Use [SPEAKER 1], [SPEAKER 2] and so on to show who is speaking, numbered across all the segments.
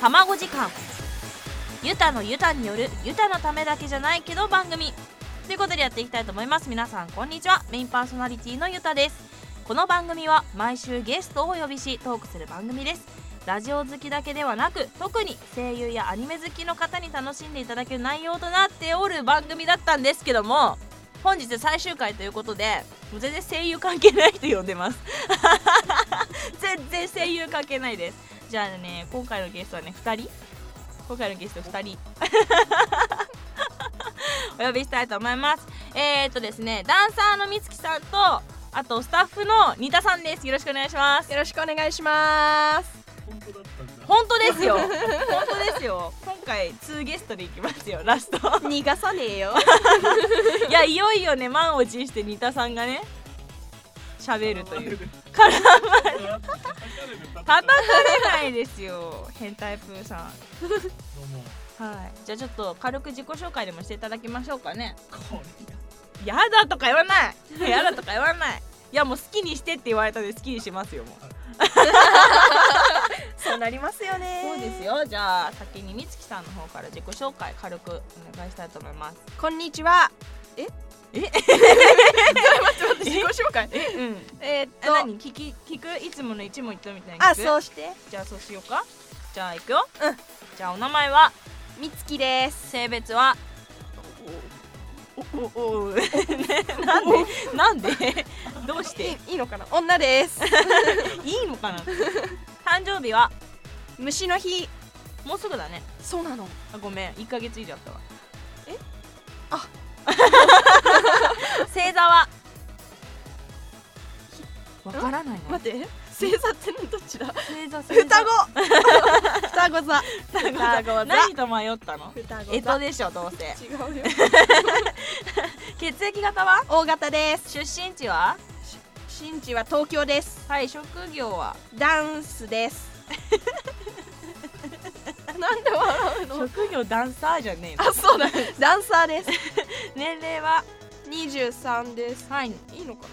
[SPEAKER 1] 卵時間ユタのユタによるユタのためだけじゃないけど番組ということでやっていきたいと思います皆さんこんにちはメインパーソナリティのユタですこの番組は毎週ゲストをお呼びしトークする番組ですラジオ好きだけではなく特に声優やアニメ好きの方に楽しんでいただける内容となっておる番組だったんですけども本日最終回ということでもう全然声優関係ない人呼んでます 全然声優関係ないですじゃあね今回のゲストはね2人今回のゲスト2人 お呼びしたいと思いますえー、っとですねダンサーのみつきさんとあとスタッフの仁田さんですよろしくお願いします
[SPEAKER 2] よろしくお願いします。
[SPEAKER 1] 本当です よ本当ですよ今回2ゲストでいきますよラスト
[SPEAKER 2] 逃がさねえよ。
[SPEAKER 1] いやいよいよね満を持して仁田さんがね喋るという
[SPEAKER 3] どう
[SPEAKER 1] 叩かれないですよ変態プーさ
[SPEAKER 3] も
[SPEAKER 1] んはいじゃあちょっと軽く自己紹介でもしていただきましょうかね
[SPEAKER 3] こ
[SPEAKER 1] やだとか言わないやだとか言わないいやもう好きにしてって言われたんで好きにしますよもう
[SPEAKER 2] そうなりますよね。
[SPEAKER 1] そうです。よじゃあ先にみつきさんの方から自己紹介軽くお願いしたいと思います
[SPEAKER 2] こんにちは。え？
[SPEAKER 1] え
[SPEAKER 2] ちょっと待って待って自己紹介。
[SPEAKER 1] うん
[SPEAKER 2] えーっ
[SPEAKER 1] あ
[SPEAKER 2] と。
[SPEAKER 1] 何聞き聞くいつもの一問一答みたいに聞
[SPEAKER 2] あ、
[SPEAKER 1] く
[SPEAKER 2] そうして。
[SPEAKER 1] じゃあそうしようかじゃあ行くよ
[SPEAKER 2] うん
[SPEAKER 1] じゃあお名前は
[SPEAKER 2] みつきです。
[SPEAKER 1] 性別はおおおなんでなんでどうして
[SPEAKER 2] いいいのかな。女です。
[SPEAKER 1] いいのかな誕生日は
[SPEAKER 2] 虫の日。
[SPEAKER 1] もうすぐだね
[SPEAKER 2] そうなの。
[SPEAKER 1] あごめん1ヶ月以上あったわ
[SPEAKER 2] え
[SPEAKER 1] あ星座はわからないの
[SPEAKER 2] 待って。星座ってどっちだ。
[SPEAKER 1] 星座星座
[SPEAKER 2] 双子。 双子座。
[SPEAKER 1] 双子座何と迷ったの
[SPEAKER 2] 双
[SPEAKER 1] え
[SPEAKER 2] 子
[SPEAKER 1] と
[SPEAKER 2] 座。
[SPEAKER 1] でしょどうせ
[SPEAKER 2] 違うよ。
[SPEAKER 1] 血液型は
[SPEAKER 2] 大型です。
[SPEAKER 1] 出身地は
[SPEAKER 2] 新地は東京です。
[SPEAKER 1] はい職業は
[SPEAKER 2] ダンスです。 なんで笑う の？
[SPEAKER 1] 職業ダンサーじゃねえ
[SPEAKER 2] あ、そうだ。 ダンサーです。
[SPEAKER 1] 年齢は
[SPEAKER 2] 二十三です。
[SPEAKER 1] はい
[SPEAKER 2] いいのか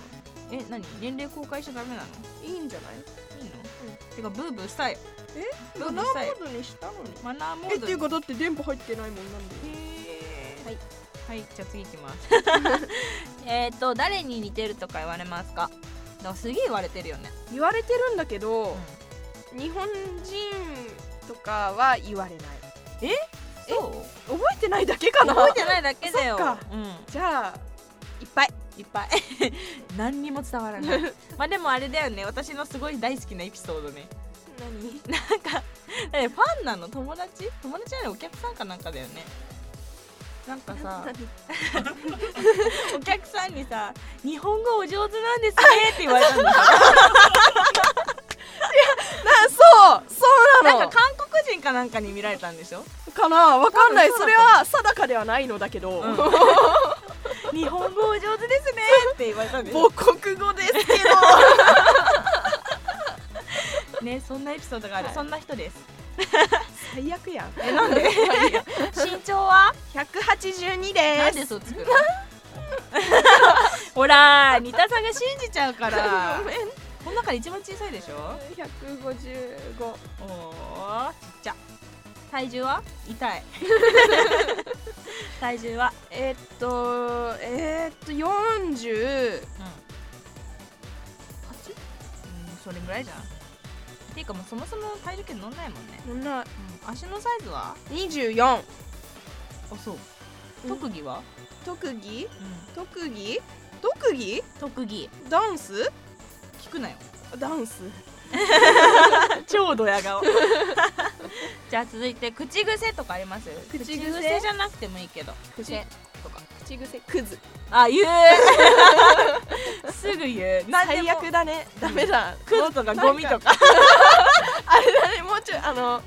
[SPEAKER 1] え何年齢公開しちゃダメなの
[SPEAKER 2] な？いいんじゃない？
[SPEAKER 1] いいの、てかブーブーしたい
[SPEAKER 2] え
[SPEAKER 1] ブーブーしたい
[SPEAKER 2] ードにしたのに。
[SPEAKER 1] マナーモ
[SPEAKER 2] えっ
[SPEAKER 1] ード
[SPEAKER 2] ていうかだって電波入ってないもんなんで。
[SPEAKER 1] は
[SPEAKER 2] はいい、
[SPEAKER 1] はい、じゃあ次行きます えっと誰に似てるとか言われますかだからすげえ言われてるよね、
[SPEAKER 2] 言われてるんだけど、
[SPEAKER 1] う
[SPEAKER 2] 日本人とかは言われない。え
[SPEAKER 1] ん、そう
[SPEAKER 2] 覚えてないだけかな。
[SPEAKER 1] 覚えてないだけだよ
[SPEAKER 2] そっか
[SPEAKER 1] うん
[SPEAKER 2] じゃあいっぱい。
[SPEAKER 1] いっぱい 何にも伝わらない まあでもあれだよね私のすごい大好きなエピソードね
[SPEAKER 2] 何？
[SPEAKER 1] なんかえファンなの友達友達じゃないお客さんかなんかだよねなんかさお客さんにさ「日本語お上手なんですね」って言われたんだよ
[SPEAKER 2] なそうそうなの。
[SPEAKER 1] なんか韓国人かなんかに見られたんでしょ
[SPEAKER 2] かなわかんない
[SPEAKER 1] 多分
[SPEAKER 2] そ
[SPEAKER 1] そう
[SPEAKER 2] れ
[SPEAKER 1] だ
[SPEAKER 2] は定かではないのだけど、
[SPEAKER 1] うん日本語お上手ですねって言われたん です
[SPEAKER 2] 母国語ですけど
[SPEAKER 1] ねそんなエピソードがある、
[SPEAKER 2] はい
[SPEAKER 1] そんな人 です
[SPEAKER 2] 最悪 やん
[SPEAKER 1] えなんで身長は
[SPEAKER 2] 182
[SPEAKER 1] な
[SPEAKER 2] で
[SPEAKER 1] ん
[SPEAKER 2] す
[SPEAKER 1] でそうつ くのほら仁田さんが信じちゃうから
[SPEAKER 2] ごめん
[SPEAKER 1] この中で一番小さいでしょ
[SPEAKER 2] 155
[SPEAKER 1] おおちっちゃ体重は痛 い体重は、
[SPEAKER 2] えーっとえーっと40
[SPEAKER 1] うん、うんそれぐらいじゃんっていうかもうそもそも体重計乗んないもんね、
[SPEAKER 2] そんな
[SPEAKER 1] 足のサイズは
[SPEAKER 2] 24
[SPEAKER 1] あそう特技は、
[SPEAKER 2] 特技特技特技
[SPEAKER 1] 特技
[SPEAKER 2] ダンス
[SPEAKER 1] 聞くなよ
[SPEAKER 2] ダンス
[SPEAKER 1] 超ドヤ顔 じゃあ続いて口癖とかあります
[SPEAKER 2] 口癖
[SPEAKER 1] じゃなくてもいいけど
[SPEAKER 2] 癖
[SPEAKER 1] とか
[SPEAKER 2] 口癖クズ
[SPEAKER 1] あ言う すぐ言う何で
[SPEAKER 2] 最
[SPEAKER 1] も
[SPEAKER 2] 悪だねダメだ
[SPEAKER 1] クズとかゴミとか
[SPEAKER 2] あれだねもうちょいああの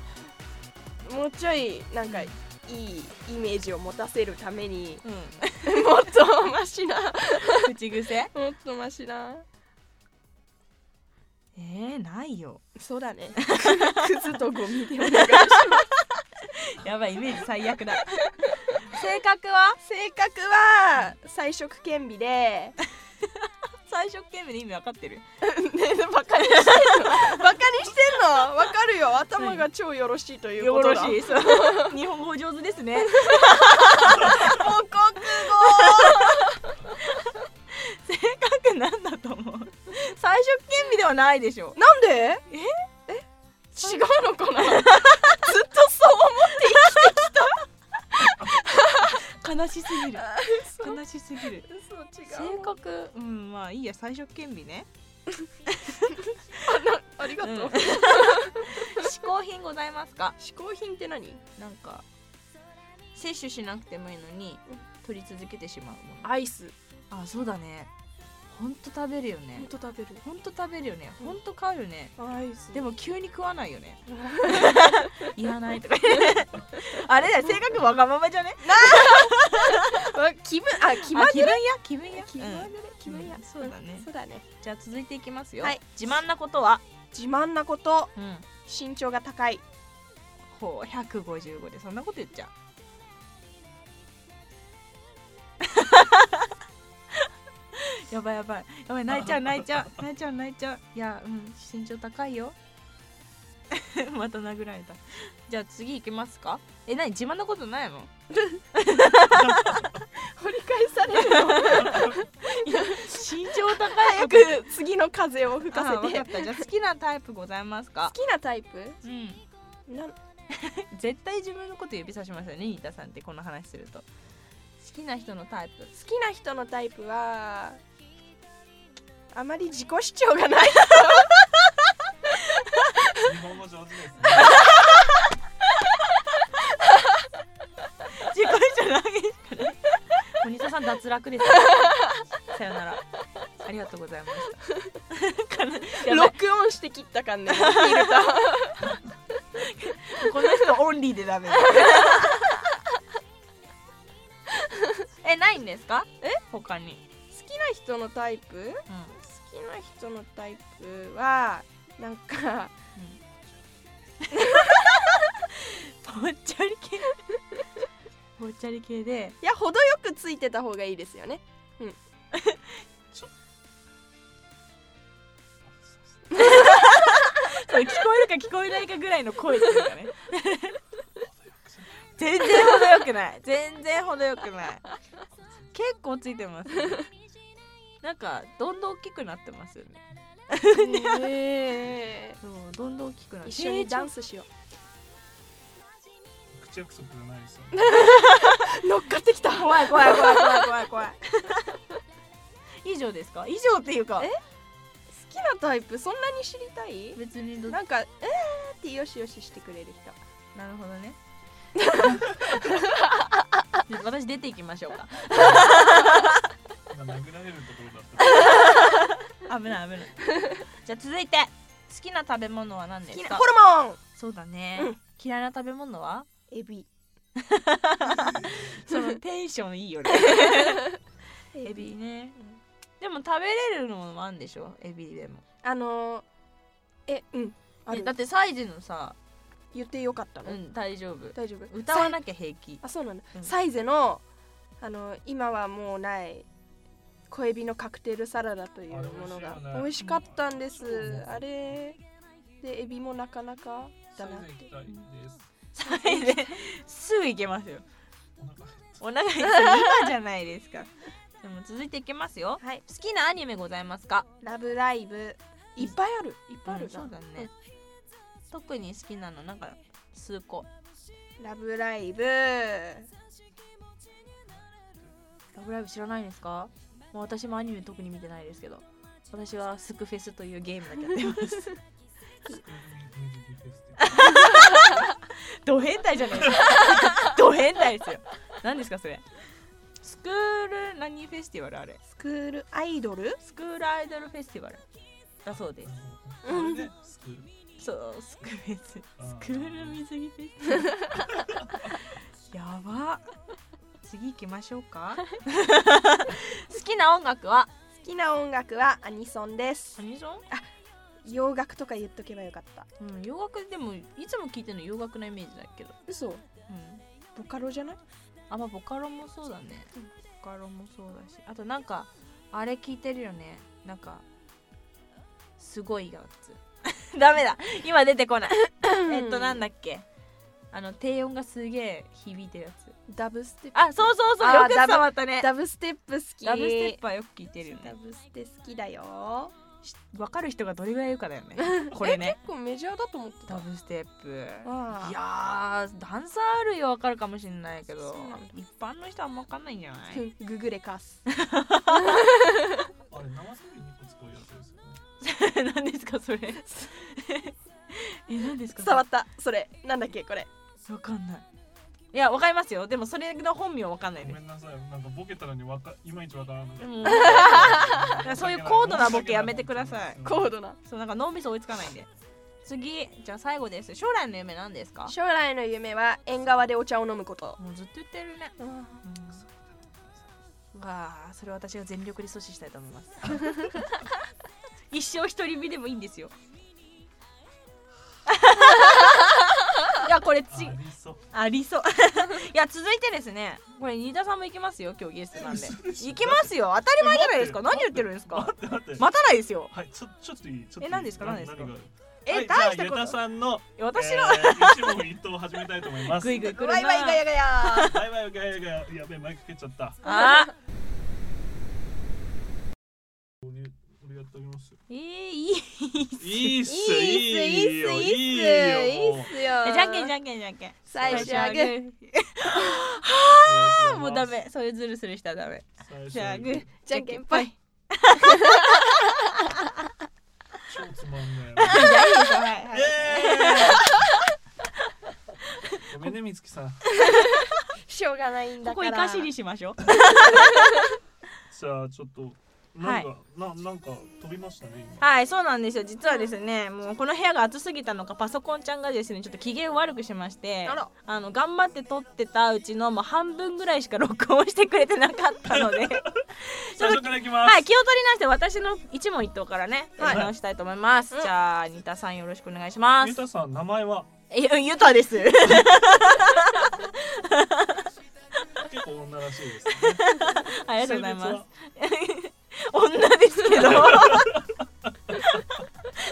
[SPEAKER 2] もうちょいなんかいいイメージを持たせるため に
[SPEAKER 1] うん
[SPEAKER 2] もっとマシな
[SPEAKER 1] 口癖
[SPEAKER 2] もっとマシな
[SPEAKER 1] えー、ないよ
[SPEAKER 2] そうだね クズとゴミでお願いします
[SPEAKER 1] やばいイメージ最悪だ性格は
[SPEAKER 2] 性格は才色兼備 で
[SPEAKER 1] 最初ゲームで意味わかってる
[SPEAKER 2] ねバカにしてんのバカにしてんのわかるよ頭が超よろしいということだ
[SPEAKER 1] い 日本語上手ですね
[SPEAKER 2] 母国語
[SPEAKER 1] 性格なんだと思う最初権味ではないでしょ
[SPEAKER 2] なんでええ違うのかなずっとそう
[SPEAKER 1] 悲しすぎる
[SPEAKER 2] 思 う
[SPEAKER 1] 悲しすぎる
[SPEAKER 2] そう違
[SPEAKER 1] 性格うんまあいいや最初権味ね
[SPEAKER 2] ありがとう、
[SPEAKER 1] うん嗜好品ございますか
[SPEAKER 2] 嗜好品って何
[SPEAKER 1] なんか摂取しなくてもいいのに取り続けてしまうも
[SPEAKER 2] アイス
[SPEAKER 1] のあそうだねほんと食べるよね
[SPEAKER 2] 本当食べる
[SPEAKER 1] ほんと食べるよねほんと買うよね
[SPEAKER 2] アイス
[SPEAKER 1] で
[SPEAKER 2] でも
[SPEAKER 1] も急に食わないよ ねいらないとか あれだよ性格わがままじゃね
[SPEAKER 2] 気分あ気ま
[SPEAKER 1] あ
[SPEAKER 2] ぐ
[SPEAKER 1] 気
[SPEAKER 2] れ
[SPEAKER 1] 分や気分や
[SPEAKER 2] 気まぐれ気まぐれ
[SPEAKER 1] うんそうだね
[SPEAKER 2] そうだね
[SPEAKER 1] じゃあ続いていきますよ、
[SPEAKER 2] はい
[SPEAKER 1] 自慢なことは、
[SPEAKER 2] 自慢なこと
[SPEAKER 1] うん、
[SPEAKER 2] 身長が高い
[SPEAKER 1] ほう155でそんなこと言っ ちゃうやばいやばいやばい泣いちゃう泣いちゃう泣いちゃう泣いちゃういやうん身長高いよ また殴られたじゃあ次行きますかえ何自慢なことないの
[SPEAKER 2] 掘り返される の
[SPEAKER 1] 身長高い
[SPEAKER 2] 早く次の風を吹
[SPEAKER 1] あ
[SPEAKER 2] かせ
[SPEAKER 1] 分
[SPEAKER 2] て
[SPEAKER 1] か
[SPEAKER 2] 好
[SPEAKER 1] ったじゃあ好きなタイプございますか
[SPEAKER 2] きなタイプ
[SPEAKER 1] うん
[SPEAKER 2] なん
[SPEAKER 1] 絶対自分のこと指さしますよね新田さんってこの話すると好きな人のタイ プ
[SPEAKER 2] 好きな人のタイプはあまり自己主張がない
[SPEAKER 4] 日本語上手ですね。
[SPEAKER 1] 自己主張ないしかない鬼田さん脱落です さよならありがとうございました 悲やばい
[SPEAKER 2] 録音して切ったか んね
[SPEAKER 1] この人オンリーでダメだえないんですかえ他に、
[SPEAKER 2] 好きな人のタイプ
[SPEAKER 1] うん
[SPEAKER 2] 好きな人のタイプはなんか
[SPEAKER 1] ぽっちゃり系ぽっちゃり系で
[SPEAKER 2] いや程よくついてた方がいいですよね
[SPEAKER 1] それ聞こえるか聞こえないかぐらいの声っていうか ね全然程よくない全然程よくない結構ついてますね、なんかどんどん大きくなってますよね
[SPEAKER 2] え
[SPEAKER 1] そうどんどん大きくなって
[SPEAKER 2] 一緒にダン
[SPEAKER 1] 成
[SPEAKER 2] スしよ
[SPEAKER 4] 口約束じゃないですよね。
[SPEAKER 2] う乗っかってきた
[SPEAKER 1] 長怖い怖い怖い怖い怖い怖い以上ですか以上っていうか
[SPEAKER 2] え好きなタイプそんなに知りたい
[SPEAKER 1] 別にどな
[SPEAKER 2] なんかえーってよしよししてくれる人
[SPEAKER 1] なるほどね 私出ていきましょうか
[SPEAKER 4] 今殴られるところだっ
[SPEAKER 1] 危ない危ないじゃあ続いて好きな食べ物は何で
[SPEAKER 2] 好
[SPEAKER 1] す
[SPEAKER 2] き
[SPEAKER 1] か
[SPEAKER 2] なホルモン
[SPEAKER 1] そうだね、
[SPEAKER 2] うん
[SPEAKER 1] 嫌いな食べ物は
[SPEAKER 2] エビ
[SPEAKER 1] そのテンションいいよねエビね、でも食べれるのもあるんでしょエビでも
[SPEAKER 2] あのー、えうんあ
[SPEAKER 1] え
[SPEAKER 2] る
[SPEAKER 1] だってサイジのさ、
[SPEAKER 2] 言ってよかったの、
[SPEAKER 1] うん、大丈夫
[SPEAKER 2] 大丈夫
[SPEAKER 1] 歌わ
[SPEAKER 2] い
[SPEAKER 1] なきゃ平気
[SPEAKER 2] あそうなんだ、
[SPEAKER 1] うん
[SPEAKER 2] サイゼのあの今はもうない小エビのカクテルサラダというものが
[SPEAKER 4] あれ
[SPEAKER 2] 美
[SPEAKER 4] 美
[SPEAKER 2] 味
[SPEAKER 4] 味
[SPEAKER 2] し
[SPEAKER 4] しいよね
[SPEAKER 2] かったんです、
[SPEAKER 4] うん
[SPEAKER 2] あれでエビもなかなか
[SPEAKER 4] た。
[SPEAKER 2] だなっ
[SPEAKER 4] サイズ行
[SPEAKER 2] て
[SPEAKER 4] きたいです。
[SPEAKER 1] サイゼすぐ行けますよ
[SPEAKER 4] お腹減っ
[SPEAKER 1] お腹いっぱ い今じゃないですかでも続いていきますよ
[SPEAKER 2] はい
[SPEAKER 1] 好きなアニメございますか
[SPEAKER 2] 「ラブライブ」いっぱいあるいっぱいあ
[SPEAKER 1] うん
[SPEAKER 2] るな、
[SPEAKER 1] そうだね、特に好きなのなんか数個
[SPEAKER 2] うんラブライブ」
[SPEAKER 1] ラブライブ知らないですかもう私もアニメ特に見てないですけど私はスクフェスというゲームだけやってます
[SPEAKER 4] た。スクールミュージックフェスティ
[SPEAKER 1] ド変態じゃないですかド変態ですよ何ですかそれスクール何フェスティバルあれ
[SPEAKER 2] スクールアイドル
[SPEAKER 1] スクールアイドルフェスティバルだそうです
[SPEAKER 4] バル。それでスクール。
[SPEAKER 1] そうスクフェス
[SPEAKER 4] うん
[SPEAKER 1] クール水着フェスティバルやば次行きましょうか好きな音楽は
[SPEAKER 2] 好きな音楽はアニソンです
[SPEAKER 1] アニソ
[SPEAKER 2] 洋楽とか言っとけばよかった
[SPEAKER 1] ン、うん、洋楽でもいつも聴いてるの洋楽のイメージだけど、
[SPEAKER 2] 嘘
[SPEAKER 1] うん、
[SPEAKER 2] ボカロじゃない
[SPEAKER 1] あまあボカロもそうだね
[SPEAKER 2] うん
[SPEAKER 1] ボカロもそうだしあとなんかあれ聴いてるよねなんかすごいやつ ダメだ今出てこないえっとなんだっけあの低音がすげえ響いてるやつ
[SPEAKER 2] ダブステップ
[SPEAKER 1] あそうそうそう
[SPEAKER 2] あ
[SPEAKER 1] よ
[SPEAKER 2] ー
[SPEAKER 1] く伝わったね
[SPEAKER 2] ダブステップ好き
[SPEAKER 1] ラブステップはよく聞いてるよ
[SPEAKER 2] ダ
[SPEAKER 1] ね
[SPEAKER 2] ブステ好きだよ
[SPEAKER 1] し分かる人がどれぐらいいるかだよねこれね
[SPEAKER 2] 結構メジャーだと思って
[SPEAKER 1] ダ
[SPEAKER 2] た
[SPEAKER 1] ブステップ
[SPEAKER 2] ああ
[SPEAKER 1] いやーダンサーあるよ分かるかもしれないけど
[SPEAKER 2] そうなんだ
[SPEAKER 1] 一般の人はあんま分かんないんじゃない
[SPEAKER 2] ググレ カス
[SPEAKER 4] あれ生セミ二個使うやつですよね。
[SPEAKER 1] 何ですかそれえ何ですか
[SPEAKER 2] 伝わったそれなんだっけこれ
[SPEAKER 1] 分かんないいや分かりますよでもそれの本名分かんない
[SPEAKER 4] ご
[SPEAKER 1] で
[SPEAKER 4] めんなさい、なんかボケたのにわかいまいちわからな
[SPEAKER 1] す、
[SPEAKER 4] い。
[SPEAKER 1] うん、
[SPEAKER 4] うん
[SPEAKER 1] そういう高度なボケやめてください
[SPEAKER 4] うん
[SPEAKER 2] 高度な
[SPEAKER 1] そうなんか脳みそ追いつかないんで次じゃあ最後です将来の夢何ですか
[SPEAKER 2] 将来の夢は縁側でお茶を飲むこと
[SPEAKER 1] もうずっと言ってるねうん、わあそれ私が全力で阻止したいと思います 一生一人身でもいいんですよ いやこれち
[SPEAKER 4] ありそう。
[SPEAKER 1] ありそう いや続いてですねこれ新田さんも行きますよ今日ゲストなんで
[SPEAKER 4] 嘘でしょ
[SPEAKER 1] 行きますよ当たり前じゃないですか何言ってるんですか
[SPEAKER 4] 待って待って。
[SPEAKER 1] 待たないですよ
[SPEAKER 4] はい、ちょ ちょっといい。ちょっといい
[SPEAKER 1] え何ですか何ですか
[SPEAKER 4] が
[SPEAKER 1] え、
[SPEAKER 4] はい、
[SPEAKER 1] 大し
[SPEAKER 4] じ
[SPEAKER 1] たこ
[SPEAKER 4] ゃあゆた
[SPEAKER 1] と
[SPEAKER 4] さん の
[SPEAKER 1] え私の、
[SPEAKER 4] の一問一答を始めたいと思います。
[SPEAKER 1] グイグイ来るな
[SPEAKER 2] わいわいがやがや
[SPEAKER 4] バイバイガヤガヤやべえマイク蹴っちゃった。
[SPEAKER 1] あー
[SPEAKER 4] 俺俺やってあげますよ。
[SPEAKER 1] えー、いい
[SPEAKER 4] いい
[SPEAKER 2] いい
[SPEAKER 4] っす
[SPEAKER 2] っ すいいっすいいっすいいっすよ
[SPEAKER 1] じゃんけんじゃんけんじゃんけん
[SPEAKER 2] 最初はグー
[SPEAKER 4] あ
[SPEAKER 1] もうダ。メそういうズルする人はダメ
[SPEAKER 4] 最初
[SPEAKER 1] じゃ
[SPEAKER 4] は
[SPEAKER 1] あ
[SPEAKER 4] グ
[SPEAKER 1] グ
[SPEAKER 4] ー
[SPEAKER 1] ー。
[SPEAKER 2] じゃんけんぽい
[SPEAKER 4] 超つまんね
[SPEAKER 1] はい
[SPEAKER 4] え。イエーイごめんねみつきさん。
[SPEAKER 2] しょうがないんだ
[SPEAKER 1] こ
[SPEAKER 2] か
[SPEAKER 1] こイ
[SPEAKER 2] ら
[SPEAKER 1] カシにしましょう。
[SPEAKER 4] じゃあちょっとなんか、ななんか飛びましたね今。
[SPEAKER 1] はい、そうなんですよ。実はですね、もうこの部屋が暑すぎたのか、パソコンちゃんがですね、ちょっと機嫌を悪くしまして、
[SPEAKER 2] あら
[SPEAKER 1] の頑張って撮ってたうちのもう半分ぐらいしか録音してくれてなかったの で、
[SPEAKER 4] 最初からいきます。
[SPEAKER 1] はい、気を取り直して私の一問一答からね、や
[SPEAKER 4] はい
[SPEAKER 1] り直したいと思います。
[SPEAKER 2] うん
[SPEAKER 1] じゃあ、ニタさんよろしくお願いしま
[SPEAKER 4] ゆ
[SPEAKER 1] す。
[SPEAKER 4] たさん名前は
[SPEAKER 1] え、ゆゆた です。
[SPEAKER 4] 結構女らしいです、ね。
[SPEAKER 1] ありがとうございます
[SPEAKER 4] 性別は。
[SPEAKER 1] 女です けど。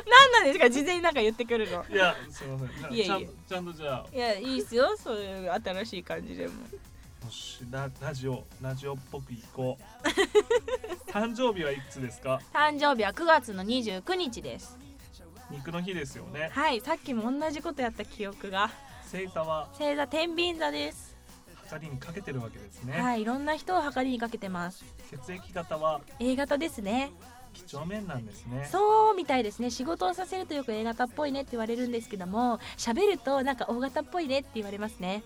[SPEAKER 1] 何なんですか事前になんか言ってくるの。
[SPEAKER 4] いやすみません。じゃあ
[SPEAKER 1] いえいえ
[SPEAKER 4] ちゃんとちゃんとじゃあ
[SPEAKER 1] いや、いいですよ。そういう新しい感じでも。
[SPEAKER 4] よしララジオラジオっぽく行こ う。誕生日はいくつですか？
[SPEAKER 1] 誕生日は9月の29日です
[SPEAKER 4] 肉の日ですよね。
[SPEAKER 1] はいさっきも同じことやった記憶が
[SPEAKER 4] 星座は
[SPEAKER 1] 星座天秤座です
[SPEAKER 4] 測りにかけてるわけですね。
[SPEAKER 1] はいいろんな人を測りにかけてます
[SPEAKER 4] 血液型は
[SPEAKER 1] A 型ですね
[SPEAKER 4] 几帳面なんですね。
[SPEAKER 1] そうみたいですね仕事をさせるとよく A 型っぽいねって言われるんですけども喋るとなんか O 型っぽいねって言われますね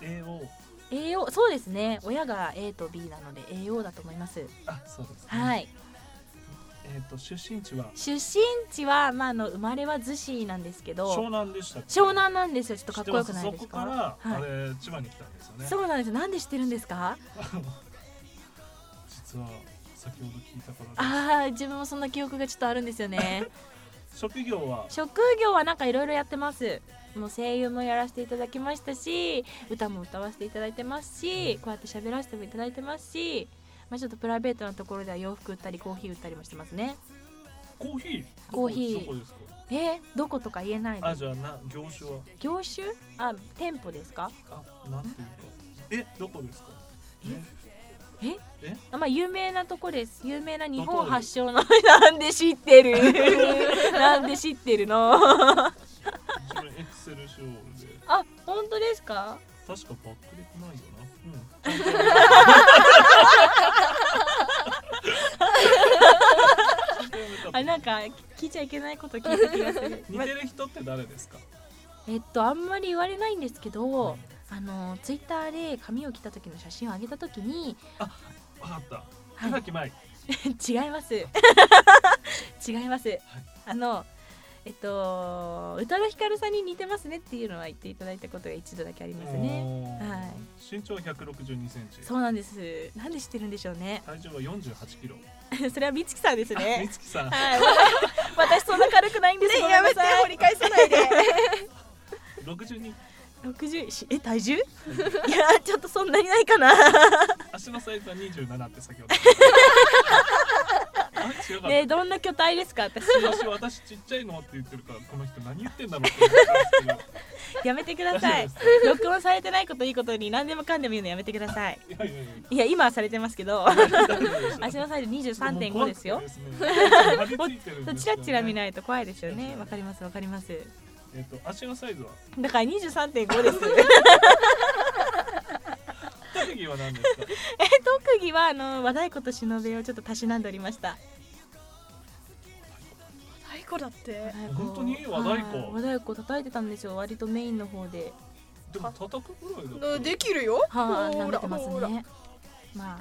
[SPEAKER 4] AO
[SPEAKER 1] AO そうですね親が A と B なので AO だと思います
[SPEAKER 4] あそうです、ね。
[SPEAKER 1] は。い
[SPEAKER 4] えっ、と出身地は
[SPEAKER 1] 出身地は、まあ、あの生まれは逗子なんですけ
[SPEAKER 4] 湘
[SPEAKER 1] ど
[SPEAKER 4] 南でしたっけ。
[SPEAKER 1] 湘南なんですよちょっとかっこよくないです
[SPEAKER 4] そ
[SPEAKER 1] か
[SPEAKER 4] こから、
[SPEAKER 1] はい
[SPEAKER 4] あれ千葉に来たんですよね。
[SPEAKER 1] そうなんですなんで知ってるんですか
[SPEAKER 4] 実は先ほど聞いたからで
[SPEAKER 1] ああ自分もそんな記憶がちょっとあるんですよね
[SPEAKER 4] す職業は
[SPEAKER 1] 職業はなんかいろいろやってますもう声優もやらせていただきましたし歌も歌わせていただいてますしこうやって喋らせてもいただいてますし、まあ、ちょっとプライベートなところでは洋服売ったりコーヒー売ったりもしてますね
[SPEAKER 4] コーヒー
[SPEAKER 1] コーヒー
[SPEAKER 4] どこどこですか
[SPEAKER 1] えー、どことか言えない
[SPEAKER 4] あ
[SPEAKER 1] の
[SPEAKER 4] じゃあな業種は
[SPEAKER 1] 業種あ店舗ですか
[SPEAKER 4] あなんていうかえどこですか
[SPEAKER 1] あまあ有名なとこです有名な日
[SPEAKER 4] どこ
[SPEAKER 1] 本発祥の なんで知ってる なんで知ってるのあ
[SPEAKER 4] 自分エクセルショーで
[SPEAKER 1] 本当ですか
[SPEAKER 4] 確かバックレッないよなうんちゃんとやめ た
[SPEAKER 1] あなんか聞いちゃいけないこと聞いた気がする
[SPEAKER 4] 似てる人って誰ですか
[SPEAKER 1] えっとあんまり言われないんですけどあのツイッターで髪を切った時の写真を上げた時 に
[SPEAKER 4] わかった
[SPEAKER 1] はい
[SPEAKER 4] 船木舞
[SPEAKER 1] 違います違います、あのえっと宇多田ヒカルさんに似てますねっていうのは言っていただいたことが一度だけありますね
[SPEAKER 4] おー
[SPEAKER 1] はい
[SPEAKER 4] 身長162センチ
[SPEAKER 1] そうなんですなんで知ってるんでしょうね
[SPEAKER 4] 体重は48キロ
[SPEAKER 1] それは美月さんです
[SPEAKER 4] 美
[SPEAKER 1] ね
[SPEAKER 4] 月さん
[SPEAKER 1] はい私そんな軽くないんですごめん
[SPEAKER 2] や
[SPEAKER 1] な
[SPEAKER 2] めて
[SPEAKER 1] さい
[SPEAKER 2] 掘り返さ ないで
[SPEAKER 4] 62
[SPEAKER 1] 60しえ体重 いやちょっとそんなにないかな
[SPEAKER 4] 足のサイズは27って先ほどあ違うかった
[SPEAKER 1] ねえどんな巨体ですか私
[SPEAKER 4] 私私ちっちゃいのって言ってるからこの人何言ってんだろうって思ってます
[SPEAKER 1] やめてく
[SPEAKER 4] けど
[SPEAKER 1] ださ
[SPEAKER 4] 大
[SPEAKER 1] い
[SPEAKER 4] 丈夫で
[SPEAKER 1] 録音されてないこといいことに何でもかんでも言うのやめてください
[SPEAKER 4] すいやいやいや
[SPEAKER 1] いや今はされてますけど
[SPEAKER 4] 大丈夫でしょ
[SPEAKER 1] 足のサイズ23.5ですよ
[SPEAKER 4] 張り付い てるんです
[SPEAKER 1] そ
[SPEAKER 4] よね
[SPEAKER 1] うチラチラ見
[SPEAKER 4] い。
[SPEAKER 1] ないと怖いですよねわかりますわかります
[SPEAKER 4] えっと足のサイズは。
[SPEAKER 1] だから23.5です
[SPEAKER 4] 特技は何ですか。
[SPEAKER 1] 特技はあの和太鼓と忍べをちょっとたしなんでおりました
[SPEAKER 2] 太鼓だって
[SPEAKER 4] 本当に和太鼓
[SPEAKER 1] はい和太鼓叩いてたんですよ割とメインの方で
[SPEAKER 4] でも叩くぐらいだったら。
[SPEAKER 2] うんできるよ
[SPEAKER 1] はい、
[SPEAKER 2] ほ
[SPEAKER 1] 舐め
[SPEAKER 2] ら
[SPEAKER 1] てます
[SPEAKER 2] ほら
[SPEAKER 1] ね。まあ、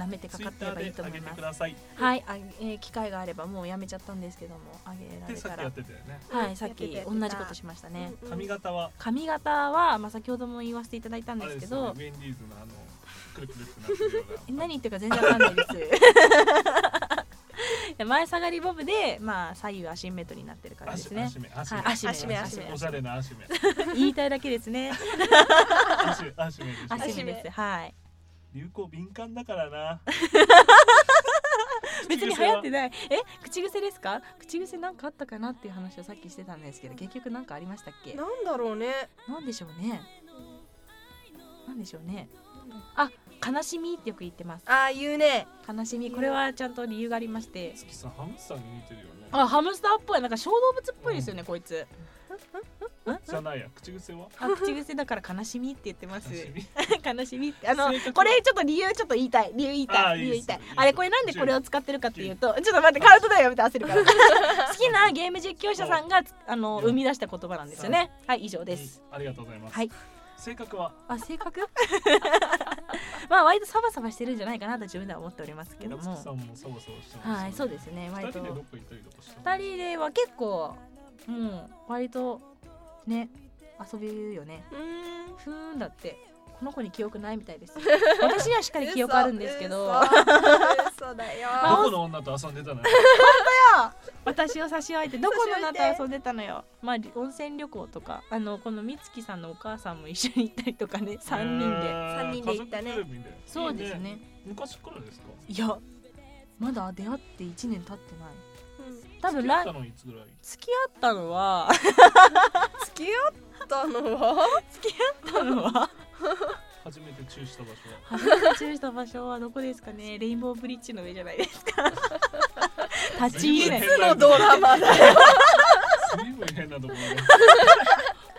[SPEAKER 1] 舐めてか
[SPEAKER 4] ツイ
[SPEAKER 1] かっ
[SPEAKER 4] ッ
[SPEAKER 1] て
[SPEAKER 4] タ
[SPEAKER 1] ればいい
[SPEAKER 4] ー
[SPEAKER 1] と
[SPEAKER 4] で
[SPEAKER 1] 思
[SPEAKER 4] 上げ
[SPEAKER 1] い
[SPEAKER 4] て
[SPEAKER 1] ま
[SPEAKER 4] く
[SPEAKER 1] す。
[SPEAKER 4] ださい。
[SPEAKER 1] はい、あえー機会があればもうやめちゃったんですけども、あげら
[SPEAKER 4] で
[SPEAKER 1] れ
[SPEAKER 4] さ
[SPEAKER 1] た
[SPEAKER 4] っきや
[SPEAKER 1] ら
[SPEAKER 4] っ。てたよね。
[SPEAKER 1] はい、さっ
[SPEAKER 2] や
[SPEAKER 1] き
[SPEAKER 2] ってた
[SPEAKER 1] 同じことしましたね。
[SPEAKER 2] うんうん
[SPEAKER 4] 髪型は
[SPEAKER 1] 髪型は、まあ、先ほども言わせていただいたん
[SPEAKER 4] あ
[SPEAKER 1] で
[SPEAKER 4] れ
[SPEAKER 1] すけ
[SPEAKER 4] ですよ
[SPEAKER 1] ど。
[SPEAKER 4] ね。ウェンディーズのあのくるくるってなってるよ
[SPEAKER 1] え
[SPEAKER 4] うな。
[SPEAKER 1] 何言ってるか全然わかんないで すいや。前下がりボブで、まあ、左右アシンメトリーになってる感じで
[SPEAKER 4] 足
[SPEAKER 1] すね。
[SPEAKER 4] 足目足
[SPEAKER 1] はい
[SPEAKER 4] 目、
[SPEAKER 1] 足目
[SPEAKER 2] 足目
[SPEAKER 1] 足
[SPEAKER 2] 足
[SPEAKER 1] 目
[SPEAKER 2] 目
[SPEAKER 4] おしゃれな足目
[SPEAKER 1] 言いたいだけですね。
[SPEAKER 4] 足目 足目でしょ
[SPEAKER 1] 足目
[SPEAKER 2] 足
[SPEAKER 1] です。
[SPEAKER 2] 目
[SPEAKER 1] はい。
[SPEAKER 4] 流行敏感だからな
[SPEAKER 1] 別に流行ってない。え、口癖ですか？口癖なんかあったかなっていう話をさっきしてたんですけど、結局なんかありましたっけ？
[SPEAKER 2] なんだろうね
[SPEAKER 1] なんでしょうね。なんでしょうね。あ、悲しみってよく言ってます。
[SPEAKER 2] ああ言うね
[SPEAKER 1] 悲しみ、これはちゃんと理由がありまして。
[SPEAKER 4] 月さんハムスターに似てるよね
[SPEAKER 1] あ、ハムスターっぽい、なんか小動物っぽいですよね、こい つ。
[SPEAKER 4] じゃないや口癖は
[SPEAKER 1] あ、口癖だから悲しみって言ってます
[SPEAKER 4] 足。目
[SPEAKER 1] 悲しみって、あの
[SPEAKER 4] 性格、は
[SPEAKER 1] これちょっと理由ちょっと言いたい、理由言いた
[SPEAKER 4] あ
[SPEAKER 1] い、
[SPEAKER 4] い
[SPEAKER 1] 理
[SPEAKER 4] い
[SPEAKER 1] 由
[SPEAKER 4] です
[SPEAKER 1] 言いたい
[SPEAKER 4] いいで。す
[SPEAKER 1] あれ、これなんでこれを使ってるかっていうと、ちょっと待って、カウントダウンやめて焦る から。好きなゲーム実況者さんが、あの、生み出した言葉なんですよね。はい、以上です。
[SPEAKER 4] あり がとうございます、
[SPEAKER 1] はい、
[SPEAKER 4] 性格は
[SPEAKER 1] あ性格 まあ割とサバサバしてるんじゃないかなと自分では思っておりますけど
[SPEAKER 4] 月さ
[SPEAKER 1] も
[SPEAKER 4] んもサバサバしてますよね
[SPEAKER 1] はいそうですね
[SPEAKER 4] 二
[SPEAKER 1] 割
[SPEAKER 4] 人
[SPEAKER 1] と
[SPEAKER 4] でどっか行ったりとかした
[SPEAKER 1] 2人では結構もう割とね遊べるよね
[SPEAKER 2] うーん
[SPEAKER 1] ふーんだってこの子に記憶ないみたいです 私にはしっかり記憶あるんですけど
[SPEAKER 2] そうだよ
[SPEAKER 1] あ
[SPEAKER 4] どこの女と遊んでたのよ
[SPEAKER 1] 私を差し置いてどこの
[SPEAKER 2] 差し
[SPEAKER 1] 中
[SPEAKER 2] 置いて
[SPEAKER 1] 遊んでたのよまあ温泉旅行とかあのこの美月さんのお母さんも一緒に行ったりとかね3人で
[SPEAKER 4] 三
[SPEAKER 2] 三人で行ったね
[SPEAKER 1] そうですね
[SPEAKER 4] 昔からですか
[SPEAKER 1] いやまだ出会って1年経ってない
[SPEAKER 2] うん
[SPEAKER 1] 多分
[SPEAKER 4] 付き合
[SPEAKER 1] 来
[SPEAKER 4] ったのいつぐらい
[SPEAKER 1] 付き合ったの は
[SPEAKER 2] 付き合ったのは
[SPEAKER 1] たのは
[SPEAKER 4] 初めてチューした場所は
[SPEAKER 1] 初めて注意した場所はどこですかねレインボーブリッジの上じゃないですか立ち入れない
[SPEAKER 4] いつの
[SPEAKER 2] ドラ マだ
[SPEAKER 4] 随分変なところで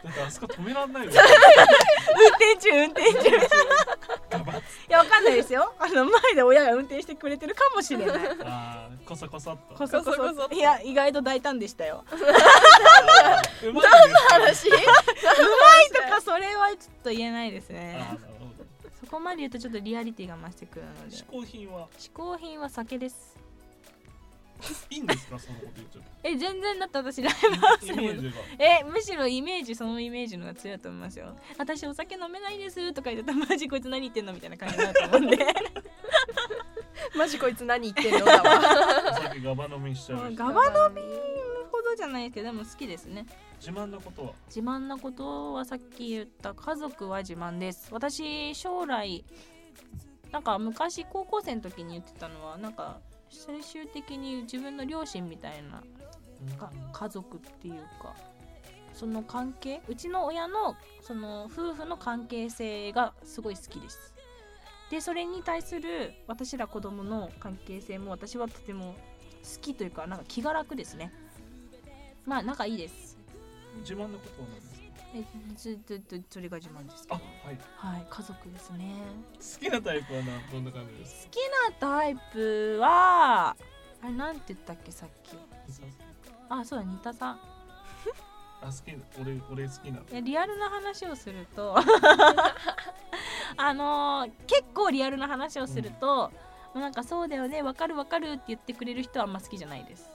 [SPEAKER 4] だってあそこ止めらんないよ
[SPEAKER 1] 運転中運転中い
[SPEAKER 4] ガバッ
[SPEAKER 1] やわかんないですよあの前で親が運転してくれてるかもしれない
[SPEAKER 4] あーコソコソっと
[SPEAKER 1] こそこ
[SPEAKER 2] こそこそっ
[SPEAKER 1] そ
[SPEAKER 2] と
[SPEAKER 1] いや意外と大胆でしたよ
[SPEAKER 4] あーうまいですね
[SPEAKER 2] 話う
[SPEAKER 1] と
[SPEAKER 2] ま
[SPEAKER 1] かそれはちょっと言えないです
[SPEAKER 4] あー
[SPEAKER 1] ね
[SPEAKER 4] なるほど
[SPEAKER 1] そこまで言うとちょっとリアリティが増してくるので
[SPEAKER 4] 嗜好品は
[SPEAKER 1] 嗜好品は酒です
[SPEAKER 4] いいんですかそのこと言っちゃ
[SPEAKER 1] え全然だって私ライブハウ
[SPEAKER 4] っ
[SPEAKER 1] スで
[SPEAKER 4] てイメ
[SPEAKER 1] も
[SPEAKER 4] ージが
[SPEAKER 1] えむしろイメージそのイメージのが強いと思いますよ私お酒飲めないですとか言ってたらマジこいつ何言ってんのみたいな感じになると思うんで
[SPEAKER 2] しマジこいつ何言ってんのだわ
[SPEAKER 4] お酒ガバ飲みしちゃう人
[SPEAKER 1] ガバ飲みほどじゃないですけどでも好きですね
[SPEAKER 4] 自慢なことは
[SPEAKER 1] 自慢なことはさっき言った家族は自慢です私将来なんか昔高校生の時に言ってたのはなんか最終的に自分の両親みたいなか家族っていうかその関係うちの親のその夫婦の関係性がすごい好きですでそれに対する私ら子供の関係性も私はとても好きというかなんか気が楽ですねまあ仲いいです
[SPEAKER 4] 自慢なことは何ですか
[SPEAKER 1] えずずずずそれが自慢ですけ
[SPEAKER 4] あ
[SPEAKER 1] ど
[SPEAKER 4] はい
[SPEAKER 1] はい家族ですね
[SPEAKER 4] 好きなタイプはなどんな感じです
[SPEAKER 1] 好
[SPEAKER 4] か
[SPEAKER 1] きなタイプはあれなんて言ったっけさっきあそうだ新田さん
[SPEAKER 4] あ好き俺俺好きなの
[SPEAKER 1] いやリアルな話をする とあのー結構リアルな話をすると、もうなんかそうだよねわかるわかるって言ってくれる人はあんま好きじゃないです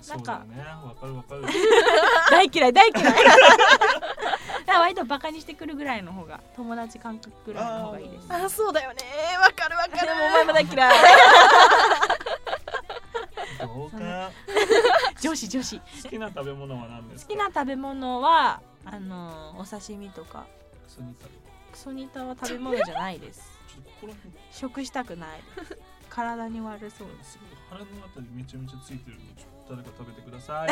[SPEAKER 4] そうだよねわかるわかる
[SPEAKER 1] 大嫌い大嫌い だから割とバカにしてくるぐらいの方が友達感覚ぐらいの方がいいです
[SPEAKER 2] あそうだよねわかるわか
[SPEAKER 1] でも
[SPEAKER 2] るも
[SPEAKER 1] お
[SPEAKER 2] う
[SPEAKER 1] 前も大嫌い
[SPEAKER 4] どうか
[SPEAKER 1] 女子女子
[SPEAKER 4] 好きな食べ物は何です
[SPEAKER 1] 好
[SPEAKER 4] か
[SPEAKER 1] きな食べ物はあのお刺身とか
[SPEAKER 4] クソニタち
[SPEAKER 1] クソニタは食べ物じゃないです
[SPEAKER 4] ょっとここら辺
[SPEAKER 1] 食したく ないです体に悪そうです
[SPEAKER 4] すごい腹のあたりめちゃめちゃついてるのでちょっと誰か食べてくだ さい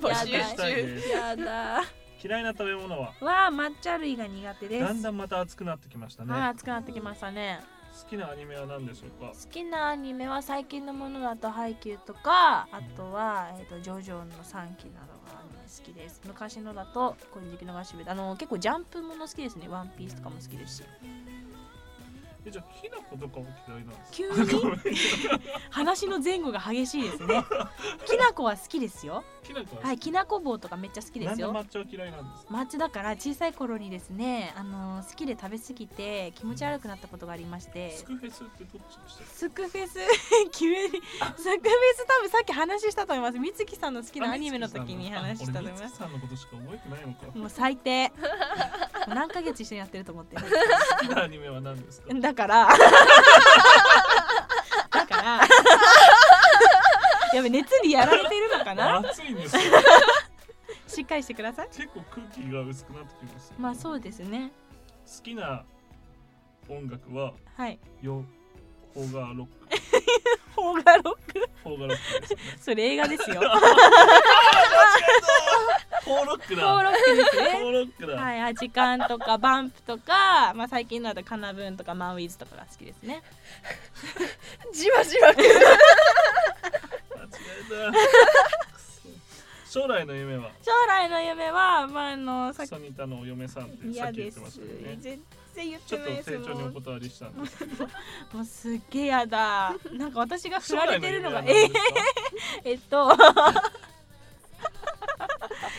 [SPEAKER 2] 募
[SPEAKER 1] や
[SPEAKER 2] 集
[SPEAKER 1] だ
[SPEAKER 4] したい
[SPEAKER 2] 中
[SPEAKER 4] です
[SPEAKER 1] やだ
[SPEAKER 4] 嫌いな食べ物は
[SPEAKER 1] は抹茶類が苦手です
[SPEAKER 4] だんだんまた熱くなってきましたね
[SPEAKER 1] はい、暑くなってきましたね。
[SPEAKER 4] 好きなアニメは何でしょうか
[SPEAKER 1] 好きなアニメは最近のものだと「ハイキュー」とかあとは「えー、とジョジョ」の3期などがアニメ好きです昔のだと「金色の合唱部」あの結構ジャンプもの好きですね「ワンピースとかも好きですし
[SPEAKER 4] えじゃあきな粉とかも嫌いなんですか
[SPEAKER 1] 急に話の前後が激しいですねきなこは好きですよ
[SPEAKER 4] きな粉
[SPEAKER 1] はいきなこ棒とかめっちゃ好きで
[SPEAKER 4] なん
[SPEAKER 1] す
[SPEAKER 4] で
[SPEAKER 1] よ
[SPEAKER 4] 抹茶は嫌いなんですか
[SPEAKER 1] 抹茶だから小さい頃にですねあの好きで食べ過ぎて気持ち悪くなったことがありまして
[SPEAKER 4] スクフェスってどっちでしたっ
[SPEAKER 1] スクフェス 急にスクフェス多分さっき話したと思います美月さんの好き
[SPEAKER 4] け
[SPEAKER 1] なアニメの時に話したと思い
[SPEAKER 4] あ俺美
[SPEAKER 1] ま
[SPEAKER 4] 月
[SPEAKER 1] す
[SPEAKER 4] さんのことしか覚えてないのか
[SPEAKER 1] もう最 低もう何ヶ月一緒にやってると思ってる
[SPEAKER 4] 好 きなアニメは何ですか
[SPEAKER 1] だからだからやべ熱にやられているのかな
[SPEAKER 4] 暑いんですよ
[SPEAKER 1] しっかりしてください
[SPEAKER 4] 結構空気が薄くなってきますよ
[SPEAKER 1] まあそうですね
[SPEAKER 4] 好きな音楽は
[SPEAKER 1] はい
[SPEAKER 4] よフォーガーロッ ク
[SPEAKER 1] 邦画ロック
[SPEAKER 4] フォーガーロックですよね
[SPEAKER 1] それ映画 ですよ
[SPEAKER 4] フォーロック
[SPEAKER 1] 邦
[SPEAKER 4] だ
[SPEAKER 1] ロックです
[SPEAKER 4] フ
[SPEAKER 1] ね
[SPEAKER 4] ォーロックだ、
[SPEAKER 1] はい、あ時間とかバンプとか、まあ、最近だとカナブーンとかマンウィズとかが好きですね。
[SPEAKER 2] じわじわ来る
[SPEAKER 4] 間違えたく そ将来の夢は
[SPEAKER 1] 将来の夢は、まあ、あのさっき
[SPEAKER 4] ソニタのお嫁さんってさっ
[SPEAKER 1] 嫌
[SPEAKER 4] き言
[SPEAKER 1] で
[SPEAKER 4] って
[SPEAKER 1] す
[SPEAKER 4] ましたよね
[SPEAKER 1] 全然言っ
[SPEAKER 4] ち
[SPEAKER 1] て
[SPEAKER 4] ょっ
[SPEAKER 1] ないで
[SPEAKER 4] と
[SPEAKER 1] す
[SPEAKER 4] 丁重に
[SPEAKER 1] も
[SPEAKER 4] お
[SPEAKER 1] う
[SPEAKER 4] 断りしたんですけど
[SPEAKER 1] もうすっげえやだなんか私 が振
[SPEAKER 4] 将
[SPEAKER 1] られ
[SPEAKER 4] 来
[SPEAKER 1] てる
[SPEAKER 4] 夢
[SPEAKER 1] の
[SPEAKER 4] は
[SPEAKER 1] が
[SPEAKER 4] 何
[SPEAKER 1] え
[SPEAKER 4] で
[SPEAKER 1] ー
[SPEAKER 4] すか
[SPEAKER 1] えっと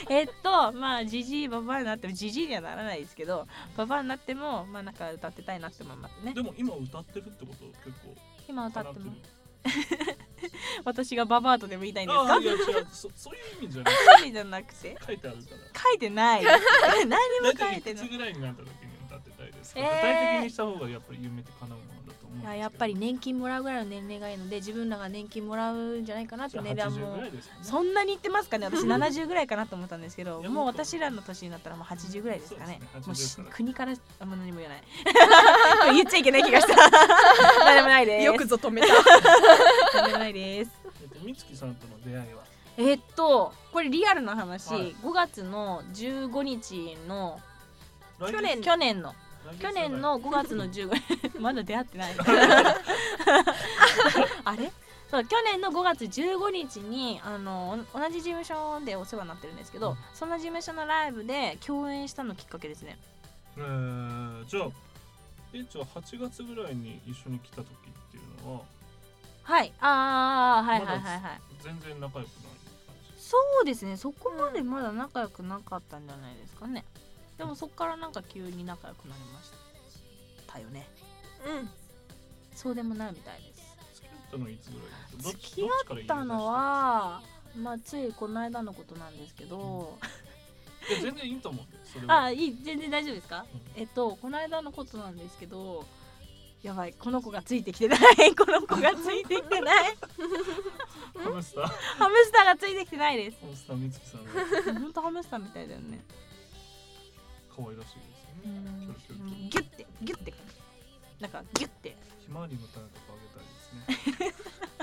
[SPEAKER 1] えっとまあじじいばばあになってもじじいにはならないですけどばばあになってもまあなんか歌ってたいなって思いますね
[SPEAKER 4] でも今歌ってるってこと結構
[SPEAKER 1] 今歌って
[SPEAKER 4] 叶
[SPEAKER 1] も
[SPEAKER 4] る
[SPEAKER 1] 私がババアとでも言いたいんです
[SPEAKER 4] あ
[SPEAKER 1] か
[SPEAKER 4] あいや違うそそういう意味じゃない
[SPEAKER 1] そうじゃなくて
[SPEAKER 4] 書いてあるから
[SPEAKER 1] 書いてない 何にも 書
[SPEAKER 4] 大体
[SPEAKER 1] い
[SPEAKER 4] い
[SPEAKER 1] て
[SPEAKER 4] く
[SPEAKER 1] な
[SPEAKER 4] つ
[SPEAKER 1] い
[SPEAKER 4] ぐらいになった時に歌ってたいですか、
[SPEAKER 1] えー
[SPEAKER 4] 具体的にした方がやっぱり夢って叶うものだと思うんですけ
[SPEAKER 1] い
[SPEAKER 4] ど
[SPEAKER 1] ややっぱり年金もらうぐらいの年齢がいいので自分らが年金もらうんじゃないかなって
[SPEAKER 4] じゃあ
[SPEAKER 1] 値段
[SPEAKER 4] 80
[SPEAKER 1] も
[SPEAKER 4] ぐらいですかね
[SPEAKER 1] そんなに言ってますかね 私70ぐらいかなと思ったんですけど
[SPEAKER 4] いや
[SPEAKER 1] もう
[SPEAKER 4] 本当
[SPEAKER 1] 私らの年になったらもう80ぐらいですかね
[SPEAKER 4] そう
[SPEAKER 1] もう
[SPEAKER 4] で
[SPEAKER 1] し
[SPEAKER 4] すね80
[SPEAKER 1] 国からあんま何も言えないこれ言っちゃいけ ない気がした 何でもないです
[SPEAKER 2] よくぞ止めた
[SPEAKER 1] 何でもないです
[SPEAKER 4] えっと美月さんとの出会いは
[SPEAKER 1] えっとこれリアルな話、
[SPEAKER 4] はい
[SPEAKER 1] 5月の15日の
[SPEAKER 4] 来
[SPEAKER 2] 去年
[SPEAKER 1] 去年の
[SPEAKER 4] 来月
[SPEAKER 1] 去年の5月の15 まだ出会ってないあれそう去年の5月15日にあのお同じ事務所でお世話になってるんですけど、
[SPEAKER 4] うん
[SPEAKER 1] その事務所のライブで共演したのきっかけですね
[SPEAKER 4] えー、じゃあえじゃあ8月ぐらいに一緒に来た時っていうのは
[SPEAKER 1] はいああはいはいはいはい、
[SPEAKER 4] まだ全然仲良くない感じ
[SPEAKER 1] そうですねそこまでまだ仲良くなかったんじゃないですかねでもそっからなんか急に仲良くなりましたよね
[SPEAKER 2] うん
[SPEAKER 1] そうでもないみたいです
[SPEAKER 4] 付き合ったのいつぐらいですか
[SPEAKER 1] 付き合
[SPEAKER 4] どっ
[SPEAKER 1] っ
[SPEAKER 4] ち
[SPEAKER 1] たのはまあついこの間のことなんですけど、
[SPEAKER 4] どっちから言い出したんですかいや全然いいと思うんでそれは
[SPEAKER 1] あいい全然大丈夫ですか
[SPEAKER 4] うん
[SPEAKER 1] えっとこの間のことなんですけどやばいこの子がついてきてない この子がついてきてない
[SPEAKER 4] ハムスターハ
[SPEAKER 1] ハムスターがついてきてないです
[SPEAKER 4] ムスター美月さんが
[SPEAKER 1] 本当ハムスターみたいだよね
[SPEAKER 4] 可愛らしいですよねキョロキョロキョロ
[SPEAKER 1] ギュッてギュッてなんかギュッて
[SPEAKER 4] ひまわりの種とかあげたいですね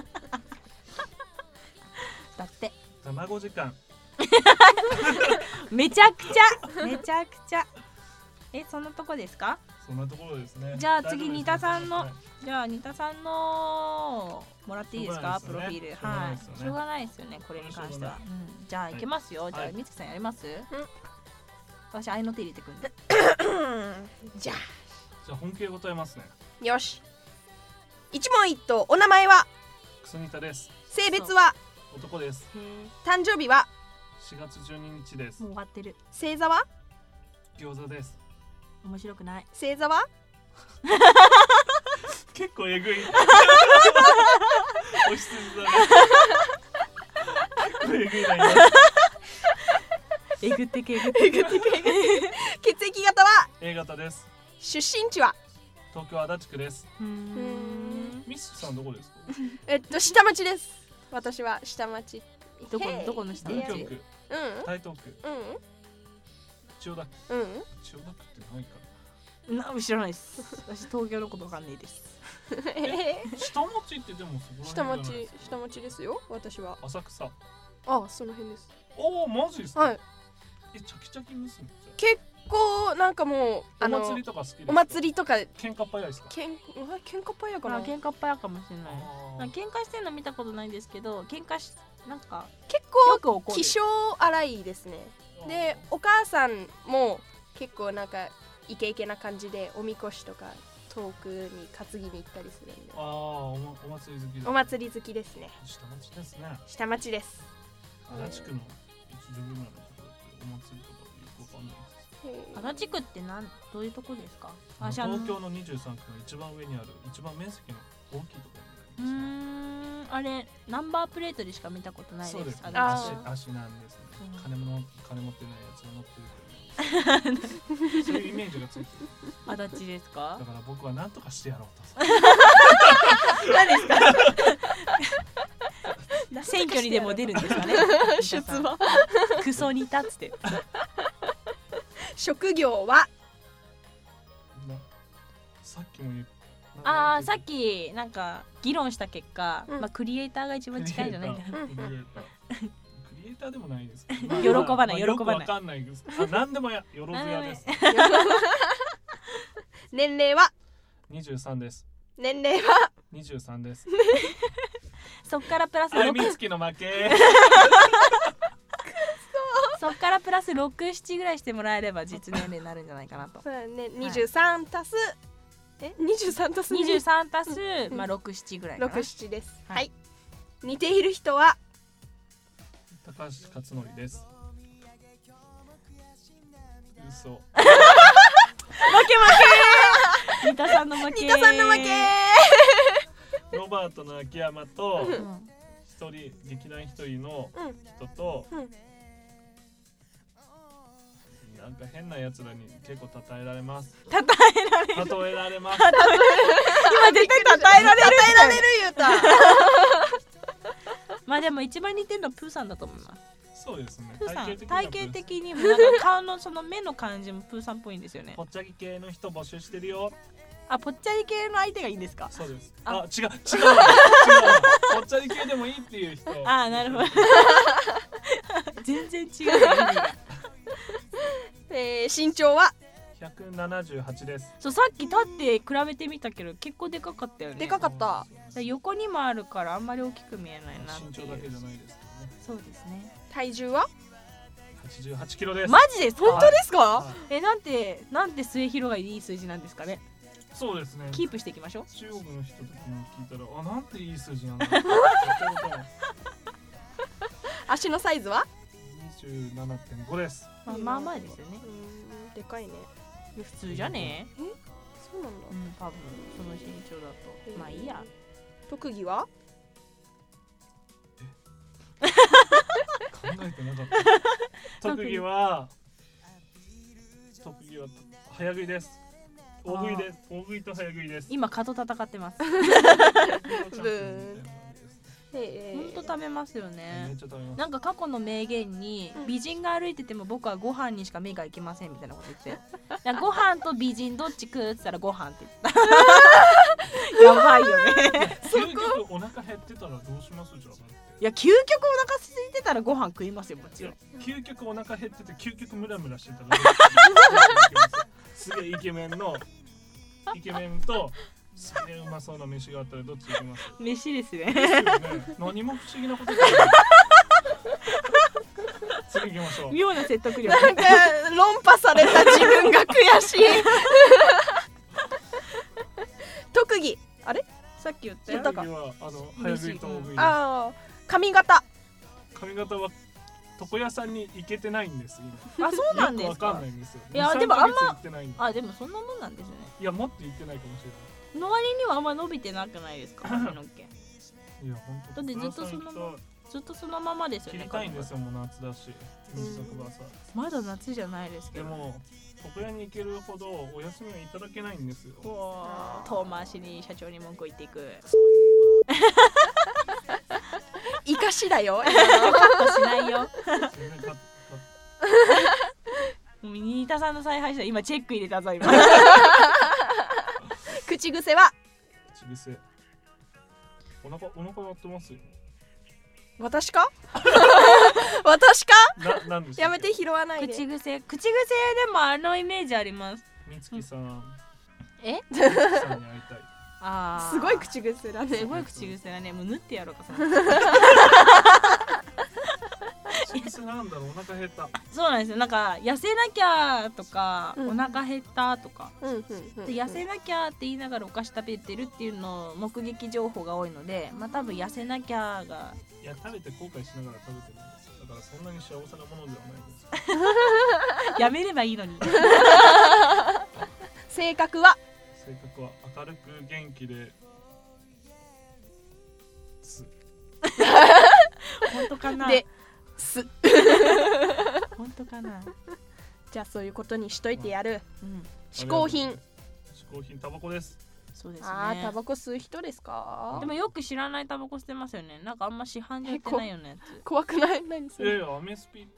[SPEAKER 1] だって
[SPEAKER 4] 卵時間
[SPEAKER 1] めちゃくちゃめちゃくちゃえそんなとこですか
[SPEAKER 4] そんなところですね
[SPEAKER 1] じゃあ
[SPEAKER 4] 大丈
[SPEAKER 1] 次
[SPEAKER 4] 夫です
[SPEAKER 1] 仁田さんの
[SPEAKER 4] はい
[SPEAKER 1] じゃあ仁田さんのもらっていいですか
[SPEAKER 4] しょ
[SPEAKER 1] プ
[SPEAKER 4] う
[SPEAKER 1] ロ
[SPEAKER 4] が
[SPEAKER 1] フ
[SPEAKER 4] な
[SPEAKER 1] ィ
[SPEAKER 4] い
[SPEAKER 1] ール
[SPEAKER 4] ですよね
[SPEAKER 1] はいしょ
[SPEAKER 4] しょ
[SPEAKER 1] う
[SPEAKER 4] う
[SPEAKER 1] が
[SPEAKER 4] が
[SPEAKER 1] ないですよねこれに関しては
[SPEAKER 4] こ、
[SPEAKER 1] うんじゃあいけますよ、じゃ
[SPEAKER 4] は
[SPEAKER 1] あ
[SPEAKER 4] い
[SPEAKER 1] みつきさんやります、私合いの手入れてくるんで
[SPEAKER 2] じゃ
[SPEAKER 4] じゃあ本気で答えますね
[SPEAKER 2] あよし一問一答お名前は
[SPEAKER 4] クソニタです
[SPEAKER 2] 性別は
[SPEAKER 4] 男です
[SPEAKER 2] 誕生日は
[SPEAKER 4] 4月12日です
[SPEAKER 1] もう終わってる
[SPEAKER 2] 星座は
[SPEAKER 4] 餃子です
[SPEAKER 1] 面白くない
[SPEAKER 2] 星座は
[SPEAKER 4] 結構えぐいお羊座ですえぐいな今
[SPEAKER 1] えぐってけえぐってけ
[SPEAKER 2] 血液型は
[SPEAKER 4] A 型です
[SPEAKER 2] 出身地は
[SPEAKER 4] 東京足立区です
[SPEAKER 1] うーん
[SPEAKER 4] ミスさんどこですか
[SPEAKER 2] えっと下町です私は下町
[SPEAKER 1] どこ
[SPEAKER 2] へい
[SPEAKER 1] どこの下
[SPEAKER 2] い
[SPEAKER 4] 文
[SPEAKER 2] や
[SPEAKER 1] 町
[SPEAKER 4] 京区台東区
[SPEAKER 2] うん
[SPEAKER 4] 千代田区
[SPEAKER 2] うんうん
[SPEAKER 4] 千代田区ってないか
[SPEAKER 1] な知らないです私東京のことわかんないです
[SPEAKER 2] え
[SPEAKER 4] 下町ってでもそこら辺じ
[SPEAKER 2] 下
[SPEAKER 4] ゃない
[SPEAKER 2] 町下町ですよ私は
[SPEAKER 4] 浅草
[SPEAKER 2] あその辺です
[SPEAKER 4] おおマジですか、
[SPEAKER 2] はい
[SPEAKER 4] えチャキチャキ娘じゃ
[SPEAKER 2] 結構なんかもう
[SPEAKER 4] あ
[SPEAKER 2] あの
[SPEAKER 4] お祭りとか好きですか
[SPEAKER 2] お祭りとか
[SPEAKER 4] 喧嘩っ早いですか
[SPEAKER 2] けんうわ喧嘩っ早いか
[SPEAKER 1] ま
[SPEAKER 2] な
[SPEAKER 1] あ
[SPEAKER 2] 結
[SPEAKER 1] 喧嘩っ早いかもしれない
[SPEAKER 4] あ
[SPEAKER 1] なん
[SPEAKER 4] ー
[SPEAKER 1] か喧嘩してるの見たことないですけど喧嘩しなんかよ
[SPEAKER 2] 構
[SPEAKER 1] く怒る
[SPEAKER 2] 気性荒いですねでお母さんも結構なんかイケイケな感じでおみこしとか遠くに担ぎに行ったりするんで
[SPEAKER 4] あーおまお祭り好きだ
[SPEAKER 2] お祭り好きですね
[SPEAKER 4] 下町ですね
[SPEAKER 2] 下町です
[SPEAKER 4] 足立区の一条ぐらいのところってお祭りとかよくわかんないです
[SPEAKER 1] 足立区ってなんどういうとこですか
[SPEAKER 4] あの
[SPEAKER 1] 私あの
[SPEAKER 4] 東京の23区の一番上にある一番面積の大きいとこ
[SPEAKER 1] う
[SPEAKER 4] ろ
[SPEAKER 1] ー
[SPEAKER 4] になり
[SPEAKER 1] んあれナンバープレートでしか見たことな
[SPEAKER 4] ま
[SPEAKER 1] い
[SPEAKER 4] す、
[SPEAKER 1] です
[SPEAKER 4] そうですね
[SPEAKER 2] あ
[SPEAKER 4] 足
[SPEAKER 2] ー
[SPEAKER 4] 足なんですね
[SPEAKER 1] うん
[SPEAKER 4] 金もの金持ってないやつが乗 ってるけどそういうイメージがついてる
[SPEAKER 1] 足立足立ですか
[SPEAKER 4] だから僕は何とかしてやろうと
[SPEAKER 1] 何ですか選挙にでも出るん ですか ね
[SPEAKER 2] 出 馬
[SPEAKER 1] クソにたつって
[SPEAKER 2] 職業は
[SPEAKER 4] なさっきも言った
[SPEAKER 1] あーさっきなんか議論した結果、
[SPEAKER 2] うん
[SPEAKER 1] まあ、クリエイターが一番近いんじゃないか
[SPEAKER 4] ク
[SPEAKER 1] な
[SPEAKER 4] リエイタークリエイタークリエイターでもないですけど
[SPEAKER 1] 喜ばない喜ばな
[SPEAKER 4] まあまあ
[SPEAKER 1] い
[SPEAKER 4] よくわかんないですあ何でもやよろずやです
[SPEAKER 2] 年齢は
[SPEAKER 4] 23です
[SPEAKER 2] 年齢は。
[SPEAKER 4] 23です
[SPEAKER 1] そっからプラス
[SPEAKER 4] あい
[SPEAKER 1] 六
[SPEAKER 4] みつきの負け
[SPEAKER 1] そっからプラス67ぐらいしてもらえれば実年齢になるんじゃないかなと
[SPEAKER 2] そうだね23足すえ23足す
[SPEAKER 1] 23足す、まあ、67ぐらいかな。
[SPEAKER 2] 67です
[SPEAKER 1] は
[SPEAKER 2] はいい似ている人は
[SPEAKER 4] 高橋克典です嘘
[SPEAKER 1] 三田さんの負け。
[SPEAKER 2] 仁田さんの負け
[SPEAKER 4] ロバートの秋山と
[SPEAKER 1] うん
[SPEAKER 4] 一人劇団一人の
[SPEAKER 2] うん
[SPEAKER 4] 人と、
[SPEAKER 2] うん
[SPEAKER 4] なんか変なやつらに結構称えられます
[SPEAKER 1] 称えられる。
[SPEAKER 4] 例えられます
[SPEAKER 1] 今絶対称えら れる。
[SPEAKER 2] 与えられる言うた
[SPEAKER 1] まあでも一番似てるのはプーさんだと思います。
[SPEAKER 4] そうですね
[SPEAKER 1] プーさん、
[SPEAKER 4] には
[SPEAKER 1] 体型的にもなんか顔のその目の感じもプーさんっぽいんですよ ね
[SPEAKER 4] ぽ。っちゃり系の人募集してるよ
[SPEAKER 1] あ、ぽっちゃり系の相手がいいんですか
[SPEAKER 4] そうです
[SPEAKER 1] あ
[SPEAKER 4] あ 違う違う違うぽっちゃり系でもいいっていう人
[SPEAKER 1] あーなるほど全然違う。
[SPEAKER 2] えー身長は
[SPEAKER 4] 178です
[SPEAKER 1] そう、さっき立って比べてみたけど結構でかかったよね。
[SPEAKER 2] でかかっ
[SPEAKER 1] だか
[SPEAKER 2] た
[SPEAKER 1] ら横にもあるからあんまり大きく見えないなっていう
[SPEAKER 4] 身長だけじゃないですけ
[SPEAKER 1] そうですね
[SPEAKER 2] 体重は
[SPEAKER 4] どね88キロです、
[SPEAKER 1] マジです
[SPEAKER 4] 本当です
[SPEAKER 2] か
[SPEAKER 4] はい
[SPEAKER 1] えなんてなんて末広がいい数字なんですかね
[SPEAKER 4] そうですね
[SPEAKER 1] キープしていきましょう
[SPEAKER 4] 中国の人とかも聞いたらあなんていい数字なん だめちゃめちゃ
[SPEAKER 2] 足のサイズは
[SPEAKER 4] 27.5です
[SPEAKER 1] まあまあまあですよね
[SPEAKER 2] うんでかいね
[SPEAKER 1] 普通じゃね
[SPEAKER 2] そうなんだ
[SPEAKER 1] うん多分その身長だとまあいいや
[SPEAKER 2] 特技は
[SPEAKER 4] 考えてなかった 特技は特技は早食いです大食いです大食いと早食いです
[SPEAKER 1] 今蚊と戦ってます
[SPEAKER 2] ブえ
[SPEAKER 1] ほんと食べますよ
[SPEAKER 4] めっ
[SPEAKER 1] ね
[SPEAKER 4] ちゃ食べます
[SPEAKER 1] なんか過去の名言に
[SPEAKER 2] うん
[SPEAKER 1] 美人が歩いてても僕はご飯にしか目が行きませんみたいなこと言 ってなんかご飯と美人どっち食うって言ったらご飯って言ってたやばいよね
[SPEAKER 4] 究極お腹減ってたらどうしますじゃ
[SPEAKER 1] いや究極お腹空いてたらご飯食いますよもちろん
[SPEAKER 4] あ究極お腹減ってて究極ムラムラしてたらどうしますすげえイケメンのイケメンとすげえうまそうな飯があったらどっち行きます
[SPEAKER 1] 飯ですね
[SPEAKER 4] ね何も不思議なことじゃない次行きましょう
[SPEAKER 1] 妙な説得 力
[SPEAKER 2] なんか論破された自分が悔しい 特技あれ
[SPEAKER 1] さっき言った
[SPEAKER 2] 言
[SPEAKER 1] よ
[SPEAKER 2] っ。たか
[SPEAKER 4] 次はあの早食いと大食いです
[SPEAKER 2] ああ髪型
[SPEAKER 4] 髪型は床屋さんに行けてないんです
[SPEAKER 1] あ、そう
[SPEAKER 4] 今
[SPEAKER 1] な
[SPEAKER 4] よ
[SPEAKER 1] んで
[SPEAKER 4] くわ
[SPEAKER 1] す
[SPEAKER 4] か
[SPEAKER 1] か
[SPEAKER 4] んない。んですよ
[SPEAKER 1] いや
[SPEAKER 4] 2
[SPEAKER 1] でもあんま
[SPEAKER 4] 3ヶ月行ってないんで
[SPEAKER 1] あ、でもそんなもんなんですね。
[SPEAKER 4] いやもっと行ってないかもし
[SPEAKER 1] の割にはあんま伸びてなくないですか、髪の毛。
[SPEAKER 4] れないいや本当
[SPEAKER 1] だってずっとその
[SPEAKER 4] の
[SPEAKER 1] ずっとそのままですよ
[SPEAKER 4] 切
[SPEAKER 1] ね
[SPEAKER 4] りたいんですよもう夏だし短くばさ、
[SPEAKER 1] まだ夏じゃないですけ
[SPEAKER 4] で
[SPEAKER 1] ど
[SPEAKER 4] も床屋に行けるほどお休みをいただけないんですよ
[SPEAKER 1] こう遠回しに社長に文句を言っていく
[SPEAKER 2] 生かしだ よ
[SPEAKER 1] カットしないよ
[SPEAKER 4] 全然か
[SPEAKER 1] 新田さんの再配信今チェック入れた ぞ今
[SPEAKER 2] 口癖は
[SPEAKER 4] 口癖お腹お腹鳴っ てますよ
[SPEAKER 2] 私 か私か
[SPEAKER 4] ななんでしょ
[SPEAKER 2] やめて拾わないで
[SPEAKER 1] 口癖口癖でもあのイメージあります
[SPEAKER 4] みつきさん
[SPEAKER 1] え
[SPEAKER 4] みつきさんに会いたい
[SPEAKER 1] あー
[SPEAKER 2] すごい口癖だ
[SPEAKER 1] す
[SPEAKER 2] ね
[SPEAKER 1] ごい口癖だねもう縫ってやろうかそれ
[SPEAKER 4] 口癖なんだろうお腹減った
[SPEAKER 1] そうなんですよなんか痩せなきゃとか、
[SPEAKER 2] うん
[SPEAKER 1] お腹減ったとか
[SPEAKER 2] うんうんう
[SPEAKER 1] で
[SPEAKER 2] ん
[SPEAKER 1] 痩せなきゃって言いながらお菓子食べてるっていうのを目撃情報が多いのでまあ多分痩せなきゃ が
[SPEAKER 4] いや食べて後悔しながら食べてるんですよだからそんなに幸せなものではないです
[SPEAKER 1] やめればいいの に
[SPEAKER 2] 性格は
[SPEAKER 4] 性格は明るく元気でつ
[SPEAKER 1] 本当かな
[SPEAKER 2] です
[SPEAKER 1] 本当かな
[SPEAKER 2] じゃあそういうことにしといてやる
[SPEAKER 1] うん
[SPEAKER 2] 嗜好品
[SPEAKER 4] 嗜好品タバコです
[SPEAKER 1] そうですね
[SPEAKER 2] あータバコ吸う人ですか
[SPEAKER 1] でもよく知らないタバコ捨てますよねなんかあんま市販で売ってないようなやつ
[SPEAKER 2] 怖くない何そ
[SPEAKER 4] いやい
[SPEAKER 2] れ
[SPEAKER 4] やアメスピ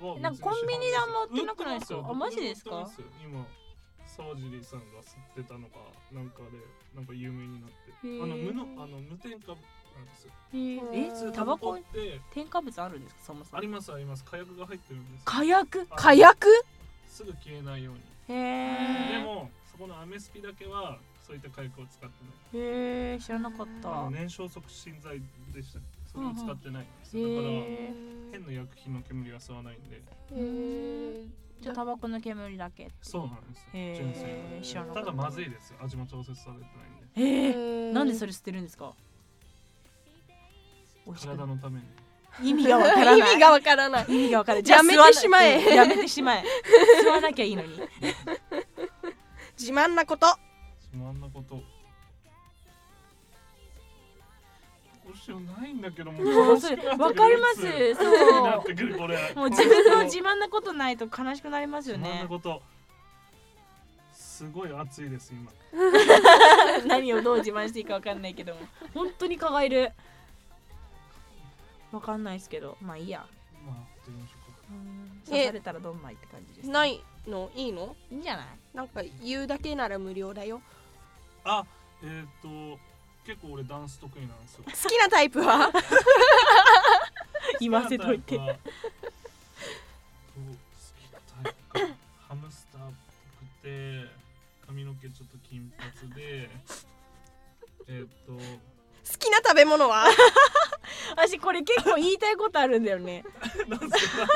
[SPEAKER 4] は別に
[SPEAKER 1] なんかコンビニであんま売ってなくないですか
[SPEAKER 4] 売ってま
[SPEAKER 1] あ
[SPEAKER 4] よ
[SPEAKER 1] マジですか
[SPEAKER 4] 売ってますよ今沢尻さんが吸ってたのがなんかでなんか有名になって
[SPEAKER 1] へー
[SPEAKER 4] あの無のあの無添加なんですよ
[SPEAKER 2] え
[SPEAKER 1] えタ
[SPEAKER 4] タ
[SPEAKER 1] バコ
[SPEAKER 4] バコって
[SPEAKER 1] 添加物あるんですかそもそ
[SPEAKER 4] あ
[SPEAKER 1] も
[SPEAKER 4] りますあります火薬が入ってるんですよ
[SPEAKER 1] 火薬
[SPEAKER 4] あの
[SPEAKER 2] 火薬
[SPEAKER 4] すぐ消えないように
[SPEAKER 1] へ
[SPEAKER 4] で
[SPEAKER 1] え
[SPEAKER 4] もそこのアメスピだけはそういった火薬を使ってない
[SPEAKER 1] へえ知らなかった
[SPEAKER 4] あの燃焼促進剤でしたそれを使ってないんです
[SPEAKER 1] うんうん
[SPEAKER 4] よだから
[SPEAKER 1] へー
[SPEAKER 4] 変な薬品の煙は吸わないんで
[SPEAKER 2] え
[SPEAKER 1] じゃあタバコの煙だけ
[SPEAKER 4] そうなんですよ
[SPEAKER 1] へー
[SPEAKER 4] 純粋に
[SPEAKER 1] 知らなかった
[SPEAKER 4] ただまずいですよ味も調節されてないんで
[SPEAKER 1] え
[SPEAKER 2] ー
[SPEAKER 1] なんでそ
[SPEAKER 2] れ
[SPEAKER 1] れ捨てるんですか美味しく
[SPEAKER 4] 体のために
[SPEAKER 1] 意味がわから
[SPEAKER 2] 意
[SPEAKER 1] ない
[SPEAKER 2] 味がわからない
[SPEAKER 1] 意味がわからない
[SPEAKER 2] やめてしまえ
[SPEAKER 1] じゃあ吸わなうんやめてしまえ吸わなきゃいいのに
[SPEAKER 2] 自慢なこと
[SPEAKER 4] つまんなことどうしようないんだけど も
[SPEAKER 1] もう
[SPEAKER 4] 悲
[SPEAKER 1] それ
[SPEAKER 4] しくなってくる
[SPEAKER 1] わかります
[SPEAKER 4] いつ
[SPEAKER 1] そう
[SPEAKER 4] なってくるこれ
[SPEAKER 1] もう自分の自慢なことないと悲しくなりますよ
[SPEAKER 4] つまんな
[SPEAKER 1] ね
[SPEAKER 4] ことすごい暑いです今
[SPEAKER 1] 何をどう自慢していいかわかんないけども本当に蚊がいるわかんないですけどまあいいや
[SPEAKER 4] まあどうしようか
[SPEAKER 1] 刺されたらどんまいって感じです
[SPEAKER 2] ないのいいの
[SPEAKER 1] いいんじゃない
[SPEAKER 2] なんか言うだけなら無料だよ
[SPEAKER 4] あえーっ、と結構俺ダンス得意なんですよ
[SPEAKER 2] 好きなタイプ は
[SPEAKER 1] 言わせといて
[SPEAKER 4] 好きなタイプはそう好きなタイプかハムスターっぽくて髪の毛ちょっと金髪でえーっ、と
[SPEAKER 2] 好きな食べ物は
[SPEAKER 1] 私これ結構言いたいことあるんだよね
[SPEAKER 4] なんすか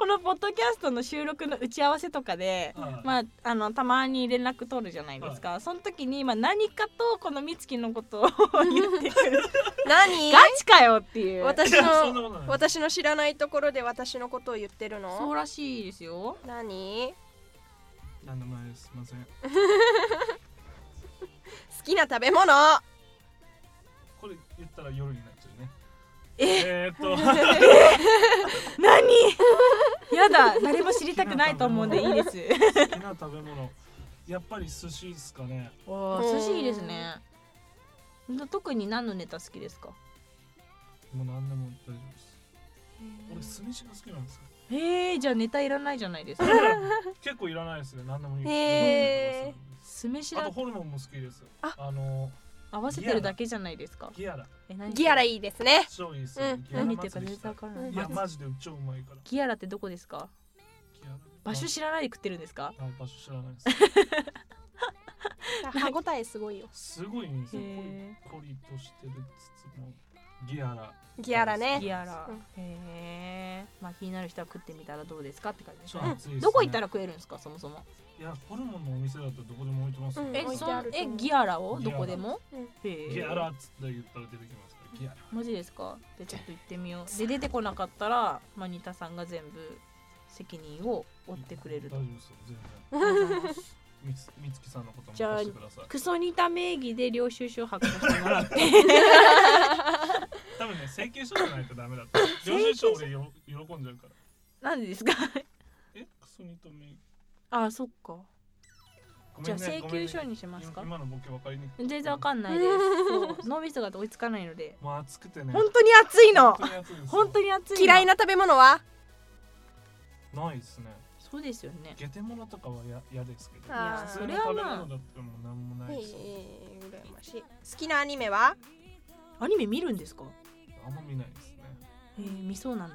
[SPEAKER 1] このポッドキャストの収録の打ち合わせとかで
[SPEAKER 4] はい
[SPEAKER 1] まあ、あのたまに連絡取るじゃないですか、その時に、まあ、何かとこの美月のことを言ってくる
[SPEAKER 2] 何
[SPEAKER 1] ガチかよっていう
[SPEAKER 2] 私
[SPEAKER 4] いやそんな
[SPEAKER 2] の
[SPEAKER 4] ことない
[SPEAKER 2] 私の知らないところで私のことを言ってる
[SPEAKER 1] そう
[SPEAKER 2] の
[SPEAKER 1] らしいですよ
[SPEAKER 2] 何
[SPEAKER 4] なんでもないですすいません
[SPEAKER 2] 好きな食べ物
[SPEAKER 4] これ言ったら夜になっちゃうね
[SPEAKER 1] え
[SPEAKER 4] えーっ、と
[SPEAKER 1] 何 やだ誰も知りたくないと思うんでいいです
[SPEAKER 4] 好きな食べ物やっぱり寿司ですかね
[SPEAKER 1] お
[SPEAKER 2] ー
[SPEAKER 1] 寿司いいですね特に何のネタ好きですか
[SPEAKER 4] もう何でも大丈夫です俺酢飯が好きなんですよ
[SPEAKER 1] えー、じゃあネタいらないじゃないですか
[SPEAKER 4] 結構いらないですね何でもいい
[SPEAKER 2] へー
[SPEAKER 1] 酢飯
[SPEAKER 4] あ
[SPEAKER 1] だ
[SPEAKER 4] とホルモンも好きですよ
[SPEAKER 2] あ
[SPEAKER 4] あの
[SPEAKER 1] 合わせてるだけじゃないですか
[SPEAKER 4] ギアラ
[SPEAKER 1] え何
[SPEAKER 2] ギアラいいですね
[SPEAKER 4] 超いいですよ、
[SPEAKER 2] うん
[SPEAKER 4] ギアラ
[SPEAKER 1] 何言ってるか
[SPEAKER 4] 祭
[SPEAKER 1] 全
[SPEAKER 4] りした
[SPEAKER 1] 然わ
[SPEAKER 4] い
[SPEAKER 1] からない
[SPEAKER 2] うん
[SPEAKER 4] いやマジで超うまいから
[SPEAKER 1] ギアラってどこですか
[SPEAKER 4] ギアラ
[SPEAKER 1] 場所知らないで食ってるんですか
[SPEAKER 4] あ場所知らない で
[SPEAKER 2] 歯応えすごいよ
[SPEAKER 4] すすごいんですよ
[SPEAKER 1] へー
[SPEAKER 4] コリコリとしてるつつもギアラ
[SPEAKER 2] ギアラね
[SPEAKER 1] ギアラ
[SPEAKER 2] うん。
[SPEAKER 1] へえ。まあ気になる人は食ってみたらどうですかって感じです
[SPEAKER 4] 超
[SPEAKER 1] ね。
[SPEAKER 4] 熱いです、ね、
[SPEAKER 1] どこ行ったら食えるんですかそもそも。
[SPEAKER 4] いやホルモンのお店だったらどこでも置いてますよ、
[SPEAKER 2] うん
[SPEAKER 1] え
[SPEAKER 2] 置いて
[SPEAKER 1] そ
[SPEAKER 2] あ
[SPEAKER 1] の
[SPEAKER 2] ると
[SPEAKER 1] え
[SPEAKER 2] 思う
[SPEAKER 1] ギアラをどこでも
[SPEAKER 2] うん。
[SPEAKER 1] へえ
[SPEAKER 4] ギアラっつって言ったら出てきますからギアラ
[SPEAKER 1] マジですか。でちょっと行ってみよう。で出てこなかったらまあニタさんが全部責任を負ってくれると
[SPEAKER 4] 大丈。夫ですよ全然みつみつきさんのことも
[SPEAKER 1] じゃあ
[SPEAKER 4] 任せてください
[SPEAKER 1] クソニタ名義で領収書を発行してもらって
[SPEAKER 4] 多分ね請求書じゃないとダメだった 領収書俺よ喜んじゃうから
[SPEAKER 1] なんでですか
[SPEAKER 4] えクソにとめ
[SPEAKER 1] あそっか
[SPEAKER 4] ご
[SPEAKER 1] じ
[SPEAKER 4] め
[SPEAKER 1] ゃ
[SPEAKER 4] ん
[SPEAKER 1] あ
[SPEAKER 4] ね
[SPEAKER 1] 請求書
[SPEAKER 4] ごめんね
[SPEAKER 1] にしますか
[SPEAKER 4] 今今のボケ分かりにくい
[SPEAKER 1] 全然わかんないですそう脳みそが追いつかないので
[SPEAKER 4] もう暑くてね
[SPEAKER 2] 本当に暑いの
[SPEAKER 4] 本当に暑いですよ
[SPEAKER 1] 本当に熱いの
[SPEAKER 2] 嫌いな食べ物は
[SPEAKER 4] ないですね
[SPEAKER 1] そうですよね
[SPEAKER 4] 下手物とかはや嫌ですけど
[SPEAKER 2] あー
[SPEAKER 4] 普通の食べ物だってもうなんもないし
[SPEAKER 2] 羨ましい好きなアニメは
[SPEAKER 1] アニメ見るんですか
[SPEAKER 4] あんま見ないですね
[SPEAKER 1] えー、見そうなのに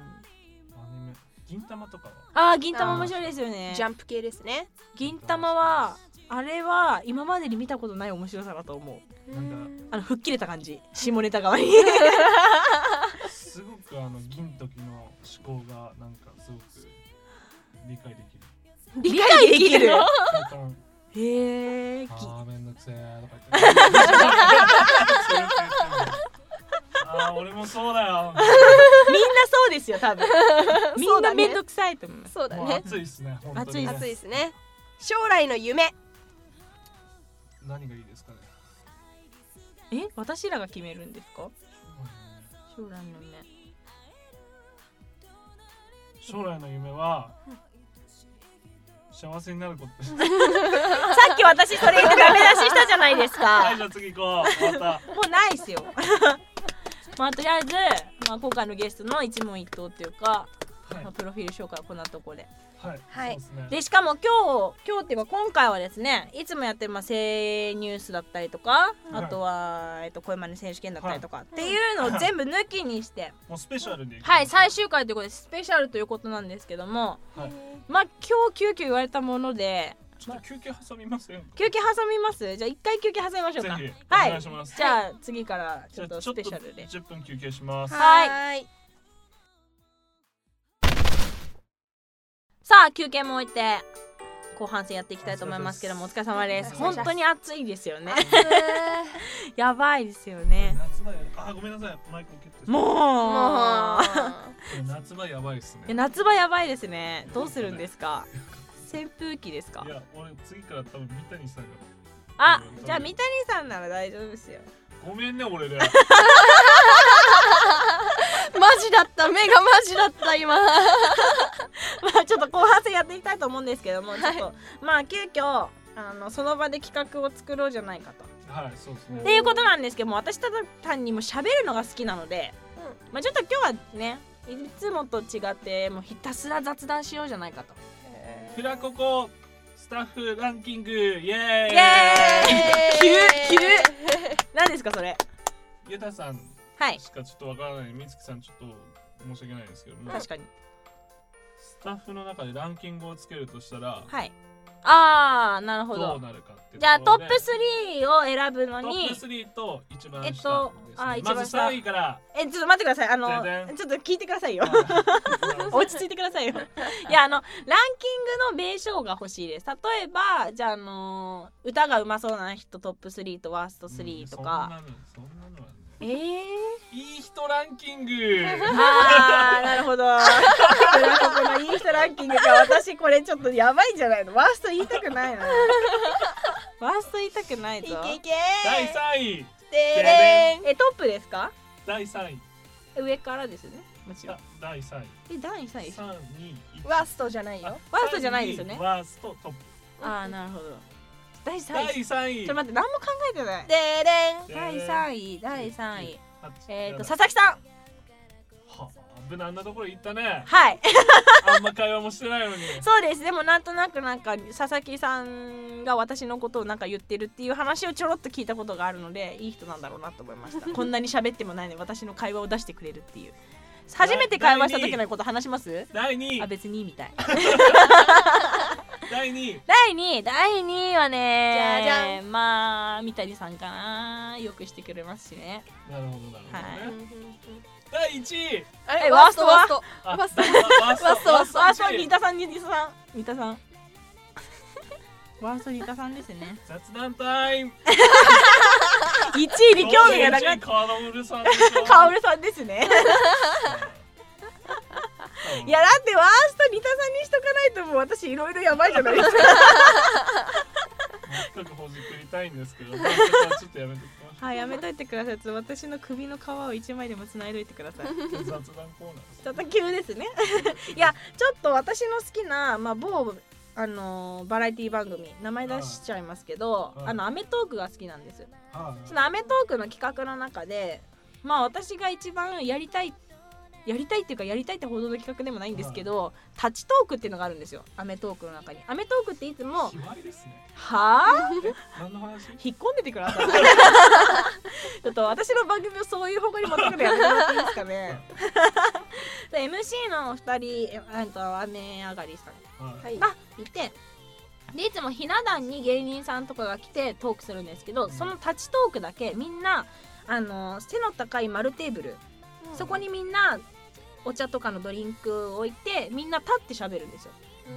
[SPEAKER 4] アニメ銀玉とかは
[SPEAKER 1] あー銀玉面白いですよね
[SPEAKER 2] ジャンプ系ですね
[SPEAKER 1] 銀玉はあれは今までに見たことない面白さだと思う
[SPEAKER 4] なんか
[SPEAKER 2] うん
[SPEAKER 1] あの吹っ切れた感じ下ネタ側に
[SPEAKER 4] すごくあの銀時の思考がなんかすごく理解で きる
[SPEAKER 1] 理解できる
[SPEAKER 4] 簡単
[SPEAKER 1] へ え
[SPEAKER 4] あーめんどくせえとか言って めんどくせえって言ってんだよあー俺もそうだよ
[SPEAKER 1] みんなそうですよ多分み
[SPEAKER 2] そうんだ
[SPEAKER 1] な
[SPEAKER 2] ね
[SPEAKER 1] めんどくさいと思います
[SPEAKER 2] そうだ
[SPEAKER 4] もう
[SPEAKER 2] ね
[SPEAKER 4] 暑いっすね本当に
[SPEAKER 1] 暑い
[SPEAKER 2] 暑いですね将来の夢
[SPEAKER 4] 何がいいですかね
[SPEAKER 1] え私らが決めるんですか将来の夢
[SPEAKER 4] 将来の夢は幸せになるこ と
[SPEAKER 1] さっき私それ言ってダメ出ししたじゃないです
[SPEAKER 4] は
[SPEAKER 1] か
[SPEAKER 4] いじゃあ次行こうまた
[SPEAKER 1] もうないっすよ まあとりあえず、まあ、今回のゲストの一問一答というか、
[SPEAKER 4] はい
[SPEAKER 1] まあ、プロフィール紹介はこんなところで
[SPEAKER 4] はい、
[SPEAKER 2] はい
[SPEAKER 4] そうですね
[SPEAKER 1] でしかも今日今日っていうか今回はですねいつもやってるまあ性ニュースだったりとか、
[SPEAKER 4] はい
[SPEAKER 1] あとは、えっと、声真似選手権だったりとか、っていうのを全部抜きにして
[SPEAKER 4] もうスペシャルで行き
[SPEAKER 1] はい最終回ということでスペシャルということなんですけども
[SPEAKER 4] はい
[SPEAKER 1] まあ今日急遽言われたもので
[SPEAKER 4] ちょっと休憩挟みませんか
[SPEAKER 1] 休憩挟みますじゃあ一回休憩挟みましょうか
[SPEAKER 4] ぜひ
[SPEAKER 1] はい
[SPEAKER 4] お願いします
[SPEAKER 1] じゃあ次からちょっと
[SPEAKER 4] じ
[SPEAKER 1] ス
[SPEAKER 4] ゃあちょ
[SPEAKER 1] ペ
[SPEAKER 4] っと
[SPEAKER 1] シャルで
[SPEAKER 4] 10分休憩します
[SPEAKER 1] はい
[SPEAKER 2] はい
[SPEAKER 1] さあ休憩も終えて後半戦やっていきたいと思いますけどもお疲れ様です
[SPEAKER 2] お疲れ様で
[SPEAKER 1] 本
[SPEAKER 2] した
[SPEAKER 1] 当に暑いですよね
[SPEAKER 2] 暑い
[SPEAKER 1] やばいですよね
[SPEAKER 4] 夏場やあーごめんなさいマイクを蹴って
[SPEAKER 1] もう
[SPEAKER 2] も
[SPEAKER 4] これ夏場やばいっすね
[SPEAKER 1] いや夏場やばいですねどうするんですか扇風機ですか
[SPEAKER 4] いや俺次から多分三谷さんが
[SPEAKER 1] あじゃあ三谷さんなら大丈夫ですよ
[SPEAKER 4] ごめんね俺ら
[SPEAKER 2] うマジだった目がマジだった今
[SPEAKER 1] まあちょっと後半戦やっていきたいと思うんですけども、ちょっとまあ急遽あのその場で企画を作ろうじゃないかと。
[SPEAKER 4] はいそうですね
[SPEAKER 1] っていうことなんですけども私ただ単にもう喋るのが好きなので、まあ、ちょっと今日はねいつもと違ってもうひたすら雑談しようじゃないかと。
[SPEAKER 4] フラココスタッフランキングイエーイ
[SPEAKER 1] イエーイ急
[SPEAKER 2] 急
[SPEAKER 1] 急何ですかそれ
[SPEAKER 4] ゆたさん
[SPEAKER 1] はい
[SPEAKER 4] しかちょっとわからないみつきさんちょっと申し訳ないですけども
[SPEAKER 1] 確かに。
[SPEAKER 4] スタッフの中でランキングをつけるとしたら
[SPEAKER 1] はい、あーなるほ
[SPEAKER 4] どう
[SPEAKER 1] ど。
[SPEAKER 4] なるかっていうところで
[SPEAKER 1] じゃあトップ3を選ぶの
[SPEAKER 4] トッ
[SPEAKER 1] に
[SPEAKER 4] プ3と一番下
[SPEAKER 1] え
[SPEAKER 4] で
[SPEAKER 1] っ
[SPEAKER 4] す、ね
[SPEAKER 1] とあー一番下
[SPEAKER 4] まず3位から
[SPEAKER 1] えちょっと待ってくださいあの
[SPEAKER 4] 全然
[SPEAKER 1] ちょっと聞いてくだ さいよ。
[SPEAKER 4] は
[SPEAKER 1] 落ち着いてくださいよいやあのランキングの名称が欲しいです例えばじゃあ、あのー歌がうまそうな人トップ3とワースト
[SPEAKER 4] い
[SPEAKER 1] 3とか、
[SPEAKER 4] うんそんなのそんなのはね
[SPEAKER 1] えー、
[SPEAKER 4] いい人ランキ ング
[SPEAKER 1] あーなるほどなんかこのいい人ランキン グか私これちょっとやばいんじゃないのワースト言いたくないな ワースト言いたくない
[SPEAKER 2] い
[SPEAKER 1] ぞ
[SPEAKER 2] けいけ
[SPEAKER 4] 第3位
[SPEAKER 2] で
[SPEAKER 4] で
[SPEAKER 2] れん
[SPEAKER 1] えトップですか
[SPEAKER 4] 第3位
[SPEAKER 1] 上からですよねもちろん
[SPEAKER 4] だ第3位
[SPEAKER 1] え第3位
[SPEAKER 4] 3位
[SPEAKER 2] ワーストじゃないよ
[SPEAKER 1] ワーストじゃないですよね
[SPEAKER 4] ワーストトップ
[SPEAKER 1] ああなるほど第3
[SPEAKER 4] 第
[SPEAKER 1] 位ちょ
[SPEAKER 4] 3
[SPEAKER 1] っ
[SPEAKER 4] 位
[SPEAKER 1] と待って何も考えてない
[SPEAKER 2] でれん
[SPEAKER 1] 第3位第3位えっ、と佐
[SPEAKER 4] さ
[SPEAKER 1] 々木さん
[SPEAKER 4] 無難なところ行っ たね
[SPEAKER 1] はい
[SPEAKER 4] あんま会話もしてないのに
[SPEAKER 1] そうですでもなんとなくなんか佐々木さんが私のことをなんか言ってるっていう話をちょろっと聞いたことがあるのでいい人なんだろうなと思いました こんなに喋ってもないのに私の会話を出してくれるっていう初めて会話した時のこと話します
[SPEAKER 4] 第2
[SPEAKER 1] あ
[SPEAKER 4] 位
[SPEAKER 1] 別にみたい
[SPEAKER 4] 第2位
[SPEAKER 1] 第2位第2位はね
[SPEAKER 2] じゃじゃ
[SPEAKER 1] まあ三谷さんかなよくしてくれますしね
[SPEAKER 4] なるほどなるほど
[SPEAKER 1] は
[SPEAKER 4] ね第1位
[SPEAKER 2] あ
[SPEAKER 1] え
[SPEAKER 2] れワースト
[SPEAKER 1] ワ
[SPEAKER 2] ワ
[SPEAKER 1] ー
[SPEAKER 2] ー
[SPEAKER 1] ス
[SPEAKER 2] ス
[SPEAKER 1] ト
[SPEAKER 2] ト
[SPEAKER 4] あ
[SPEAKER 2] ワースト
[SPEAKER 4] ワースト
[SPEAKER 2] ワースト
[SPEAKER 1] ワース
[SPEAKER 4] ワ
[SPEAKER 1] ト
[SPEAKER 4] ー
[SPEAKER 1] 新
[SPEAKER 4] スト
[SPEAKER 1] 田さん新田さん新田さん ワースト新田さんですね
[SPEAKER 4] 雑談タイム
[SPEAKER 1] 1位に興味がなかった
[SPEAKER 4] カオルさんでしょ
[SPEAKER 1] カオルさんです ねいやだってワーストリタさんにしとかないともう私いろいろやばいじゃないですか
[SPEAKER 4] 深くほじくりたいんですけど、まあちょっとやめてきまし た。
[SPEAKER 1] はい、やめといてください。ちょっと私の首の皮を一枚でも繋いどいてくだ さい。
[SPEAKER 4] 雑談コーナーです
[SPEAKER 1] ちょっと急ですね。いや、ちょっと私の好きな、まあ、某、あのーバラエティ番組、名前出しちゃいますけど、
[SPEAKER 4] うん
[SPEAKER 1] あの、アメトークが好きなんです。
[SPEAKER 4] あ
[SPEAKER 1] そのアメトークの企画の中で、まあ、私が一番やりたい。やりたいっていうかやりたいってほどの企画でもないんですけど、タッチトークっていうのがあるんですよアメトークの中にアメトークっていつ
[SPEAKER 4] あ
[SPEAKER 1] も
[SPEAKER 4] 決まりですね
[SPEAKER 1] はあ
[SPEAKER 4] え何の話
[SPEAKER 1] 引っ込んでてください ちょっと私の番組をそういう方向に持ってくのやめてもらっていいですかねで MC のお二人えあと雨上がりさん
[SPEAKER 4] はい
[SPEAKER 2] い
[SPEAKER 1] がいてでいつもひな壇に芸人さんとかが来てトークするんですけどその立ちトークだけみんなあの背の高い丸テーブルそこにみんなお茶とかのドリンクを置いてみんな立って喋るんですよ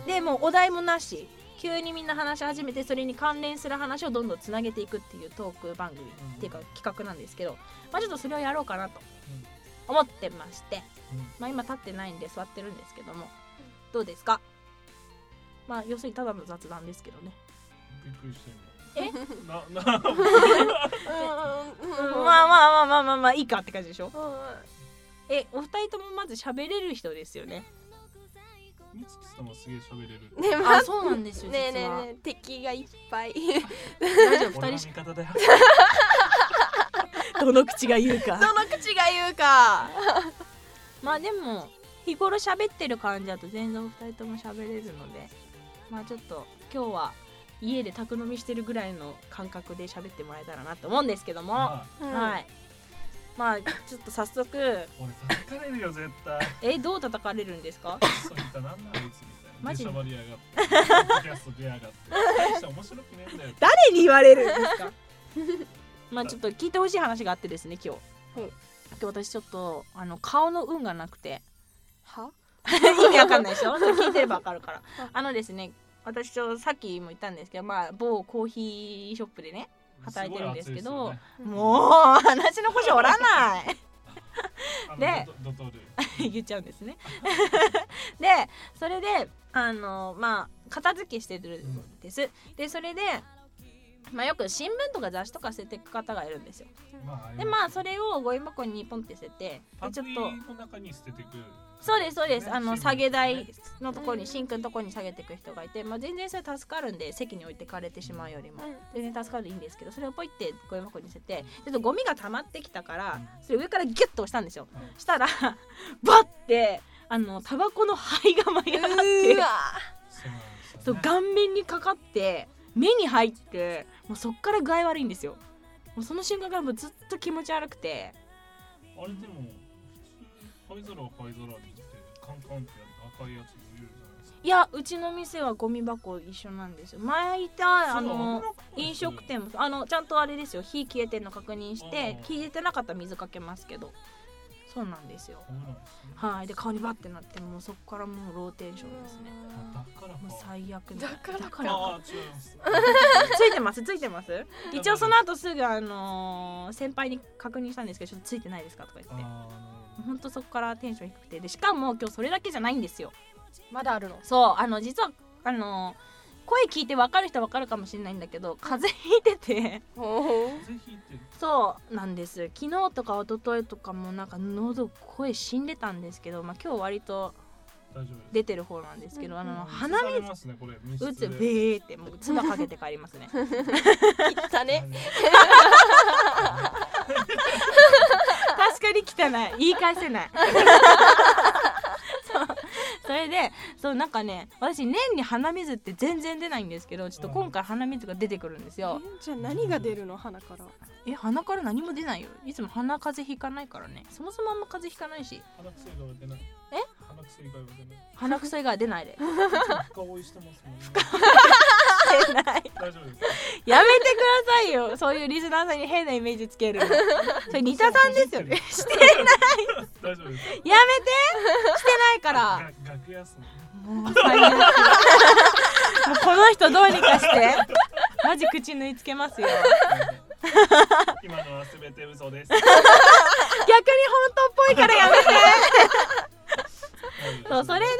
[SPEAKER 1] でもうお題もなし急にみんな話し始めてそれに関連する話をどんどんつなげていくっていうトーク番組っていうか企画なんですけど、まあ、ちょっとそれをやろうかなと思ってまして、
[SPEAKER 4] うん
[SPEAKER 1] まあ、今立ってないんで座ってるんですけどもどうですかまあ要するにただの雑談ですけどね。
[SPEAKER 4] びっくりして
[SPEAKER 1] え
[SPEAKER 4] るなな
[SPEAKER 2] うん
[SPEAKER 1] まあまあまあまあまあまあいいかって感じでしょ
[SPEAKER 2] うん
[SPEAKER 1] えお二人ともまず喋れる人ですよね
[SPEAKER 4] みつきさんはすげえ喋れる
[SPEAKER 2] ねま
[SPEAKER 5] あ
[SPEAKER 2] あ
[SPEAKER 5] そうなんですよ
[SPEAKER 2] ねえ
[SPEAKER 5] 実
[SPEAKER 2] ねえ
[SPEAKER 5] は
[SPEAKER 2] ねえ敵がいっぱい
[SPEAKER 1] 大丈夫二
[SPEAKER 4] 俺の
[SPEAKER 1] 人
[SPEAKER 4] 味
[SPEAKER 1] し か
[SPEAKER 4] 方だ よ
[SPEAKER 1] どの口が言う
[SPEAKER 2] ど
[SPEAKER 1] か
[SPEAKER 2] の口が言うか
[SPEAKER 1] まあでも日頃喋ってる感じだと全然お二人とも喋れるのでまあちょっと今日は家で宅飲みしてるぐらいの感覚で喋ってもらえたらなと思うんですけども、
[SPEAKER 4] まあ
[SPEAKER 1] はいまあちょっと早速
[SPEAKER 4] 俺叩かれるよ絶対
[SPEAKER 1] えどう叩かれるんですか
[SPEAKER 4] そういったなんなのいつみたいな
[SPEAKER 1] マジ
[SPEAKER 4] 出しゃばりやがってポッドキャスト出やがって大した面白くねえんだよ
[SPEAKER 1] 誰に言われるんですか まあちょっと聞いてほしい話があってですね今日、
[SPEAKER 2] はい
[SPEAKER 1] 今日私ちょっとあの顔の運がなく て
[SPEAKER 2] は
[SPEAKER 1] 意味わかんないでしょそれ聞いてればわかるからあのですね私ちょさっきも言ったんですけど、まあ、某コーヒーショップでね 働いてるんですけど
[SPEAKER 4] ごい暑い
[SPEAKER 1] もう話の腰折らない
[SPEAKER 4] すよね
[SPEAKER 1] で
[SPEAKER 4] あのドドトール
[SPEAKER 1] 言っちゃうんですね。でそれであのまあ片付けしてるんです。でそれで、まあ、よく新聞とか雑誌とか捨てていく方がいるんですよ。
[SPEAKER 4] まあ
[SPEAKER 1] でまあそれをゴミ箱にポンって捨てて
[SPEAKER 4] パ
[SPEAKER 1] でち
[SPEAKER 4] ち
[SPEAKER 1] ょ
[SPEAKER 4] ょ
[SPEAKER 1] っ
[SPEAKER 4] っ
[SPEAKER 1] と
[SPEAKER 4] との中に捨ててく
[SPEAKER 1] そうですそうです
[SPEAKER 4] ね
[SPEAKER 1] あの
[SPEAKER 4] シンク
[SPEAKER 1] 下げ台
[SPEAKER 4] ね
[SPEAKER 1] のところ
[SPEAKER 2] う
[SPEAKER 1] に
[SPEAKER 2] ん
[SPEAKER 1] シンクのところに下げていく人がいて、まあ、全然それ助かるんで席に置いてかれてしまうよりも。全然助かるでいいんですけどそれをポイってゴミ箱に捨ててちょっとゴミが溜まってきたからそれ上からギュッと押したんですよ
[SPEAKER 4] うん
[SPEAKER 1] したら バッてあのタバコの灰が舞い上がっ
[SPEAKER 2] う
[SPEAKER 1] て
[SPEAKER 2] わ
[SPEAKER 4] そうなんですよね
[SPEAKER 1] そう顔面にかかって目に入ってもうそっから具合悪いんですよもうその瞬間からもうずっと気持ち悪くて
[SPEAKER 4] あれでも普通灰皿は灰皿でってカンカンってやると赤いやついるじゃないですか
[SPEAKER 1] いやうちの店はゴミ箱一緒なんですよ前いたあの飲食店もあのちゃんとあれですよ火消えてんの確認して
[SPEAKER 4] うん
[SPEAKER 1] 消えてなかったら水かけますけどそうなんですよ
[SPEAKER 4] そうなんですね
[SPEAKER 1] はい、で顔にバッてなってもうそこからもうローテンションですね。
[SPEAKER 4] あだからか
[SPEAKER 1] もう最悪
[SPEAKER 2] だからか
[SPEAKER 4] あー違いま
[SPEAKER 1] ついてま
[SPEAKER 4] す
[SPEAKER 1] すついてます 一応その後すぐあのー先輩に確認したんですけどちょっとついてないですかとか言って
[SPEAKER 4] あ
[SPEAKER 1] ほんとそこからテンション低くてでしかも今日それだけじゃないんですよ
[SPEAKER 2] まだあるの
[SPEAKER 1] そうあの実はあのー声聞いて分かる人は分かるかもしれないんだけど風邪ひいてて
[SPEAKER 4] ー風邪ひいてる
[SPEAKER 1] そうなんです昨日とか一昨日とかもなんか喉声死んでたんですけど、まあ、今日割と
[SPEAKER 4] 大丈夫
[SPEAKER 1] 出てる方なんですけどあの鼻
[SPEAKER 4] 鼻水ますねこれ水
[SPEAKER 1] 打つベーってもう唾かけて帰り ますね
[SPEAKER 2] 切ったね
[SPEAKER 1] 確かに汚い言い返せ ないそうそれでそうなんかね私年に鼻水って全然出ないんですけどちょっと今回鼻水が出てくるんですよ
[SPEAKER 2] じゃあ何が出るの鼻から
[SPEAKER 1] え鼻から何も出ないよいつも鼻風邪ひかないからねそもそもあんま風邪ひかないし
[SPEAKER 4] 鼻くそ以外は出ない
[SPEAKER 1] え
[SPEAKER 4] 鼻くそ以外は出ない
[SPEAKER 1] 鼻くそ以外は出ないで
[SPEAKER 4] 深追いしてますもんね大丈夫です
[SPEAKER 1] やめてくださいよそういうリスナーさんに変なイメージつけるのそれニタさんですよねしてな
[SPEAKER 4] 大丈夫です
[SPEAKER 1] いやめてしてないから
[SPEAKER 4] が楽屋っすね
[SPEAKER 1] もう最悪もうこの人どうにかしてマジ口縫いつけますよ逆に
[SPEAKER 4] 今のは全て嘘です
[SPEAKER 1] 本当っぽいからやめて そうそれで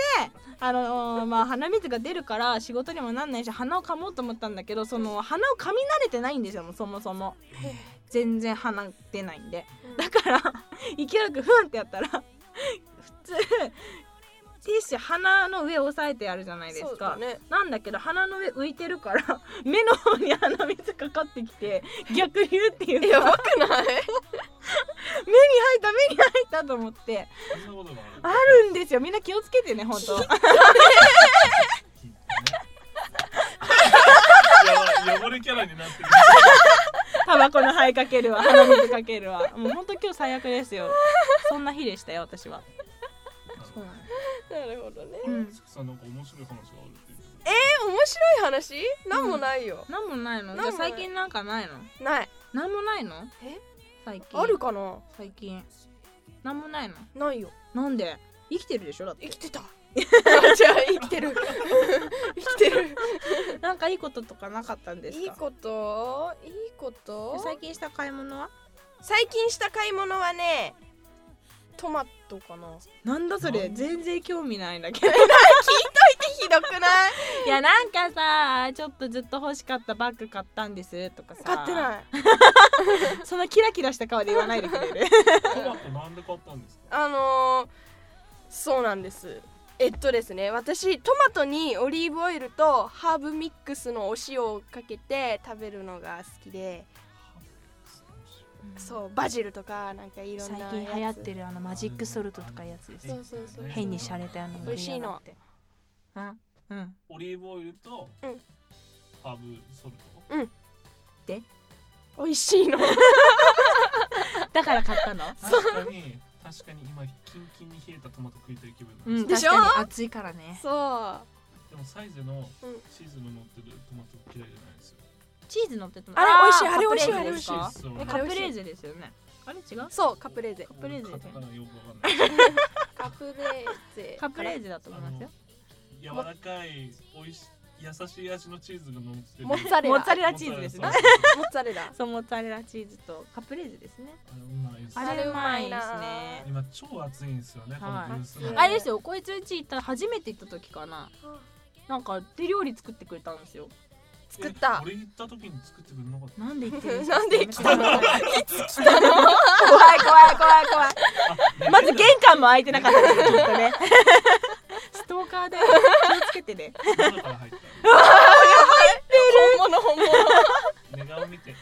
[SPEAKER 1] あのーまあ鼻水が出るから仕事にもなんないし鼻を噛もうと思ったんだけどその鼻を噛み慣れてないんですよもうそもそも全然鼻出ないんでだから勢いよくフンってやったら普通ティッシュ鼻の上押さえてやるじゃないですか、
[SPEAKER 2] ね
[SPEAKER 1] なんだけど鼻の上浮いてるから目の方に鼻水かかってきて逆流っていうか
[SPEAKER 2] やばくな
[SPEAKER 1] 目に
[SPEAKER 2] い
[SPEAKER 1] 入った目に入ったと思って
[SPEAKER 4] そんなことがある
[SPEAKER 1] あるんですよみんな気をつけてね本当
[SPEAKER 4] ね やばい汚れキャラになってる
[SPEAKER 1] タバコの灰かけるわ鼻水かけるわもう本当今日最悪ですよそんな日でしたよ私はそうなんです
[SPEAKER 2] なるほどね
[SPEAKER 1] うん
[SPEAKER 4] つきさんなんか面白い話があるっていう
[SPEAKER 2] え面白い話なんもないよ、
[SPEAKER 1] なんもないの
[SPEAKER 2] なんも
[SPEAKER 1] じ
[SPEAKER 2] な
[SPEAKER 1] ゃ
[SPEAKER 2] い
[SPEAKER 1] あ最近なんかないの
[SPEAKER 2] ない
[SPEAKER 1] なんもないの
[SPEAKER 2] え
[SPEAKER 1] 最近
[SPEAKER 2] あるかな
[SPEAKER 1] 最近なんもないの
[SPEAKER 2] ないよ
[SPEAKER 1] なんで生きてるでしょだって
[SPEAKER 2] 生きてたあ じゃあ生きて る生きてる
[SPEAKER 1] なんかいいこととかなかったんですか
[SPEAKER 2] いいこといいこと
[SPEAKER 1] 最近した買い物は
[SPEAKER 2] 最近した買い物はねトマトかな
[SPEAKER 1] なんだそれ全然興味ないんだけど
[SPEAKER 2] ひどくない
[SPEAKER 1] いやなんかさちょっとずっと欲しかったバッグ買ったんですとかさ
[SPEAKER 2] 買ってない
[SPEAKER 1] そんなキラキラした顔で言わないでくれ る
[SPEAKER 4] トマトなんで買ったんですか
[SPEAKER 2] あのー、そうなんですえっとですね私トマトにオリーブオイルとハーブミックスのお塩をかけて食べるのが好きでそうバジルとかなんかいろん
[SPEAKER 1] 最
[SPEAKER 2] な
[SPEAKER 1] 近流行って
[SPEAKER 2] る
[SPEAKER 1] るあのマジックソルトとかいうやつです
[SPEAKER 2] そうそうそう
[SPEAKER 1] 変に洒落たような
[SPEAKER 2] 美味しいの
[SPEAKER 1] あうん
[SPEAKER 4] オリーブオイルと
[SPEAKER 2] うん
[SPEAKER 4] ハーブソルト
[SPEAKER 2] 美味しいの
[SPEAKER 1] だから買ったの
[SPEAKER 4] 確かに確かに今キンキンに冷えたトマト食いたい気分なんです、
[SPEAKER 2] でしょ
[SPEAKER 1] 確かに暑いからね
[SPEAKER 2] そう
[SPEAKER 4] でもサイズの
[SPEAKER 2] うん
[SPEAKER 4] チーズの乗ってるトマト嫌いじゃないですよ
[SPEAKER 1] チーズ乗ってたの
[SPEAKER 2] あれ美味しい
[SPEAKER 1] ー
[SPEAKER 2] あれ美味しい
[SPEAKER 1] カプレーゼですか
[SPEAKER 2] あれ美味しい
[SPEAKER 4] チーズを
[SPEAKER 2] え
[SPEAKER 1] カプレーゼですよねあれ違う
[SPEAKER 2] そうカプレーゼ
[SPEAKER 1] プレーゼ
[SPEAKER 4] カタカナよくわかんない
[SPEAKER 2] カプレーゼ
[SPEAKER 1] カプレーゼだと思いますよ
[SPEAKER 4] 柔らかい美味しい優しい味のチーズが乗ってる
[SPEAKER 2] モッツァレラ
[SPEAKER 1] モッツァレラチーズですね
[SPEAKER 4] モッツァレラ
[SPEAKER 2] モッツァレラ
[SPEAKER 1] そうモッツァレラチーズとカプレーゼですね
[SPEAKER 4] あれうまいです
[SPEAKER 1] あれうまいですね
[SPEAKER 4] 今超暑いんですよね、
[SPEAKER 1] はい
[SPEAKER 4] このブース内
[SPEAKER 2] うん
[SPEAKER 1] あれですよこいつんち行った初めて行った時かななんか手料理作ってくれたんですよ
[SPEAKER 2] 作った
[SPEAKER 4] え俺行った時に作ってくれなかった
[SPEAKER 1] なんで行ってるんですか
[SPEAKER 2] なんで来たの
[SPEAKER 1] 怖い
[SPEAKER 2] いつ来た
[SPEAKER 1] 怖い
[SPEAKER 2] の
[SPEAKER 1] 怖い怖い
[SPEAKER 4] あ
[SPEAKER 1] まず玄関も開いてなかったですきっとねストーカーだよ気をつけてね
[SPEAKER 4] 窓から入っ
[SPEAKER 2] 本物本物
[SPEAKER 4] た寝顔 見て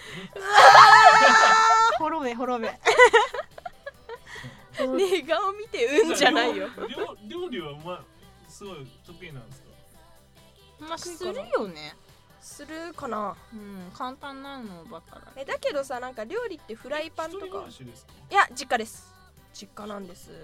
[SPEAKER 1] 滅べ滅べ
[SPEAKER 2] 寝顔見てうんじゃないよ
[SPEAKER 4] 料料料理はうまいすごい得意なんですか
[SPEAKER 1] まあするよね
[SPEAKER 2] するかな
[SPEAKER 1] うん簡単なのばっかだ
[SPEAKER 2] えだけどさなんか料理ってフライパンと
[SPEAKER 4] 一人暮
[SPEAKER 2] から
[SPEAKER 4] しですか
[SPEAKER 2] いや実家です実家なんです実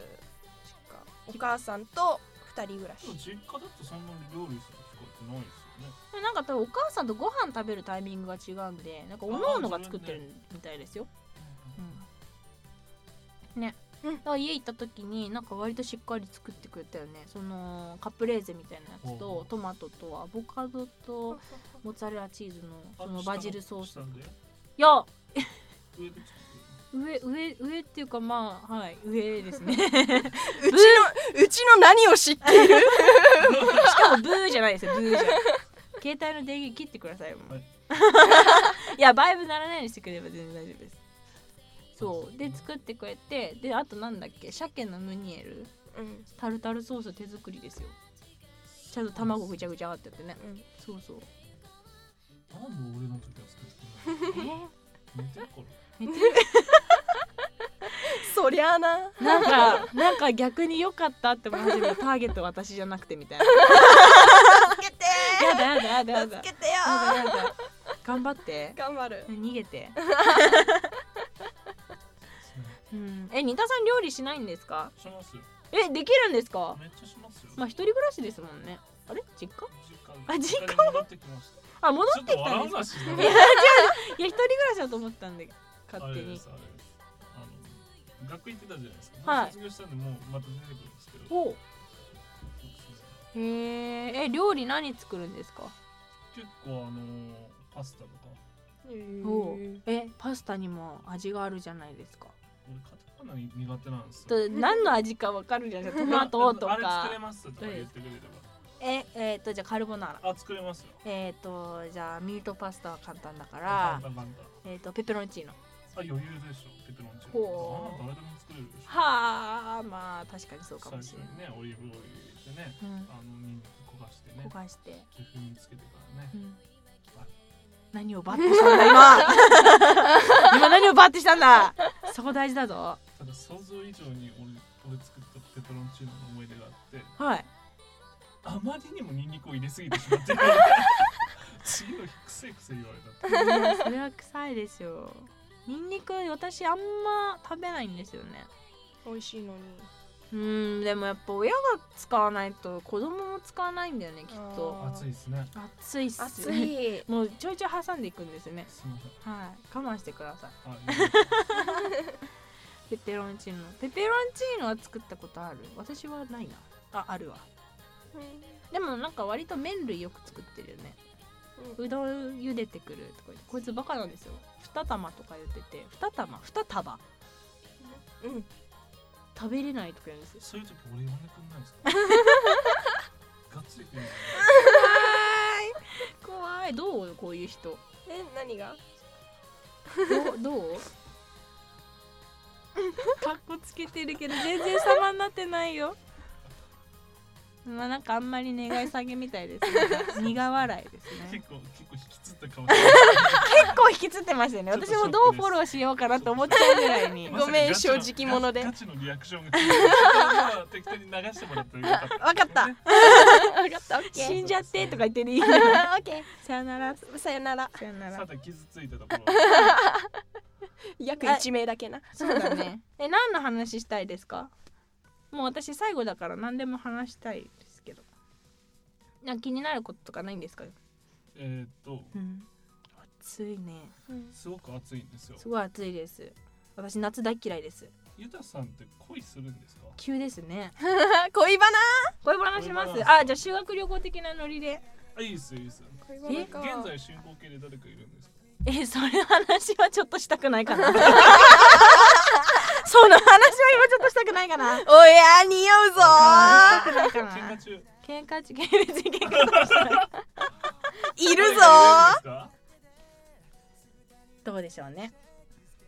[SPEAKER 2] 家お母さんと二人暮らし
[SPEAKER 4] でも実家だとそんなに料理する機会ってないですよね
[SPEAKER 1] でもなんか多分お母さんとご飯食べるタイミングが違うんでなんかおのおのが作ってるみたいですよ、うん、ね
[SPEAKER 2] う
[SPEAKER 1] だ
[SPEAKER 2] ん
[SPEAKER 1] から家行った時になんか割としっかり作ってくれたよねそのカプレーゼみたいなやつ
[SPEAKER 4] ほ
[SPEAKER 1] と
[SPEAKER 4] う
[SPEAKER 1] トマトとアボカドとモッツァレラチーズの
[SPEAKER 4] あ
[SPEAKER 1] そのバジルソース
[SPEAKER 4] 下の下で
[SPEAKER 1] いや
[SPEAKER 4] 上で作って
[SPEAKER 1] 上上上っていうかまあはい上です ね
[SPEAKER 2] うちのうちの何を知っている
[SPEAKER 1] しかもブーじゃないですよブーじゃない携帯の電源切ってくださいよもう、
[SPEAKER 4] はいい、
[SPEAKER 1] やバイブならないようにしてくれれば全然大丈夫ですそうで作ってくれてであとなんだっけ鮭のムニエル
[SPEAKER 2] うん
[SPEAKER 1] タルタルソース手作りですよちゃんと卵ぐちゃぐちゃってやってね
[SPEAKER 2] うん
[SPEAKER 1] そうそう
[SPEAKER 4] なんで俺の時は作って ない寝てるから
[SPEAKER 1] めっち
[SPEAKER 2] そりゃあな
[SPEAKER 1] ゃなんかなんか逆に良かったって思い始めたターゲット私じゃなくてみたいな
[SPEAKER 2] 助けて
[SPEAKER 1] やだやだやだやだや
[SPEAKER 2] 助けてよ
[SPEAKER 1] だやだ頑張って
[SPEAKER 2] 頑張る
[SPEAKER 1] 逃げて
[SPEAKER 4] ですね
[SPEAKER 1] うんえ新田さん料理しないんですか
[SPEAKER 4] しますよ
[SPEAKER 1] えできるんですか
[SPEAKER 4] めっちゃしますよ
[SPEAKER 1] まあ一人暮らしですもんねあれ実家あ
[SPEAKER 4] 実家に
[SPEAKER 1] 実
[SPEAKER 4] 実家に戻ってきました
[SPEAKER 1] あ戻
[SPEAKER 4] ちょ
[SPEAKER 1] っ
[SPEAKER 4] ってと
[SPEAKER 1] きたん
[SPEAKER 4] 笑
[SPEAKER 1] で
[SPEAKER 4] う
[SPEAKER 1] すか
[SPEAKER 4] なしない
[SPEAKER 1] やいや一人暮らしだと思ったんで勝手
[SPEAKER 4] あれ
[SPEAKER 1] に
[SPEAKER 4] ですあれですあの学校行ってたじゃないですか、
[SPEAKER 1] はい
[SPEAKER 4] 卒業したんでもうまた出てくるんですけど
[SPEAKER 1] おうへええ料理何作るんですか
[SPEAKER 4] 結構あのパスタとか
[SPEAKER 1] おうえパスタにも味があるじゃないですか
[SPEAKER 4] 俺カタカナ苦手なんですよ
[SPEAKER 1] と何の味かわかるじゃないですかトマトと
[SPEAKER 4] あれ作
[SPEAKER 1] か
[SPEAKER 4] れますとか言ってくれれば
[SPEAKER 1] ええーとじゃあカルボナーラ
[SPEAKER 4] あ作れますよ
[SPEAKER 1] えっ、とじゃあミートパスタは簡単だか
[SPEAKER 4] 簡
[SPEAKER 1] ら
[SPEAKER 4] 単簡単
[SPEAKER 1] えっ、とペペロンチーノ
[SPEAKER 4] あ余裕でしょペペロンチーノ
[SPEAKER 1] ほう
[SPEAKER 4] あんな誰でも作れるでしょ
[SPEAKER 1] はあまあ確かにそうか
[SPEAKER 4] 最
[SPEAKER 1] も
[SPEAKER 4] 初
[SPEAKER 1] しれない
[SPEAKER 4] にねオリーブオイル入れてね
[SPEAKER 1] うん
[SPEAKER 4] あのニンニク焦がしてね
[SPEAKER 1] 焦がして、
[SPEAKER 4] 風味つけてからね
[SPEAKER 1] うん、何をバッてしたんだ今 今何をバッてしたんだそこ大事だぞ
[SPEAKER 4] ただ想像以上に俺俺作ったペペロンチーノの思い出があって
[SPEAKER 1] はい
[SPEAKER 4] あまりにもニンニクを入れすぎてしまって次の日くせくせ言われ
[SPEAKER 1] いやそれは臭いですよ ニンニク私あんま食べないんですよね
[SPEAKER 2] 美味しいのに
[SPEAKER 1] うんでもやっぱ親が使わないと子供も使わないんだよねきっと
[SPEAKER 4] た暑いですね
[SPEAKER 1] 暑いっす
[SPEAKER 2] 暑い
[SPEAKER 1] もうちょいちょい挟んでいくんですね
[SPEAKER 4] すみません
[SPEAKER 1] はい我慢してください
[SPEAKER 4] あい や
[SPEAKER 1] ペペロンチーノペペロンチーノは作ったことある私はないなああるわでもなんか割と麺類よく作ってるよねうどん茹でてくるとか言ってこいつバカなんですよ2玉とか言ってて2玉2束
[SPEAKER 2] うんうん
[SPEAKER 1] 食べれないとか言うんですよ
[SPEAKER 4] そういう時俺呼んでくんないです かがっつり食うの
[SPEAKER 1] 怖いどうこういう人
[SPEAKER 2] え何が
[SPEAKER 1] どうどう かっこつけてるけど全然様になってないよまあなんかあんまり願い下げみたいですね 苦笑いですね
[SPEAKER 4] 結構結構引きつった顔して
[SPEAKER 1] 結構引きつってましたよね
[SPEAKER 4] ちょ
[SPEAKER 1] 私も
[SPEAKER 4] っとショックです
[SPEAKER 1] どうフォローしようかなと思っちゃうぐらいに
[SPEAKER 4] る
[SPEAKER 2] まごめん正直者で
[SPEAKER 4] ガチのリアクションが来るまあ適当に流してもら ったらよかった
[SPEAKER 1] わかった
[SPEAKER 4] ね
[SPEAKER 2] 分かったオッケ
[SPEAKER 1] 死
[SPEAKER 2] ー
[SPEAKER 1] んじゃってとか言ってね
[SPEAKER 2] オッケ
[SPEAKER 1] さよなら
[SPEAKER 2] ーさよなら
[SPEAKER 1] さよな
[SPEAKER 4] さ
[SPEAKER 1] ら
[SPEAKER 4] て傷ついたとこ ろ
[SPEAKER 2] 約1名だけな
[SPEAKER 1] そうだねえ何の話したいですかもう私最後だから何でも話したいですけどなんか気になることとかないんですか
[SPEAKER 4] えーっと
[SPEAKER 1] うん暑いね
[SPEAKER 4] すごく暑いんですよ
[SPEAKER 1] すごい暑いです私夏大嫌いです
[SPEAKER 4] ゆたさんって恋するんですか
[SPEAKER 1] 急です ね
[SPEAKER 2] 恋バナ
[SPEAKER 1] 恋バナしま
[SPEAKER 4] 恋
[SPEAKER 1] す
[SPEAKER 4] バナ
[SPEAKER 1] あじゃあ修学旅行的なノリで
[SPEAKER 4] あいいですよいいですよ
[SPEAKER 2] 恋
[SPEAKER 1] バナ
[SPEAKER 4] 現在進行形で誰かいるんですか
[SPEAKER 1] えそれ話はちょっとしたくないか なその話は今ちょっとしたくないかな
[SPEAKER 2] おや匂うぞ
[SPEAKER 1] したくないか
[SPEAKER 4] 喧
[SPEAKER 1] な
[SPEAKER 4] 嘩中
[SPEAKER 1] 喧嘩中喧別に喧嘩とかしてない
[SPEAKER 2] いるぞ
[SPEAKER 4] 誰か
[SPEAKER 1] どうでしょうね
[SPEAKER 4] いるんですか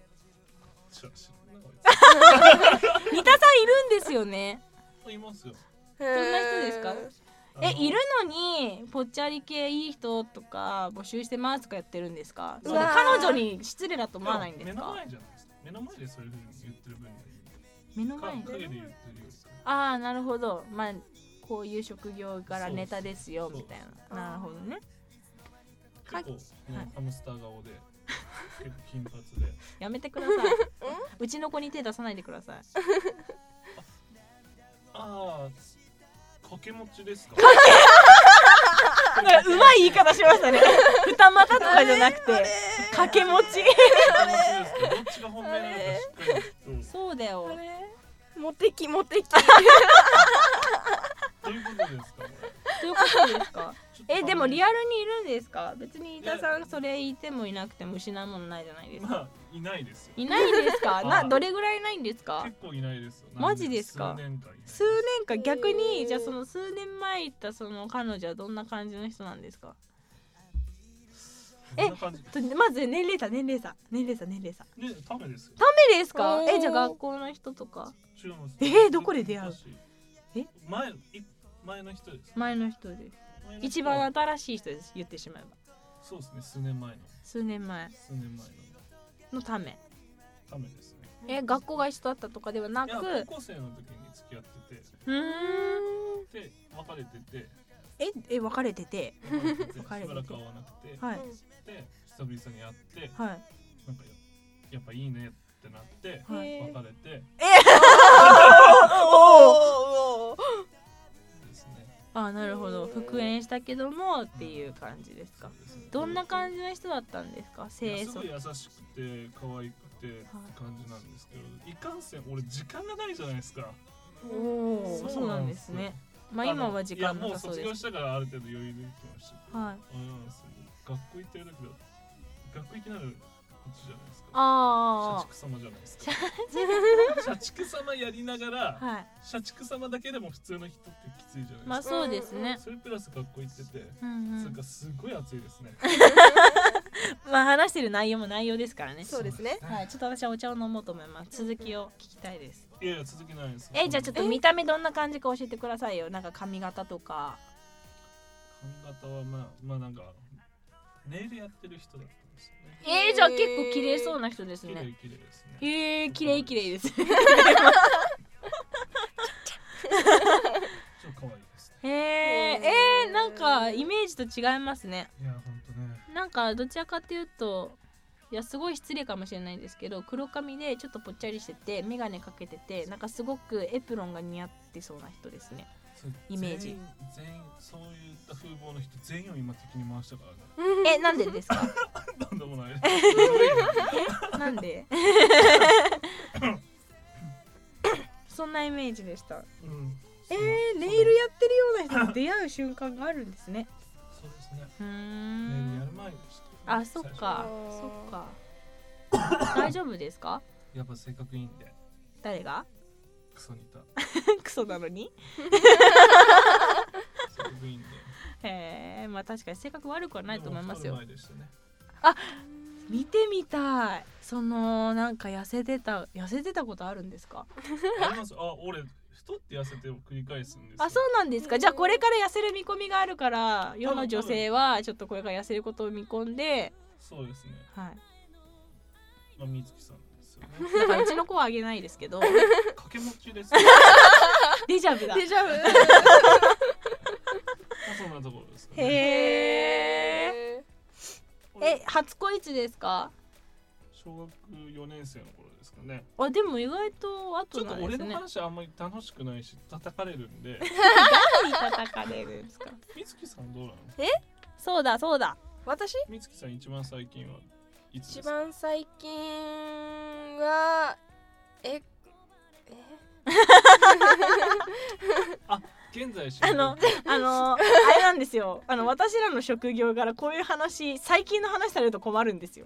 [SPEAKER 4] ちょ知らないこ
[SPEAKER 1] 三田さんいるんですよね
[SPEAKER 4] いついますよ
[SPEAKER 2] ど
[SPEAKER 1] んな人ですか
[SPEAKER 4] あの
[SPEAKER 1] えいるのにぽっちゃり系いい人とか募集してますとかやってるんですか
[SPEAKER 2] う
[SPEAKER 1] それ
[SPEAKER 2] わー
[SPEAKER 1] 彼女に失礼だと思わないんです
[SPEAKER 4] 目の
[SPEAKER 1] か
[SPEAKER 4] 前じゃないですか目の前でそういうふうに言ってる分に
[SPEAKER 1] 目の
[SPEAKER 4] は
[SPEAKER 1] 前
[SPEAKER 4] か陰で言ってるよりか
[SPEAKER 1] ああなるほどまあこういう職業からネタですよ
[SPEAKER 4] そう
[SPEAKER 1] みたいななるほどねか
[SPEAKER 4] 結構
[SPEAKER 1] はい
[SPEAKER 4] ねハムスター顔で結構金髪で
[SPEAKER 1] やめてくださいうちの子に手出さないでください
[SPEAKER 4] ああ掛け持ちですか
[SPEAKER 1] なんかうまい言い方しま したね二股とかじゃなくて掛け持ち
[SPEAKER 4] 掛け持ちですかどっちが本命なのかしっかりと
[SPEAKER 1] そうだよ
[SPEAKER 2] モテキモテキ
[SPEAKER 4] ということですかこれ
[SPEAKER 1] ということですか
[SPEAKER 4] ちょっと
[SPEAKER 1] えでもリアルにいるんですか別に
[SPEAKER 4] い
[SPEAKER 1] 伊
[SPEAKER 4] や
[SPEAKER 1] 田さんそれいてもいなくても失うものないじゃないですか
[SPEAKER 4] まあいないですよ
[SPEAKER 1] いないです か
[SPEAKER 4] は
[SPEAKER 1] ないどれぐらいいないんですか
[SPEAKER 4] 結構いないですよ
[SPEAKER 1] マジですか
[SPEAKER 4] 数年間いない
[SPEAKER 1] 数年間逆に、
[SPEAKER 2] えー
[SPEAKER 1] じゃあその数年前行ったその彼女はどんな感じの人なんですか
[SPEAKER 4] こんな感じ
[SPEAKER 1] とまず年齢差年齢差年齢差年齢差
[SPEAKER 4] でためですよ
[SPEAKER 1] ダメですか
[SPEAKER 2] おー
[SPEAKER 1] えじゃあ学校の人とか
[SPEAKER 4] 違います
[SPEAKER 1] えーどこで出会うえ
[SPEAKER 4] 前い前の人です
[SPEAKER 1] 前の人です
[SPEAKER 4] 前の人
[SPEAKER 1] 一番新しい人です言ってしまえば
[SPEAKER 4] そうですね数年前の
[SPEAKER 1] 数年前
[SPEAKER 4] 数年前の
[SPEAKER 1] のため
[SPEAKER 4] ためですね
[SPEAKER 1] え学校が一緒だったとかではいないく
[SPEAKER 4] や
[SPEAKER 1] う
[SPEAKER 4] 高校生の時に付き合って
[SPEAKER 1] ーん
[SPEAKER 4] てで別れてて
[SPEAKER 1] ええ別れてて
[SPEAKER 4] 別れてて し
[SPEAKER 1] 別れてて
[SPEAKER 4] ばらく会わなくて
[SPEAKER 1] はい
[SPEAKER 4] で久々に会って
[SPEAKER 1] はい
[SPEAKER 4] なんかややっぱいいねってなって
[SPEAKER 1] はい
[SPEAKER 2] え
[SPEAKER 4] 別れて
[SPEAKER 2] おお
[SPEAKER 4] ですね
[SPEAKER 1] あなるほど復縁したけどもっていう感じですか
[SPEAKER 4] ですね
[SPEAKER 1] どんな感じの人だったんですか
[SPEAKER 4] いや
[SPEAKER 1] 清
[SPEAKER 4] す
[SPEAKER 1] 楚
[SPEAKER 4] ごい優しくて可愛くてって感じなんですけど、い、かんせん俺時間がないじゃないですか
[SPEAKER 1] おおそうなんですねまあ今は時間
[SPEAKER 4] も
[SPEAKER 1] なさ
[SPEAKER 4] う
[SPEAKER 1] そう
[SPEAKER 4] 卒
[SPEAKER 1] で
[SPEAKER 4] 業
[SPEAKER 1] す
[SPEAKER 4] したからある程度余裕できましたけど
[SPEAKER 1] はい
[SPEAKER 4] あれなんですよ学校行ってる時だ学校行きながらじゃないですか社
[SPEAKER 1] あ
[SPEAKER 4] 畜様じゃないで すか社畜様やりながら
[SPEAKER 1] あはい
[SPEAKER 4] 社畜様だけでも普通の人ってきついじゃな
[SPEAKER 1] まあ
[SPEAKER 4] いですか、
[SPEAKER 1] そうですね、
[SPEAKER 4] それプラス学校行ってて
[SPEAKER 1] うんう
[SPEAKER 4] それ
[SPEAKER 1] ん
[SPEAKER 4] かすごい暑 いですね
[SPEAKER 1] まあ話してる内容も内容ですからね
[SPEAKER 2] そうですね
[SPEAKER 1] はいちょっと私はお茶を飲もうと思います続きを聞きたいです
[SPEAKER 4] いやいや続きないです
[SPEAKER 1] えじゃあちょっと
[SPEAKER 2] え
[SPEAKER 1] 見た目どんな感じか教えてくださいよなんか髪型とか
[SPEAKER 4] 髪型はまあまあなんかネイルやってる人だったんですよね
[SPEAKER 1] えー、じゃあ結構綺麗そうな人です
[SPEAKER 4] 綺麗
[SPEAKER 1] ね
[SPEAKER 4] 綺麗ですね
[SPEAKER 1] えー、綺麗綺麗 ですね
[SPEAKER 4] ちょっと可愛いです
[SPEAKER 1] へ
[SPEAKER 4] ね
[SPEAKER 1] えー、えー、なんかイメージと違いますね
[SPEAKER 4] いやほんとね
[SPEAKER 1] なんかどちらかというといやすごい失礼かもしれないんですけど黒髪でちょっとぽっちゃりしてて眼鏡かけててなんかすごくエプロンが似合ってそうな人ですね
[SPEAKER 4] そう
[SPEAKER 1] イメージ
[SPEAKER 4] 全員全員そういった風貌の人全員を今敵に回したから ね
[SPEAKER 1] えなんでですか
[SPEAKER 4] なんでもない
[SPEAKER 1] なんで そんなイメージでした
[SPEAKER 4] うん
[SPEAKER 1] えー、ネイルやってるような人と出会う瞬間があるんですね
[SPEAKER 4] そうですね
[SPEAKER 1] うー
[SPEAKER 4] ネイルや
[SPEAKER 1] ん
[SPEAKER 4] る前でした
[SPEAKER 1] あそっか
[SPEAKER 2] 最初
[SPEAKER 1] そっか大丈夫ですか
[SPEAKER 4] やっぱ性格いいんで
[SPEAKER 1] 誰が
[SPEAKER 4] クソ似た
[SPEAKER 1] クソなのに
[SPEAKER 4] 性格いいんで
[SPEAKER 1] へえまあ確かに性格悪くはないと思います
[SPEAKER 4] でも
[SPEAKER 1] よ
[SPEAKER 4] 太る前でしたね
[SPEAKER 1] 見てみたいそのなんか痩せてた痩せてたことあるんですか
[SPEAKER 4] ありますあ俺太って痩せてを繰り返すんですよ
[SPEAKER 1] あそうなんですかじゃあこれから痩せる見込みがあるから世の女性はちょっとこれから痩せることを見込んで
[SPEAKER 4] そうですね
[SPEAKER 1] はい
[SPEAKER 4] まあみつきさんですよね
[SPEAKER 1] なんかうちの子はあげないですけ ど
[SPEAKER 4] 掛け持ちですよ
[SPEAKER 1] デジャブだ
[SPEAKER 2] デジャブ
[SPEAKER 4] そんなところですか
[SPEAKER 1] へ
[SPEAKER 4] ね
[SPEAKER 1] ええ初恋いつですか
[SPEAKER 4] 小学4年生の頃ですかね
[SPEAKER 1] あでも意外と後
[SPEAKER 4] ちょっと
[SPEAKER 1] なんで
[SPEAKER 4] 俺
[SPEAKER 1] す
[SPEAKER 4] の
[SPEAKER 1] ね
[SPEAKER 4] 話あんまり楽しくないし叩かれるんで
[SPEAKER 1] 何叩かれるんですか
[SPEAKER 4] みつきさんどうなの
[SPEAKER 1] そうだそうだ
[SPEAKER 2] 私
[SPEAKER 4] みつきさん一番最近はいつで
[SPEAKER 2] 一
[SPEAKER 4] すか
[SPEAKER 2] 番最近はええ
[SPEAKER 4] 現在進
[SPEAKER 1] あ
[SPEAKER 4] 行
[SPEAKER 1] の、あの、あれなんですよ。あの、私らの職業からこういう話、最近の話されると困るんですよ。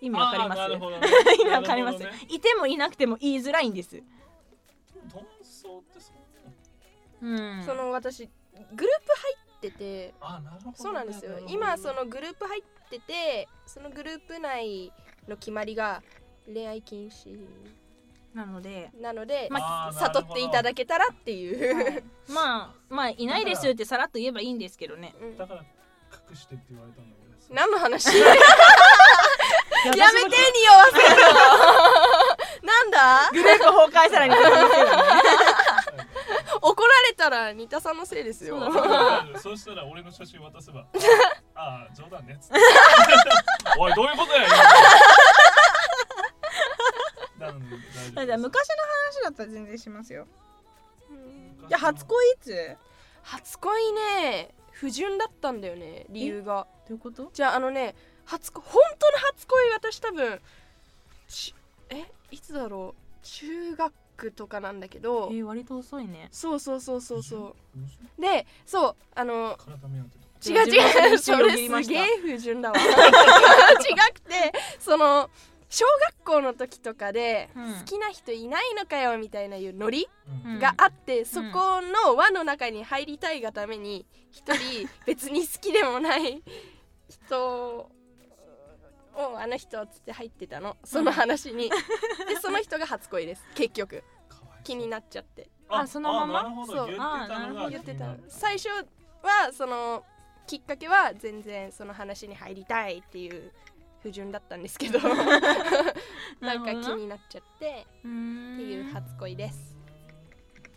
[SPEAKER 1] 意味わかります
[SPEAKER 4] あーなるほどね
[SPEAKER 1] 意味わかります、
[SPEAKER 4] なるほどね
[SPEAKER 1] いてもいなくても言いづらいんです。
[SPEAKER 4] 同窓ってそんな
[SPEAKER 1] うん
[SPEAKER 2] その私グループ入ってて
[SPEAKER 4] あなるほどね
[SPEAKER 2] そうなんですよ
[SPEAKER 4] るほどね
[SPEAKER 2] 今そのグループ入っててそのグループ内の決まりが恋愛禁止
[SPEAKER 1] なので、
[SPEAKER 2] なので、
[SPEAKER 4] まあ
[SPEAKER 2] 悟っていただけたらっていう、
[SPEAKER 1] まあ、まあ、いないですよってさらっと言えばいいんですけどね。
[SPEAKER 2] うん
[SPEAKER 4] だから隠してって言われたんだけど
[SPEAKER 2] 何の話やめて匂わせるのなん だ
[SPEAKER 1] グループ崩壊さらに。
[SPEAKER 2] 怒られたら三田さんのせいですよ
[SPEAKER 1] そうだ
[SPEAKER 4] そうしたら俺の写真渡せばああ冗談ねっつって おいどういうことや今なので
[SPEAKER 1] だ
[SPEAKER 4] 大
[SPEAKER 1] って昔
[SPEAKER 4] 丈
[SPEAKER 1] の
[SPEAKER 4] 夫
[SPEAKER 1] 話だったら全然しますよ。
[SPEAKER 2] うん
[SPEAKER 4] です
[SPEAKER 1] じゃあ、初恋いつど
[SPEAKER 2] 初恋ね不純だったんだよね理由が
[SPEAKER 1] ういうこと
[SPEAKER 2] じゃああのね初恋本当の初恋私多分ちえいつだろう中学とかなんだけ
[SPEAKER 1] え
[SPEAKER 2] ど
[SPEAKER 1] ー、割と遅いね。
[SPEAKER 2] そうそうそうそうそううでそうあの
[SPEAKER 4] 体目当てと
[SPEAKER 2] 違う
[SPEAKER 1] 自分の
[SPEAKER 2] 違う
[SPEAKER 1] 一
[SPEAKER 2] そ
[SPEAKER 1] を
[SPEAKER 2] れ
[SPEAKER 1] 切りまし
[SPEAKER 2] す
[SPEAKER 1] た
[SPEAKER 2] げえ不 純だわ違くてその小学校の時とかで、
[SPEAKER 1] うん
[SPEAKER 2] 好きな人いないのかよみたいないうノリ
[SPEAKER 4] うん
[SPEAKER 1] うん
[SPEAKER 2] があって、そこの輪の中に入りたいがために一人別に好きでもない人をあの人っつって入ってたのその話にでその人が初恋です結局
[SPEAKER 4] かわいそう
[SPEAKER 2] 気になっちゃって
[SPEAKER 1] あそのまま
[SPEAKER 4] あなるほ
[SPEAKER 2] そ
[SPEAKER 4] ど
[SPEAKER 2] う
[SPEAKER 4] 言ってたの
[SPEAKER 1] あ
[SPEAKER 4] が
[SPEAKER 2] 言って
[SPEAKER 4] 気にな
[SPEAKER 2] た
[SPEAKER 4] る
[SPEAKER 2] 最初はそのきっかけは全然その話に入りたいっていう不純だったんですけどなんか気になっちゃって
[SPEAKER 1] う。
[SPEAKER 2] っていうん初恋です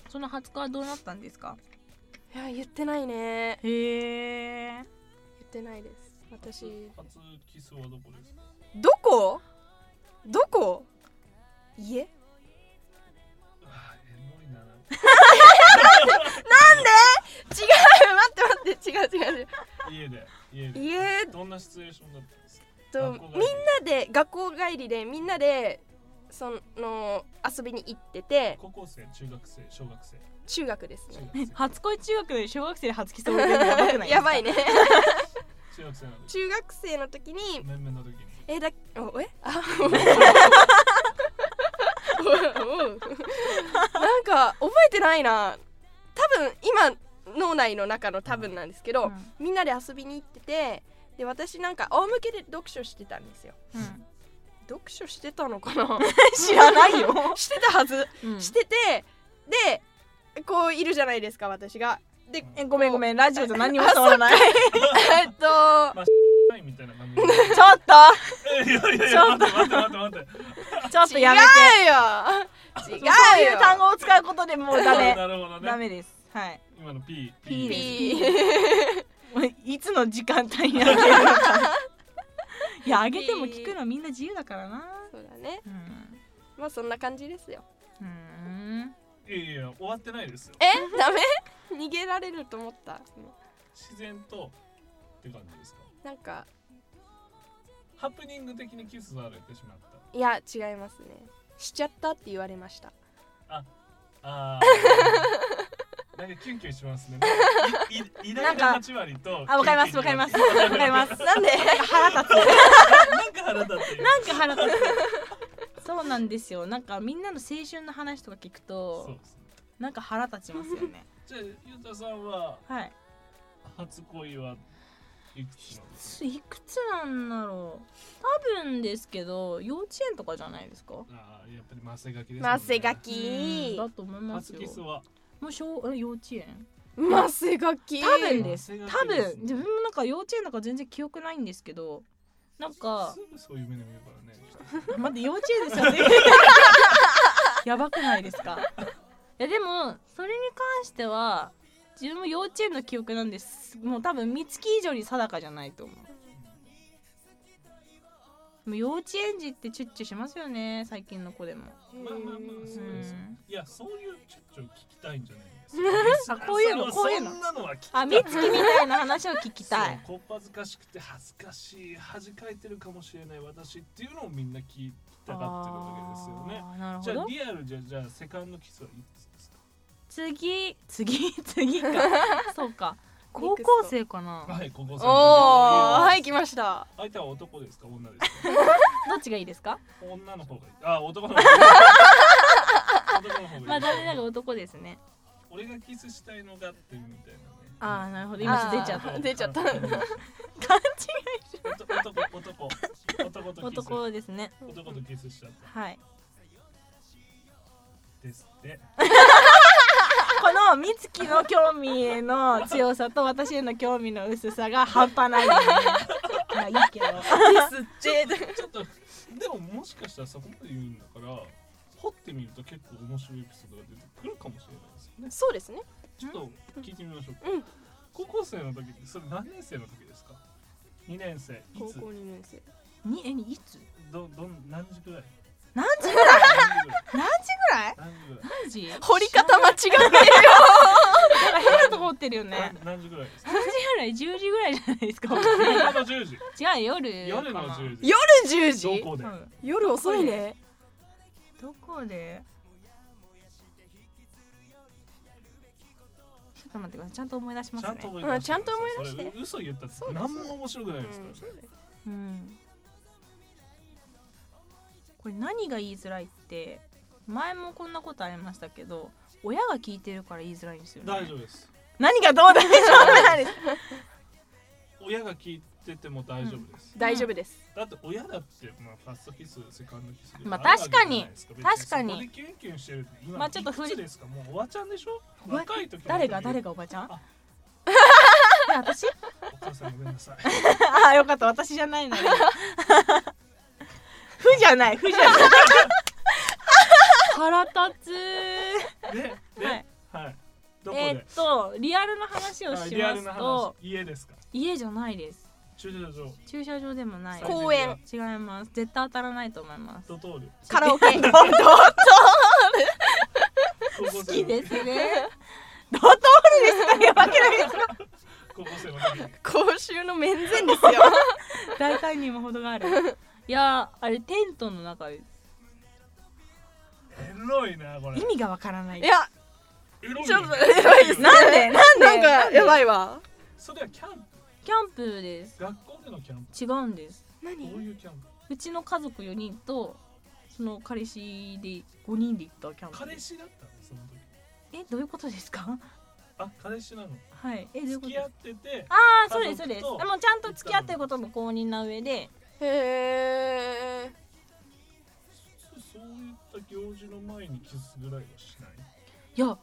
[SPEAKER 1] その初恋はどうなったんですか
[SPEAKER 2] いや言ってないね
[SPEAKER 1] へえ。
[SPEAKER 2] 言ってないです私
[SPEAKER 4] 初キスはどこですか
[SPEAKER 2] どこどこ家
[SPEAKER 4] あーエモいな
[SPEAKER 2] 違う待って待って違う違う違う
[SPEAKER 4] 家で家で
[SPEAKER 2] 家
[SPEAKER 4] どんなシチュエーションだったんですか
[SPEAKER 2] とみんなで学校帰りでみんなでその遊びに行ってて
[SPEAKER 4] 高校生中学生小学生
[SPEAKER 2] 中学ですね
[SPEAKER 4] 中学生
[SPEAKER 1] 初恋中学で小学生で初キスをやばくない
[SPEAKER 2] やばいね
[SPEAKER 4] 中学生の時
[SPEAKER 2] 中学生の時に
[SPEAKER 4] 面々の時に
[SPEAKER 2] えだおえ あなんか覚えてないな多分今脳内の中の多分なんですけど、
[SPEAKER 1] うん
[SPEAKER 2] みんなで遊びに行っててで私なんか仰向けで読書してたんですよ
[SPEAKER 1] うん
[SPEAKER 2] 読書してたのか な
[SPEAKER 5] 知らないよ
[SPEAKER 2] してたはず、
[SPEAKER 1] うん
[SPEAKER 2] しててでこういるじゃないですか私がで
[SPEAKER 5] えごめんご めんラジオじゃ何にも伝わらないち
[SPEAKER 2] えっと
[SPEAKER 4] はいみたい な感じで
[SPEAKER 5] ょっと
[SPEAKER 4] いやいやいや待って待って待って待って
[SPEAKER 5] ちょっとやめて
[SPEAKER 2] 違うよ違うよ
[SPEAKER 5] そういう単語を使うことでもうダ メ
[SPEAKER 4] なるほど
[SPEAKER 5] ダメ
[SPEAKER 4] ね
[SPEAKER 5] ですはい
[SPEAKER 4] 今の P
[SPEAKER 5] P です
[SPEAKER 2] いい
[SPEAKER 5] もういつの時間帯にあげるのかいやあげても聞くのみんな自由だからな
[SPEAKER 2] そうだね
[SPEAKER 5] うん
[SPEAKER 2] まあそんな感じですよ
[SPEAKER 5] うん
[SPEAKER 4] いやいや終わってないですよ
[SPEAKER 2] えダメ逃げられると思った
[SPEAKER 4] 自然とって感じですか
[SPEAKER 2] なんか
[SPEAKER 4] ハプニング的にキスされてしまった
[SPEAKER 2] いや違いますねしちゃったって言われました
[SPEAKER 4] ああ なんかキュンキュンしますねいい偉大な
[SPEAKER 5] なん
[SPEAKER 4] 8割と
[SPEAKER 5] あわかりますわかりますわかります
[SPEAKER 2] なんで
[SPEAKER 5] 腹立
[SPEAKER 4] なんか腹立って
[SPEAKER 1] なんか腹立つそうなんですよなんかみんなの青春の話とか聞く
[SPEAKER 4] そう
[SPEAKER 1] と
[SPEAKER 4] ですね
[SPEAKER 1] なんか腹立ちますよね
[SPEAKER 4] じゃあゆうたさんは
[SPEAKER 1] はい
[SPEAKER 4] 初恋はいくつなんですか
[SPEAKER 1] いくつなんだろう多分ですけど幼稚園とかじゃないですか
[SPEAKER 4] ああやっぱりマセガキですもんね
[SPEAKER 2] マセガ
[SPEAKER 1] うん
[SPEAKER 2] キ
[SPEAKER 1] だと思います
[SPEAKER 4] 初
[SPEAKER 1] よ
[SPEAKER 4] キスは
[SPEAKER 1] もう小え幼稚園
[SPEAKER 2] マセガキ
[SPEAKER 1] 多分です
[SPEAKER 4] マセ
[SPEAKER 1] 多
[SPEAKER 4] ガキですね
[SPEAKER 1] 分自分もなんか幼稚園なんか全然記憶ないんですけどなん か
[SPEAKER 4] すぐそういう目で見るからね
[SPEAKER 1] 待って幼稚園ですよね やばく ないですかいやでもそれに関しては自分も幼稚園の記憶なんですもう多分三月以上に定かじゃないと思うでも幼稚園児ってチュッチュしますよね最近の子でも
[SPEAKER 4] まあまあまあそうですね
[SPEAKER 1] うん
[SPEAKER 4] いやそういうちょっと聞きたいんじゃないですか
[SPEAKER 1] あこういうの
[SPEAKER 4] そ
[SPEAKER 1] こういうの
[SPEAKER 4] そんなのは聞きたい
[SPEAKER 1] あ三月みたいな話を聞きた い
[SPEAKER 4] そうこっぱずかしくて恥ずかしい恥かいてるかもしれない私っていうのをみんな聞きたがってるわけですよね
[SPEAKER 1] あーなる
[SPEAKER 4] じ
[SPEAKER 1] ほ
[SPEAKER 4] ゃあ
[SPEAKER 1] ど
[SPEAKER 4] リアルじゃじゃあセカンドキスはいつですか
[SPEAKER 1] 次次 次かそうか高校生かな
[SPEAKER 4] はい高校
[SPEAKER 2] お
[SPEAKER 4] 生
[SPEAKER 2] ーはい来ました
[SPEAKER 4] 相手は男ですか女ですか
[SPEAKER 1] どっちがいいですか
[SPEAKER 4] 女の方がいいあ男の方がいい男の方がいい
[SPEAKER 1] まあ誰だか男ですね
[SPEAKER 4] 俺がキスしたいのがっていうみたいなね
[SPEAKER 1] ああなるほど今ちょっと出ちゃっ
[SPEAKER 2] あ
[SPEAKER 1] た
[SPEAKER 2] ー出ちゃった
[SPEAKER 4] 勘違い男男男とキス
[SPEAKER 1] 男ですね
[SPEAKER 4] 男とキスしちゃった
[SPEAKER 1] はい
[SPEAKER 4] ですって
[SPEAKER 1] この美月の興味への強さと私への興味の薄さが半端 ないよねまあいいけど
[SPEAKER 4] ちょっとでももしかしたらそこまで言うんだから掘ってみると結構面白いエピソードが出てくるかもしれないですよね
[SPEAKER 2] そうですね
[SPEAKER 4] ちょっと聞いてみましょうか、
[SPEAKER 2] うん
[SPEAKER 4] 高校生の時ってそれ何年生の時ですか2年生い
[SPEAKER 2] 高
[SPEAKER 4] つ
[SPEAKER 2] 校2年生
[SPEAKER 1] にえにいつ
[SPEAKER 4] どどん何時 ぐらい
[SPEAKER 1] 何時ぐ
[SPEAKER 4] 何
[SPEAKER 1] らい
[SPEAKER 4] 時ぐらい
[SPEAKER 1] 何時ぐらい
[SPEAKER 4] 何時ぐ
[SPEAKER 1] 何時
[SPEAKER 4] らい
[SPEAKER 1] なんか
[SPEAKER 2] 掘り方間違ってる
[SPEAKER 1] 変なとこ掘ってるよね
[SPEAKER 4] 何何時ぐらいですか
[SPEAKER 1] 何時ぐらい10時ぐらいじゃない ですか
[SPEAKER 4] 夜の10時
[SPEAKER 1] 違う夜
[SPEAKER 4] 夜の
[SPEAKER 1] かな
[SPEAKER 4] 10時
[SPEAKER 2] 夜10時
[SPEAKER 4] どこで、
[SPEAKER 1] うん
[SPEAKER 2] 夜遅いね
[SPEAKER 1] どこでちょっと待ってくださいちゃんと思い出しま
[SPEAKER 4] ちゃ
[SPEAKER 1] す
[SPEAKER 4] んと
[SPEAKER 1] ね
[SPEAKER 4] 思い
[SPEAKER 2] う
[SPEAKER 4] 出して、
[SPEAKER 2] んちゃんと思い出して
[SPEAKER 4] それ嘘言ったって何も面白くないですから、ね
[SPEAKER 1] うんこれ何が言いづらいって前もこんなことありましたけど親が聞いてるから言いづらいんですよね
[SPEAKER 4] 大丈夫です
[SPEAKER 1] 何がどうだ
[SPEAKER 4] 親が聞いてても大丈夫です、
[SPEAKER 2] 大丈夫です
[SPEAKER 4] だって親だって、まあ、ファーストキス、セカンドキスで
[SPEAKER 1] まあ
[SPEAKER 4] るわけじゃないです
[SPEAKER 1] 確かに確かに
[SPEAKER 4] 別そこでキュンキュンしてるって今、
[SPEAKER 1] まあちょっと
[SPEAKER 4] いく
[SPEAKER 1] 振り
[SPEAKER 4] つですかもうおばちゃんでしょ
[SPEAKER 1] おば
[SPEAKER 4] 若い時
[SPEAKER 1] 誰が誰
[SPEAKER 4] が
[SPEAKER 1] がおばちゃん
[SPEAKER 4] あ
[SPEAKER 1] え 私
[SPEAKER 4] お母さんごめんなさい
[SPEAKER 1] ああよかった私じゃないの に負じゃない負じゃない 腹立つ
[SPEAKER 4] で、で、
[SPEAKER 1] は
[SPEAKER 4] はいい、どこで、
[SPEAKER 1] えーっとリアルな話を
[SPEAKER 4] あ
[SPEAKER 1] し
[SPEAKER 4] リア
[SPEAKER 1] ま
[SPEAKER 4] ルな
[SPEAKER 1] す
[SPEAKER 4] 話
[SPEAKER 1] と
[SPEAKER 4] 家ですか
[SPEAKER 1] 家じゃないです
[SPEAKER 4] 駐車場
[SPEAKER 1] 駐車場でもない
[SPEAKER 2] こ公園
[SPEAKER 1] 違います絶対当たらないと思います
[SPEAKER 4] 一通り
[SPEAKER 2] カラオ ケ
[SPEAKER 4] 好
[SPEAKER 1] 好きですね。
[SPEAKER 2] ドト
[SPEAKER 4] 高校生の時に
[SPEAKER 2] 公衆の面前ですよ
[SPEAKER 1] 大胆にも程がある。いやーあれテントの中です。
[SPEAKER 4] エロいなこれ
[SPEAKER 1] 意味がわからない
[SPEAKER 2] い。や
[SPEAKER 4] エロい
[SPEAKER 2] ちょっと
[SPEAKER 4] ね
[SPEAKER 2] エロいですね
[SPEAKER 1] なんでなんで
[SPEAKER 2] なんかやばいわ
[SPEAKER 4] それはキャンプ
[SPEAKER 1] キキャンプです
[SPEAKER 4] 学校でのキャン
[SPEAKER 1] 違うんです
[SPEAKER 4] プどう
[SPEAKER 2] 何
[SPEAKER 4] いうキャンプ
[SPEAKER 1] うちの家族4人とその彼氏で5人で行ったキャンプ
[SPEAKER 4] 彼氏だったのその時
[SPEAKER 1] えどういうことですか
[SPEAKER 4] あ彼氏なの
[SPEAKER 1] はいえどういうこ
[SPEAKER 4] 付
[SPEAKER 1] と
[SPEAKER 4] き合ってて
[SPEAKER 1] ああそうですそうです
[SPEAKER 4] 家族
[SPEAKER 1] で
[SPEAKER 4] と
[SPEAKER 1] もちゃんと付き合ってることも公認な上で
[SPEAKER 2] へえ
[SPEAKER 4] そういった行事の前にキスぐらいはしない
[SPEAKER 1] いや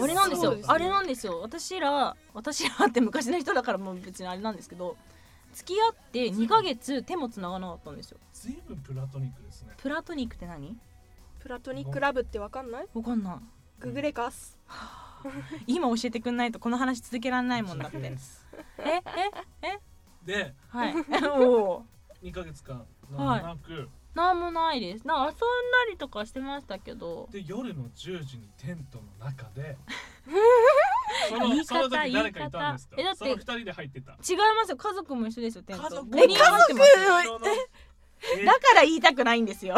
[SPEAKER 1] あれなんですよ
[SPEAKER 2] そうですね
[SPEAKER 1] あれなんですよ私ら私らって昔の人だからもう別にあれなんですけど付き合って2ヶ月手も繋がなかったんですよ
[SPEAKER 4] 随分プラトニックですね
[SPEAKER 1] プラトニックって何
[SPEAKER 2] プラトニックラブってわかんない
[SPEAKER 1] わかんな
[SPEAKER 2] ググレカス
[SPEAKER 1] い今教えてくんないとこの話続けられないもんだ ってええ
[SPEAKER 4] で
[SPEAKER 1] はい おお
[SPEAKER 4] 2ヶ月間なんもなく、
[SPEAKER 1] なんもないですなんか遊んだりとかしてましたけど
[SPEAKER 4] で夜の10時にテントの中 でその
[SPEAKER 1] 言い方
[SPEAKER 4] その時誰かいたんですか
[SPEAKER 1] 言い方えだって
[SPEAKER 4] その2人で入ってた
[SPEAKER 1] 違いますよ家族も一緒ですよテント
[SPEAKER 4] 家族
[SPEAKER 1] 五人入ってますよ
[SPEAKER 4] そのえ
[SPEAKER 1] だから言いたくないんです よ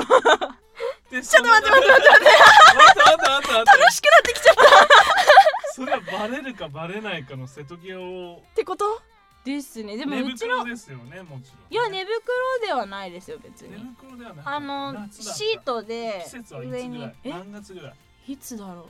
[SPEAKER 4] でその中でちょっと待って待って待って待って待って待って楽しくなってきちゃったそれはバレるかバレないかの瀬戸際を
[SPEAKER 2] ってこと
[SPEAKER 1] ですねでも
[SPEAKER 4] 寝
[SPEAKER 1] うちの
[SPEAKER 4] 袋ですよねもちろん
[SPEAKER 1] いや寝袋ではないですよ別
[SPEAKER 4] 寝
[SPEAKER 1] に
[SPEAKER 4] 袋ではない
[SPEAKER 1] あの
[SPEAKER 4] 夏だった
[SPEAKER 1] シートで
[SPEAKER 4] 季節はいつぐらい
[SPEAKER 1] え
[SPEAKER 4] 何月ぐらい
[SPEAKER 1] いつだろ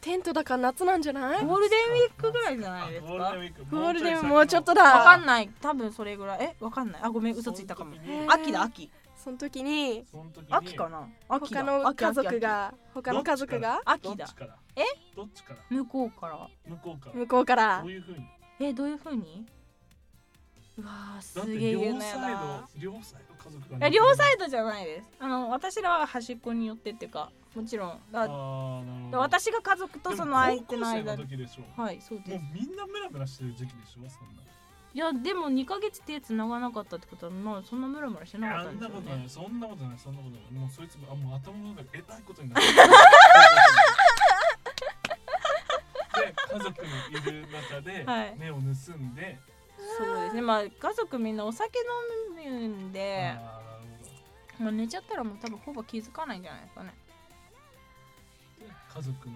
[SPEAKER 2] テントだから夏なんじゃな
[SPEAKER 1] う
[SPEAKER 2] い
[SPEAKER 1] ゴールデンウィークぐらいじゃないですか
[SPEAKER 4] あ
[SPEAKER 1] わ
[SPEAKER 4] ウィーク
[SPEAKER 2] ゴールデンもうちょっとだ
[SPEAKER 1] かんない多分それぐらいえわかんないあごめん嘘ついたかも
[SPEAKER 2] へー
[SPEAKER 1] 秋だ秋
[SPEAKER 2] その時に
[SPEAKER 4] その時に
[SPEAKER 1] 秋かな秋だ
[SPEAKER 2] 他の
[SPEAKER 1] 秋
[SPEAKER 2] 家族
[SPEAKER 1] 秋秋
[SPEAKER 2] が他の家族が
[SPEAKER 1] 秋
[SPEAKER 4] ど
[SPEAKER 1] だ
[SPEAKER 4] っちから
[SPEAKER 1] え
[SPEAKER 4] どっちから
[SPEAKER 1] 向こうから
[SPEAKER 4] 向こうから
[SPEAKER 2] 向こうから
[SPEAKER 4] どういう風に
[SPEAKER 1] えどういう風にうわーす
[SPEAKER 4] だって
[SPEAKER 1] げえ
[SPEAKER 4] 両
[SPEAKER 1] 言うなよ
[SPEAKER 4] サイ
[SPEAKER 1] な
[SPEAKER 4] ド両サイド家族が
[SPEAKER 1] い
[SPEAKER 4] ね
[SPEAKER 1] や両サイドじゃないですあの私らは端っこに寄ってっていうかもちろん
[SPEAKER 4] あ
[SPEAKER 1] だ
[SPEAKER 4] ーなるほど
[SPEAKER 1] 私が家族とその相手の間
[SPEAKER 4] でも高校生
[SPEAKER 1] に
[SPEAKER 4] 時でしょ
[SPEAKER 1] はいそう
[SPEAKER 4] も
[SPEAKER 1] で
[SPEAKER 4] う
[SPEAKER 1] す
[SPEAKER 4] みんなメラメラしてる時期でしょそんない
[SPEAKER 1] やでも2ヶ月手繋がなかったってことはまあそんなムラムラしてなかっ
[SPEAKER 4] あ
[SPEAKER 1] たん
[SPEAKER 4] ん
[SPEAKER 1] で
[SPEAKER 4] な
[SPEAKER 1] すよ
[SPEAKER 4] こと
[SPEAKER 1] ね
[SPEAKER 4] ないそんなことないそんなことないもうそいつもあもう頭の中でえらいことになってるで家族のいる中で
[SPEAKER 1] はい
[SPEAKER 4] 目を盗んで、
[SPEAKER 1] そうですねまあ家族みんなお酒飲むん
[SPEAKER 4] あー
[SPEAKER 1] で
[SPEAKER 4] なるほど
[SPEAKER 1] まあ、寝ちゃったらもう多分ほぼ気づかないんじゃないですかね
[SPEAKER 4] 家族の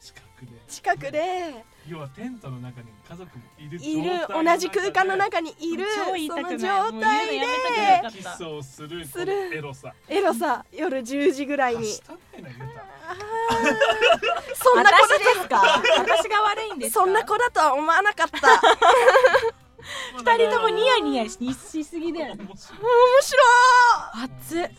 [SPEAKER 4] 近くで
[SPEAKER 2] 近くで
[SPEAKER 4] 要はテントの中に家族もいる
[SPEAKER 2] いる
[SPEAKER 4] 状態
[SPEAKER 2] 同じ空間の中にいる
[SPEAKER 1] 超言い
[SPEAKER 2] そ
[SPEAKER 1] た
[SPEAKER 2] の
[SPEAKER 1] くない
[SPEAKER 2] 状
[SPEAKER 1] もう言
[SPEAKER 2] 態で
[SPEAKER 1] うのやめたく
[SPEAKER 4] キ
[SPEAKER 1] なかっ
[SPEAKER 4] ス
[SPEAKER 1] た
[SPEAKER 4] をする
[SPEAKER 2] する
[SPEAKER 4] このエロさ
[SPEAKER 2] エロさ夜10時ぐらい
[SPEAKER 4] は
[SPEAKER 2] に
[SPEAKER 4] したないな言う
[SPEAKER 2] あ
[SPEAKER 4] た
[SPEAKER 2] ーそんな
[SPEAKER 1] 私ですか私が悪いんですか
[SPEAKER 2] そんな子だとは思わなかった面
[SPEAKER 1] 二人ともニヤニヤししすぎだよね
[SPEAKER 4] 面白い
[SPEAKER 2] 白
[SPEAKER 1] 熱っ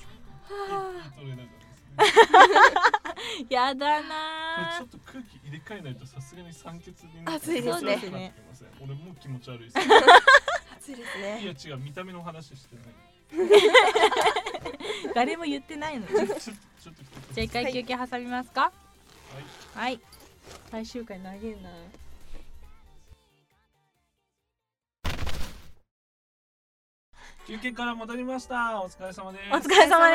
[SPEAKER 4] それなんかですね
[SPEAKER 1] やだ
[SPEAKER 4] これ
[SPEAKER 1] な
[SPEAKER 4] ちょ
[SPEAKER 1] ー
[SPEAKER 4] っと空気入れ替えないとさすがに酸欠に
[SPEAKER 2] 熱いですね
[SPEAKER 4] そうなってきますね俺もう気持ち悪いです
[SPEAKER 2] い熱いです
[SPEAKER 4] いや
[SPEAKER 2] ね
[SPEAKER 4] 違う見た目の話してない
[SPEAKER 1] 誰も言ってないのに
[SPEAKER 4] ちょっとちょっと
[SPEAKER 1] じゃあ一回休憩挟みますか
[SPEAKER 4] はい
[SPEAKER 1] はい最終回投げるな
[SPEAKER 4] 休憩から戻りましたお疲れ様で
[SPEAKER 1] お
[SPEAKER 4] す
[SPEAKER 1] 疲れ様
[SPEAKER 2] た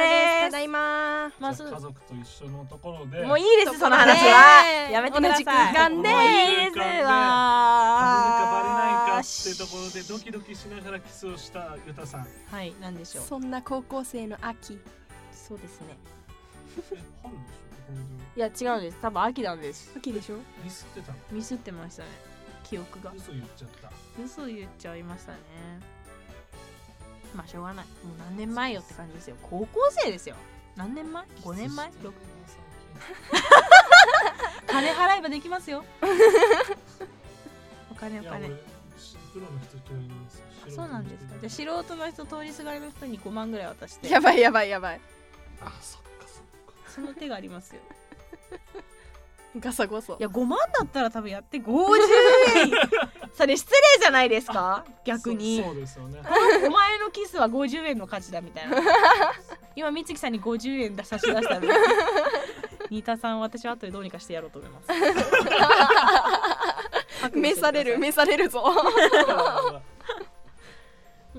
[SPEAKER 1] で
[SPEAKER 2] だいま
[SPEAKER 1] まあ
[SPEAKER 4] じ
[SPEAKER 1] そ
[SPEAKER 4] ゃ
[SPEAKER 1] う
[SPEAKER 4] あ家族と一緒のところです
[SPEAKER 1] もういいですその話はやめてください
[SPEAKER 2] 同じ空間
[SPEAKER 4] で
[SPEAKER 1] もういいですわ
[SPEAKER 4] バレるかバレないか
[SPEAKER 1] ー
[SPEAKER 4] ってところでドキドキしながらキスをしたゆたさん。
[SPEAKER 1] はいなんでしょう
[SPEAKER 2] そんな高校生の秋
[SPEAKER 1] そうですね
[SPEAKER 4] え春でしょこれ
[SPEAKER 1] い
[SPEAKER 4] で
[SPEAKER 1] や違うんです多分秋なんです
[SPEAKER 2] 秋でしょ
[SPEAKER 4] ミスってたの
[SPEAKER 1] ミスってましたね記憶が
[SPEAKER 4] 嘘言っちゃった。
[SPEAKER 1] 嘘言っちゃいましたねまあしょうがないもう何年前よって感じですよ高校生ですよ何年前 ?5 年前
[SPEAKER 4] キスしてる
[SPEAKER 1] ?6 金払えばできます よお金お
[SPEAKER 4] いや俺
[SPEAKER 1] 金
[SPEAKER 4] プロの人嫌いなんですよ。
[SPEAKER 1] あそうなんですかじゃあ素人の人通りすがりの人に5万ぐらい渡して
[SPEAKER 2] やばいやばいやばい
[SPEAKER 4] あそっかそっ
[SPEAKER 1] その手がありますよ
[SPEAKER 2] ガサゴソ
[SPEAKER 1] いや5万だったら多分やって50円 それ失礼じゃないですか
[SPEAKER 4] か。
[SPEAKER 1] 逆に
[SPEAKER 4] そうそうで すよね。
[SPEAKER 1] お前のキスは50円の価値だみたいな今美月さんに50円出差し出 したの新田さん私は後でどうにかしてやろうと思い ます覚悟してくだい
[SPEAKER 2] 召される召されるぞ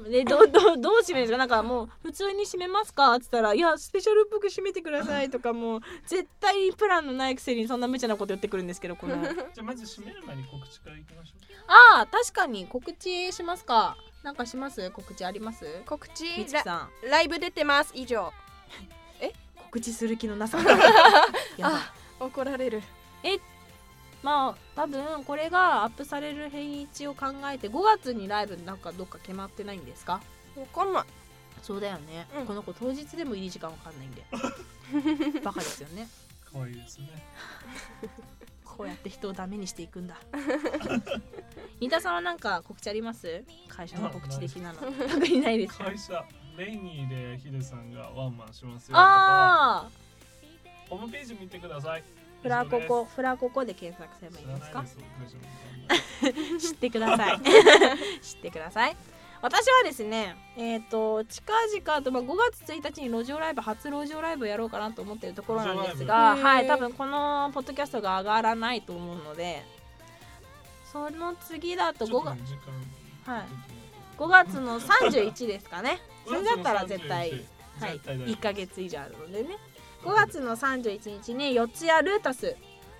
[SPEAKER 1] でどどどう締めるんですかなんかもう普通に締めますかって言ったら「いやスペシャルっぽく締めてください」とかもう絶対にプランのないくせにそんな無茶なこと言ってくるんですけど この
[SPEAKER 4] じゃあまず締める前に告知からいきましょう。
[SPEAKER 1] ああ確かに告知しますかなんかします告知あります
[SPEAKER 2] 告
[SPEAKER 1] 美
[SPEAKER 2] 知
[SPEAKER 1] 月
[SPEAKER 2] ラ
[SPEAKER 1] さん
[SPEAKER 2] ライブ出てます以上
[SPEAKER 1] 告知する気のなさやばい
[SPEAKER 2] あ怒られる
[SPEAKER 1] えまあ多分これがアップされる日にちを考えて5月にライブなんかどっか決まってないんですか
[SPEAKER 2] わかんない
[SPEAKER 1] そうだよね、
[SPEAKER 2] うん
[SPEAKER 1] この子当日でも入り時間わかんないんで バカですよね
[SPEAKER 4] 可愛いですね。
[SPEAKER 1] こうやって人をダメにしていく んだ新田さんはなんか告知あります会社の告知的なの特にないです
[SPEAKER 4] 会社レイニーでヒデさんがワンマンしますよとか
[SPEAKER 1] ああ
[SPEAKER 4] ホームページ見てください。
[SPEAKER 1] フラココ
[SPEAKER 4] 以
[SPEAKER 1] フラココで検索すればいい
[SPEAKER 4] 上
[SPEAKER 1] ん
[SPEAKER 4] で
[SPEAKER 1] です
[SPEAKER 4] す。知らない
[SPEAKER 1] か
[SPEAKER 4] です。僕たちの
[SPEAKER 1] 知ってくださ い知ってください私はですねえっ、と近々と、まあ、5月1日に路上ライブ初路上ライブをやろうかなと思ってるところなんですが
[SPEAKER 2] 路上ライブ
[SPEAKER 1] はい
[SPEAKER 2] へー
[SPEAKER 1] 多分このポッドキャストが上がらないと思うのでその次だと
[SPEAKER 4] こ
[SPEAKER 1] 5
[SPEAKER 4] と
[SPEAKER 1] 月
[SPEAKER 4] ちょっと時間。
[SPEAKER 1] はい5月の31ですか ねそれだったら絶対はい
[SPEAKER 4] 絶対大丈夫
[SPEAKER 1] 1ヶ月以上あるのでね5月の31日に四谷ルータス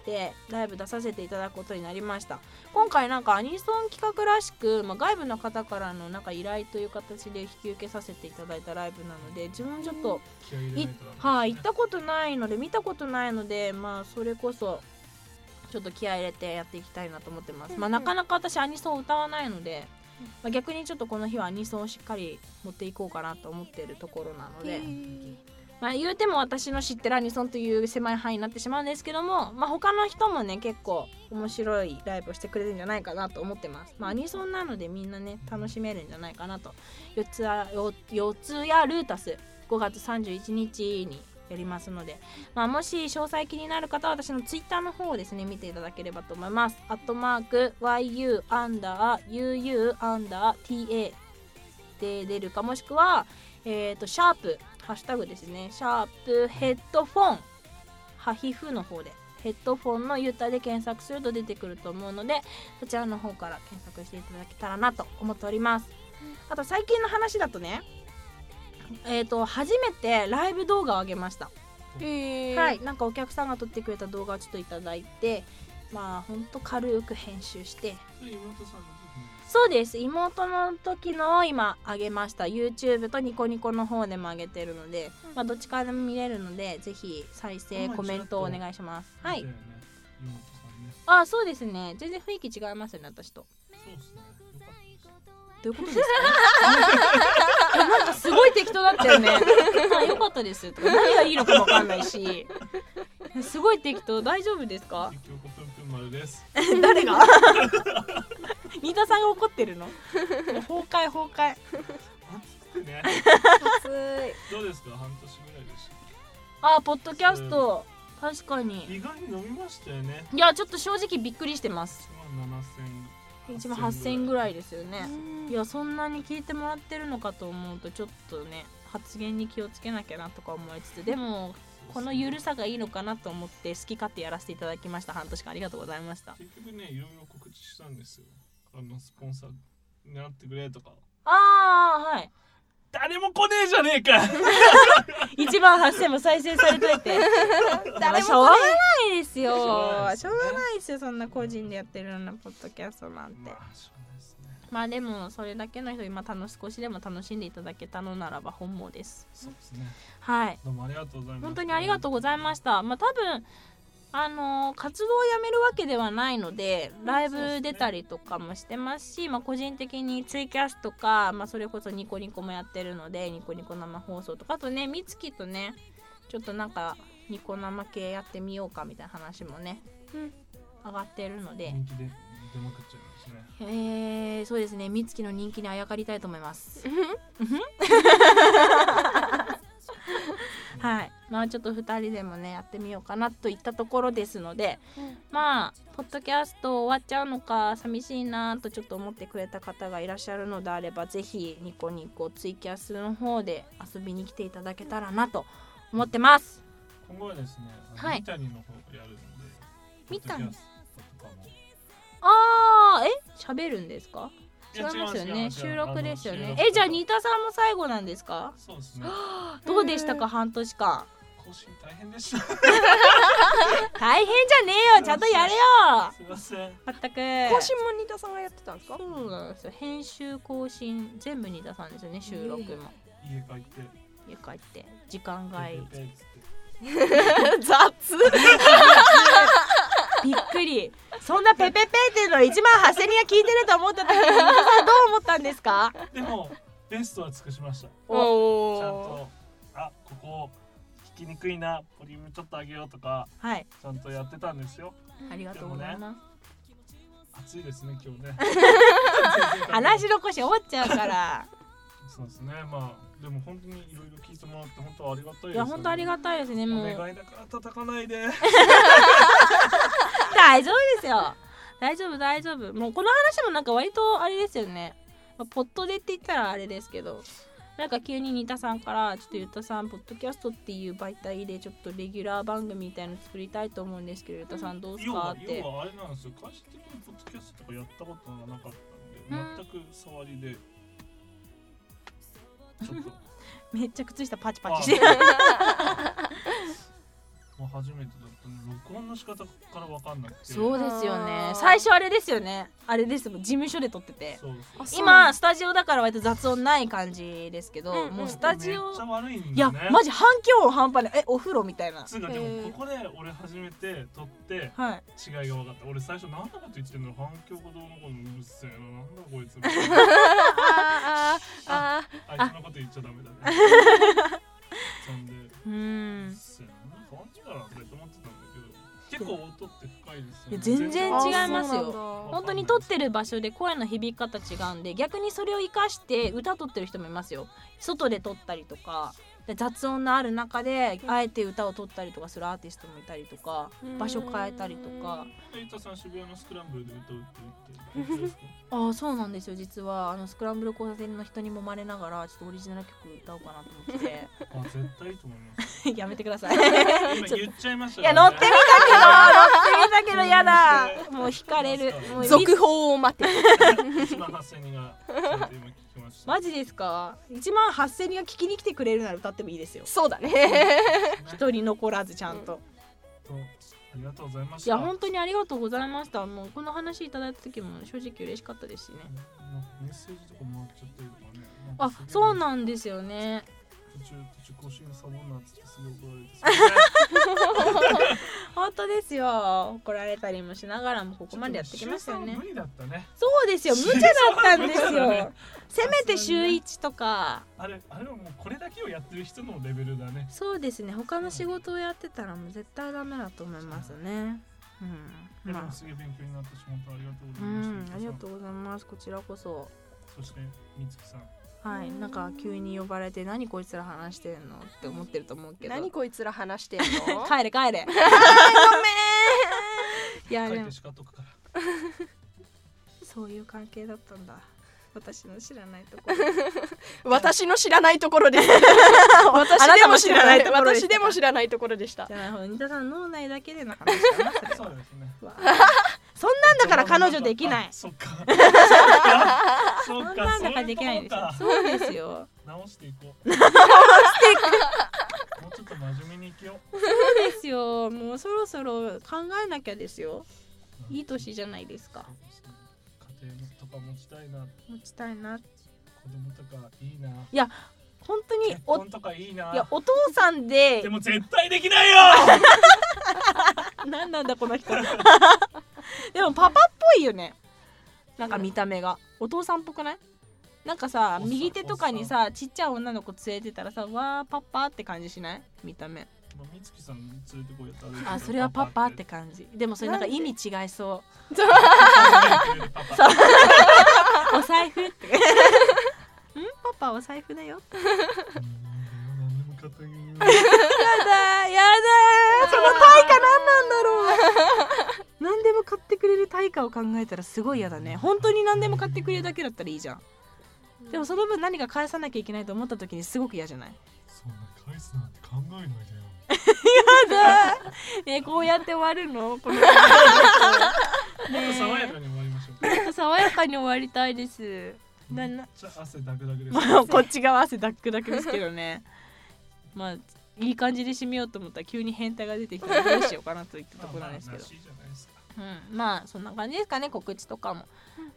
[SPEAKER 1] でライブ出させていただくことになりました今回なんかアニソン企画らしく、まあ、外部の方からのなんか依頼という形で引き受けさせていただいたライブなので自分ちょっと、
[SPEAKER 4] 気合い入れないとダメですね
[SPEAKER 1] はい、行ったことないので見たことないのでまあそれこそちょっと気合い入れてやっていきたいなと思ってます、まあ、
[SPEAKER 2] うんう
[SPEAKER 1] なんかなか私アニソンを歌わないので、まあ、逆にちょっとこの日はアニソンをしっかり持っていこうかなと思っているところなので。まあ、言うても私の知ってるアニソンという狭い範囲になってしまうんですけども、まあ、他の人もね結構面白いライブをしてくれるんじゃないかなと思ってます、まあ、アニソンなのでみんなね楽しめるんじゃないかなと四つ谷よ四つ谷ルータス5月31日にやりますので、まあ、もし詳細気になる方は私のツイッターの方をですね見ていただければと思いますアットマーク YU アンダー UU アンダー TA で出るかもしくはえっ、と、シャープ、ハッシュタグですね。シャープヘッドフォン、ハヒフの方で、ヘッドフォンのユタで検索すると出てくると思うので、そちらの方から検索していただけたらなと思っております。あと、最近の話だとね、えっ、と、初めてライブ動画を上げました。
[SPEAKER 2] へえ
[SPEAKER 1] はい、なんかお客さんが撮ってくれた動画をちょっといただいて、まあ、ほんと軽く編集して、
[SPEAKER 4] それ妹さんの時に
[SPEAKER 1] そうです妹の時のを今あげました YouTube とニコニコの方でもあげてるので、まあ、どっちからでも見れるのでぜひ再生
[SPEAKER 4] まあ
[SPEAKER 1] コメントをお願いしますはい
[SPEAKER 4] 見たよね妹さんね。
[SPEAKER 1] ああそうですね全然雰囲気違いますよね私と
[SPEAKER 4] そうですね。よかったです
[SPEAKER 1] どういうことですかえ なんかすごい適当だったよねあよかったですとか何がいいのかもわかんないしすごい適当大丈夫ですか
[SPEAKER 4] ゆきおこぷんぷん丸です。
[SPEAKER 1] 誰 が新田さんが怒ってるのもう 崩壊崩壊
[SPEAKER 4] ね、
[SPEAKER 2] 熱い
[SPEAKER 4] どうですか半年ぐらいでした
[SPEAKER 1] あーポッドキャスト、確かに
[SPEAKER 4] 意外に飲みましたよね。
[SPEAKER 1] いやちょっと正直びっくりしてます
[SPEAKER 4] 1万7000。
[SPEAKER 1] 1万8000ぐらい
[SPEAKER 4] で。
[SPEAKER 1] ですよねいやそんなに聞いてもらってるのかと思うとちょっとね発言に気をつけなきゃなとか思いつつでもこのゆるさがいいのかなと思って好き勝手やらせていただきました半年間ありがとうございました
[SPEAKER 4] 結局ね、いろいろ告知したんですよ。あの、スポンサー狙ってくれとか。
[SPEAKER 1] あーはい
[SPEAKER 4] 誰も来ねえじゃねえか
[SPEAKER 1] 1万8000も再生されといて 誰もしょうがないですよ
[SPEAKER 4] しょうがないです
[SPEAKER 1] しょ
[SPEAKER 4] よ
[SPEAKER 1] う
[SPEAKER 4] ね
[SPEAKER 1] がないですよそんな個人でやってるようなポッドキャストなんて
[SPEAKER 4] まあ、しょうがないですね。
[SPEAKER 1] まあでもそれだけの人今楽し少しでも楽しんでいただけたのならば本望です。
[SPEAKER 4] そうですね。
[SPEAKER 1] はい。
[SPEAKER 4] どうもありがとうございます。
[SPEAKER 1] 本当にありがとうございました。まあ多分あのー活動をやめるわけではないのでライブ出たりとかもしてますし、まあ、個人的にツイキャスとか、まあ、それこそニコニコもやってるのでニコニコ生放送とかあとねみつきとねちょっとなんかニコ生系やってみようかみたいな話もね、
[SPEAKER 2] うん
[SPEAKER 1] 上がってるので、
[SPEAKER 4] 人気で出まくっちゃいますね。
[SPEAKER 1] えー、そうですねみつきの人気にあやかりたいと思います。はい、まあちょっと2人でもねやってみようかなといったところですので、まあポッドキャスト終わっちゃうのか寂しいなとちょっと思ってくれた方がいらっしゃるのであればぜひニコニコツイキャスの方で遊びに来ていただけたらなと思ってます
[SPEAKER 4] 今後はですね、あの
[SPEAKER 1] はい
[SPEAKER 4] 三谷の方やるので、
[SPEAKER 1] 三谷
[SPEAKER 4] ポッドキャストとかも
[SPEAKER 1] あーえ喋るんですか
[SPEAKER 4] い
[SPEAKER 1] 違い
[SPEAKER 4] や
[SPEAKER 1] ますよね収録ですよね
[SPEAKER 4] あの
[SPEAKER 1] えじゃあ
[SPEAKER 4] 収録
[SPEAKER 1] 新田さんも最後なんですか
[SPEAKER 4] そうですね。
[SPEAKER 1] どうでしたか半年間
[SPEAKER 4] 更新大変でした。す
[SPEAKER 1] 大変じゃねえよちゃんとやれよ
[SPEAKER 4] いません。
[SPEAKER 1] まったく
[SPEAKER 2] 更新も新田さんがやってたん ですか
[SPEAKER 1] そうなんですよ編集更新全部に出さんですよね収録も
[SPEAKER 4] 家帰って。
[SPEAKER 1] 家帰って時間外
[SPEAKER 4] ペペペっつって
[SPEAKER 2] 雑
[SPEAKER 1] びっくり そんなペペペっていうの1万8000人が聞いてると思った時に皆さんどう思ったんですか
[SPEAKER 4] でもベストは尽くしましたちゃん
[SPEAKER 2] おお
[SPEAKER 4] とあここ聞きにくいなボリュームちょっと上げようとか
[SPEAKER 1] はい
[SPEAKER 4] ちゃんとやってたんですよ
[SPEAKER 1] ありがとうございます
[SPEAKER 4] 暑いですね今日ね
[SPEAKER 1] 話の腰折っちゃうから
[SPEAKER 4] そうですねまあでも本当にいろいろ聞いてもらって本当ありがたいです、ね、
[SPEAKER 1] いや本当ありがたいですねもう
[SPEAKER 4] お願いだから叩かないで
[SPEAKER 1] 大丈夫ですよ大丈夫大丈夫もうこの話もなんか割とあれですよね、まあポットでって言ったらあれですけどなんか急に新田さんから「ちょっとゆたさんポッドキャストっていう媒体でちょっとレギュラー番組みたいの作りたいと思うんですけどゆたさんどうです
[SPEAKER 4] 要
[SPEAKER 1] か?」
[SPEAKER 4] は
[SPEAKER 1] って
[SPEAKER 4] 要はあれなんですよ会社的にポッドキャストとかやったことがなかったんで、全く触りでちょっと
[SPEAKER 1] めっちゃ靴下パチパチ して
[SPEAKER 4] まあ、初めてだったので録音の仕方から分かんなくて
[SPEAKER 1] そううですよね
[SPEAKER 2] あ ー
[SPEAKER 1] 最初あれですよねあれですもん事務所で撮ってて
[SPEAKER 4] そうそう
[SPEAKER 2] そう
[SPEAKER 1] 今スタジオだから割と雑音ない感じですけど、
[SPEAKER 2] うんうん
[SPEAKER 1] もうスタジオ
[SPEAKER 4] めっちゃ悪いんだね
[SPEAKER 1] いやマジ反響音半端ないえお風呂みたいな
[SPEAKER 4] つうかで
[SPEAKER 2] へ
[SPEAKER 4] も
[SPEAKER 2] ー
[SPEAKER 4] ここで俺初めて撮って
[SPEAKER 1] はい
[SPEAKER 4] 違いが分かった俺最初何のこと言ってんの反響がどうのこうのうるせえななんだこいつ
[SPEAKER 2] あーあー
[SPEAKER 4] あいつのこと言っちゃダ メだねそんで
[SPEAKER 1] う
[SPEAKER 4] うっ
[SPEAKER 1] ん
[SPEAKER 4] せえななんかあんじだなって思ってたんだけど結構音って深いですよね
[SPEAKER 1] いや全然
[SPEAKER 2] あー
[SPEAKER 1] 違いますよ
[SPEAKER 2] そうなんだ
[SPEAKER 1] 本当に撮ってる場所で声の響き方違うんで逆にそれを活かして歌撮ってる人もいますよ外で撮ったりとかで雑音のある中であえて歌を撮ったりとかするアーティストもいたりとか場所変えたりとか
[SPEAKER 4] エイトさん渋谷のスクランブルで歌うって 言って
[SPEAKER 1] ああそうなんですよ実はあのスクランブル交差点の人にもまれながらちょっとオリジナル曲歌おうかなと思って
[SPEAKER 4] あ絶対いいと思います
[SPEAKER 1] て やめてください
[SPEAKER 4] 今 言っちゃいました
[SPEAKER 1] いや乗ってみたけど乗ってみたけどやだもう惹かれるもう
[SPEAKER 2] 続報を待て
[SPEAKER 4] 1万8000人がちょっと今聞きました
[SPEAKER 1] マジですか1万8000人が聞きに来てくれるなら歌ってもいいですよ
[SPEAKER 2] そうだね
[SPEAKER 1] 一人残らずちゃんと、
[SPEAKER 4] そうありがとうございまし
[SPEAKER 1] い
[SPEAKER 4] た
[SPEAKER 1] や本当にありがとうございましたもうこの話いただいた時も正直嬉しかったですしね
[SPEAKER 4] なんかメッセージとかもらっちゃってるとかねなんか
[SPEAKER 1] あ
[SPEAKER 4] すげえ
[SPEAKER 1] そうなんですよね
[SPEAKER 4] 途中途中更新サボんなっつってすごい怒られてそ
[SPEAKER 1] 本当ですよ怒られたりもしながら もここまでやってきましたよ
[SPEAKER 4] ちょっ
[SPEAKER 1] ね
[SPEAKER 4] と週三無理だったね
[SPEAKER 1] そうですよ無茶だったんです
[SPEAKER 4] 週三無理 だ
[SPEAKER 1] よ
[SPEAKER 4] ね
[SPEAKER 1] せめて週1とか
[SPEAKER 4] あれあれはもうこれだけをやってる人のレベルだね
[SPEAKER 1] そうですね他の仕事をやってたらもう絶対ダメだと思いますねう
[SPEAKER 4] で
[SPEAKER 1] ん
[SPEAKER 4] も
[SPEAKER 1] まあ
[SPEAKER 4] すげえ勉強になったし本当ありがとうご
[SPEAKER 1] う
[SPEAKER 4] ざい
[SPEAKER 1] ん
[SPEAKER 4] ました
[SPEAKER 1] ありがとうございますこちらこそ
[SPEAKER 4] そしてみつきさん
[SPEAKER 1] はい、
[SPEAKER 2] うん
[SPEAKER 1] なんか急に呼ばれて何こいつら話してんのって思ってると思うけど
[SPEAKER 2] 何こいつら話してんの
[SPEAKER 1] 帰れ帰 れごめん いや
[SPEAKER 4] 帰
[SPEAKER 1] で
[SPEAKER 4] っ
[SPEAKER 1] も
[SPEAKER 4] て叱っとくから
[SPEAKER 1] そういう関係だったんだ私の知らないとこ ろ
[SPEAKER 2] 私の知らないところ です私でも知らない私でも知らないところでした
[SPEAKER 1] じゃあほら仁田さん脳内だけでの話かなそれ
[SPEAKER 4] そう
[SPEAKER 1] は
[SPEAKER 4] ですね
[SPEAKER 1] わあ そんなんだから彼女できない
[SPEAKER 4] あそっかそっかそ
[SPEAKER 1] そ
[SPEAKER 4] っ
[SPEAKER 1] ん
[SPEAKER 4] か
[SPEAKER 1] なん
[SPEAKER 4] そう
[SPEAKER 1] だから
[SPEAKER 4] いう
[SPEAKER 1] で
[SPEAKER 4] こ
[SPEAKER 1] きないで
[SPEAKER 4] と
[SPEAKER 1] すよ
[SPEAKER 4] か
[SPEAKER 1] そうですよ
[SPEAKER 4] 直していこう直していくもうちょっと真面目に生きよ
[SPEAKER 1] そ
[SPEAKER 4] う
[SPEAKER 1] うですよもうそろそろ考えなきゃですよいい年じゃないですか
[SPEAKER 4] そうですね家庭とか持ちたいな
[SPEAKER 1] 持ちたいな
[SPEAKER 4] 子供とかいいな
[SPEAKER 1] 本当に
[SPEAKER 4] 結
[SPEAKER 1] お
[SPEAKER 4] 婚とかいいない
[SPEAKER 1] やお父さんで
[SPEAKER 4] でも絶対できない よ
[SPEAKER 1] 何なんだこの人 でもパパっぽいよねなんか見た目がお父さんっぽくないなんかさ
[SPEAKER 4] おっさん
[SPEAKER 1] 右手とかにさちっちゃい女の子連れてたらさわーパパって感じしない見た目
[SPEAKER 4] まあみつきさん連れてこうやったら
[SPEAKER 1] あそれはパパって感じでもそれなんか意味違いそ
[SPEAKER 4] パパそう
[SPEAKER 1] うお財布って んパパお財布だよ
[SPEAKER 4] 何でも買ってあげるよ
[SPEAKER 1] やだやだその対価何なんだろう何でも買ってくれる対価を考えたらすごい嫌だね本当に何でも買ってくれるだけだったらいいじゃんでもその分何か返さなきゃいけないと思った時にすごく嫌じゃない
[SPEAKER 4] そんな返すなんて考えないでよ
[SPEAKER 1] やだねこうやって終わるのこのね
[SPEAKER 4] ちょっと爽や
[SPEAKER 1] え
[SPEAKER 4] かに終わりましょ
[SPEAKER 1] ちょっと爽やかに終わりたいです
[SPEAKER 4] う
[SPEAKER 1] な
[SPEAKER 4] めっ
[SPEAKER 1] な
[SPEAKER 4] ちゃ汗だくだくです
[SPEAKER 1] もうこっち側汗ダックダックですけどねまあいい感じで締めようと思ったら急に変態が出てきたらどうしようかなといったところなんですけど
[SPEAKER 4] まあまあらしいじゃないですか
[SPEAKER 1] うん、まあそんな感じですかね告知とかも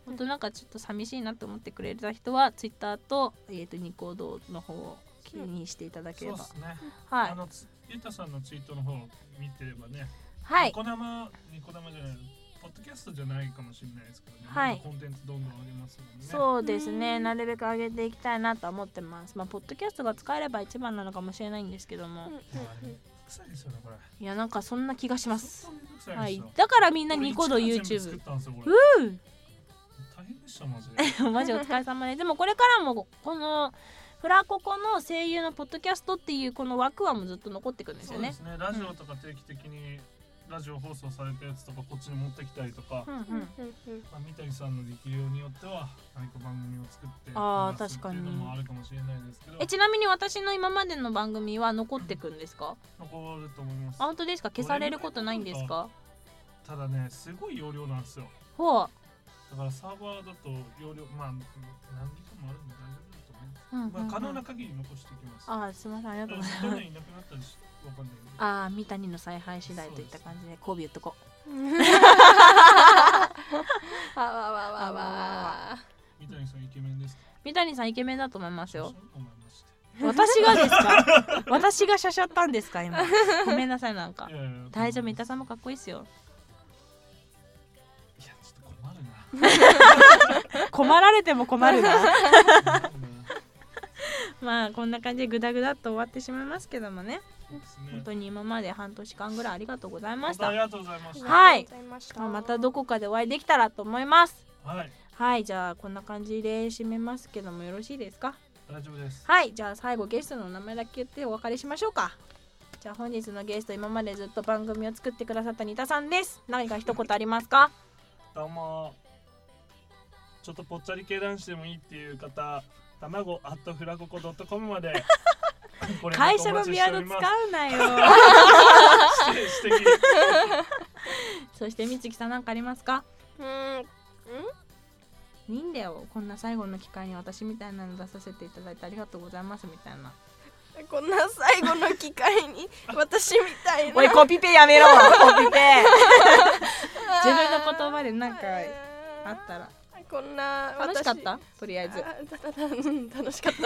[SPEAKER 1] 本当なんかちょっと寂しいなと思ってくれた人はツイッターと,、えー、とニコ動の方を気にしていただけ
[SPEAKER 4] そ
[SPEAKER 1] れ
[SPEAKER 4] うで
[SPEAKER 1] ば、
[SPEAKER 4] すね
[SPEAKER 1] は
[SPEAKER 4] あ
[SPEAKER 1] い
[SPEAKER 4] のつゆたさんのツイートの方を見てればね
[SPEAKER 1] はい
[SPEAKER 4] ニコ生ニコ生じゃないポッドキャストじゃないかもしれないですけどね、
[SPEAKER 1] はい
[SPEAKER 4] なんかコンテンツどんどん上げますもんね
[SPEAKER 1] そうです
[SPEAKER 5] う
[SPEAKER 1] ね
[SPEAKER 5] ん
[SPEAKER 1] なるべく上げていきたいなとは思ってますまあポッドキャストが使えれば一番なのかもしれないんですけども、
[SPEAKER 4] まああれ臭いですよねこれ
[SPEAKER 1] いやなんかそんな気がします
[SPEAKER 4] そんなに臭
[SPEAKER 1] はい
[SPEAKER 4] で
[SPEAKER 1] い
[SPEAKER 4] すよ
[SPEAKER 1] だからみんなニコ動
[SPEAKER 4] 俺一から全
[SPEAKER 1] YouTube
[SPEAKER 4] 部作ったんですよこれ
[SPEAKER 1] うん
[SPEAKER 4] 大変でした マジで
[SPEAKER 1] マジお疲れ様ででもこれからもこのフラココの声優のポッドキャストっていうこの枠はもうずっと残っていくんです
[SPEAKER 4] そ
[SPEAKER 1] よ
[SPEAKER 4] うで
[SPEAKER 1] ね
[SPEAKER 4] すねラジオとか定期的にラジオ放送されたやつとかこっちに持ってきたりとか、
[SPEAKER 1] うん
[SPEAKER 2] う
[SPEAKER 1] うんん
[SPEAKER 2] うん
[SPEAKER 4] まあ、三谷さんの力量によっては何か番組を作って
[SPEAKER 1] あー
[SPEAKER 4] 流す
[SPEAKER 1] 確かに
[SPEAKER 4] っていうのもあるかもしれないですけど
[SPEAKER 1] えちなみに私の今までの番組は残ってくんですか
[SPEAKER 4] 残ると思います
[SPEAKER 1] あ本当ですか消されることないんですか
[SPEAKER 4] ただねすごい容量なんですよ
[SPEAKER 1] ほう
[SPEAKER 4] だからサーバーだと容量まあ何ギガもあるんで大丈夫だと思います、
[SPEAKER 1] うんうん
[SPEAKER 4] まあ、可能
[SPEAKER 1] う
[SPEAKER 4] なん限り残していきます
[SPEAKER 1] あすいませんありがとうございます
[SPEAKER 4] 去年いなくなったりしわかんないんで
[SPEAKER 1] ああ三谷の采配次第といった感じで交尾言っとこう
[SPEAKER 2] わわわわわ
[SPEAKER 4] 三谷さんイケメンですか
[SPEAKER 1] 三谷さんイケメンだと思いますよ
[SPEAKER 4] そう思いまし た
[SPEAKER 1] 私がです か私がしゃしゃったんですか今 ごめんなさいなんか
[SPEAKER 4] いやいやいや
[SPEAKER 1] 大丈夫三田さんもかっこいいっすよ
[SPEAKER 4] いやちょっと 困るな
[SPEAKER 1] 困られても困るな
[SPEAKER 4] 困るな
[SPEAKER 1] まあこんな感じでグダグダっと終わってしまいますけどもね
[SPEAKER 4] そうです
[SPEAKER 1] 本
[SPEAKER 4] ね
[SPEAKER 1] 当に今まで半年間ぐらいありがとうございま
[SPEAKER 4] 本
[SPEAKER 1] し
[SPEAKER 4] 当あり
[SPEAKER 1] た
[SPEAKER 4] がとうございまし
[SPEAKER 2] わ
[SPEAKER 4] た
[SPEAKER 1] はい
[SPEAKER 2] ありがとうございました
[SPEAKER 1] まあまたどこかでお会いできたらと思います
[SPEAKER 4] はい
[SPEAKER 1] はいじゃあこんな感じで締めますけどもよろしいですか
[SPEAKER 4] 大丈夫です
[SPEAKER 1] はいじゃあ最後ゲストのお名前だけ言ってお別れしましょうかじゃあ本日のゲスト今までずっと番組を作ってくださった仁田さんです何か一言ありますか
[SPEAKER 4] どうもちょっとぽっちゃり系男子でもいいっていう方卵アットフラココドットコム までご連絡
[SPEAKER 1] 会
[SPEAKER 4] お
[SPEAKER 1] 社の
[SPEAKER 4] 待ち
[SPEAKER 1] ビ
[SPEAKER 4] して
[SPEAKER 1] ア
[SPEAKER 4] お
[SPEAKER 1] ー
[SPEAKER 4] り
[SPEAKER 1] ド
[SPEAKER 4] ま
[SPEAKER 1] 使
[SPEAKER 4] す
[SPEAKER 1] うな よ
[SPEAKER 4] 指摘です
[SPEAKER 1] そして美月さん何かありますか
[SPEAKER 2] うーん
[SPEAKER 1] いいんだよこんな最後の機会に私みたいなの出させていただいてありがとうございますみたい な
[SPEAKER 2] こんな最後の機会 に私みたいな
[SPEAKER 1] おいコピペや めろコピペ自分の言葉でなんかあったら
[SPEAKER 2] こんな
[SPEAKER 1] 楽しかった
[SPEAKER 2] 私
[SPEAKER 1] とりあえず
[SPEAKER 2] あだだだうん楽しかった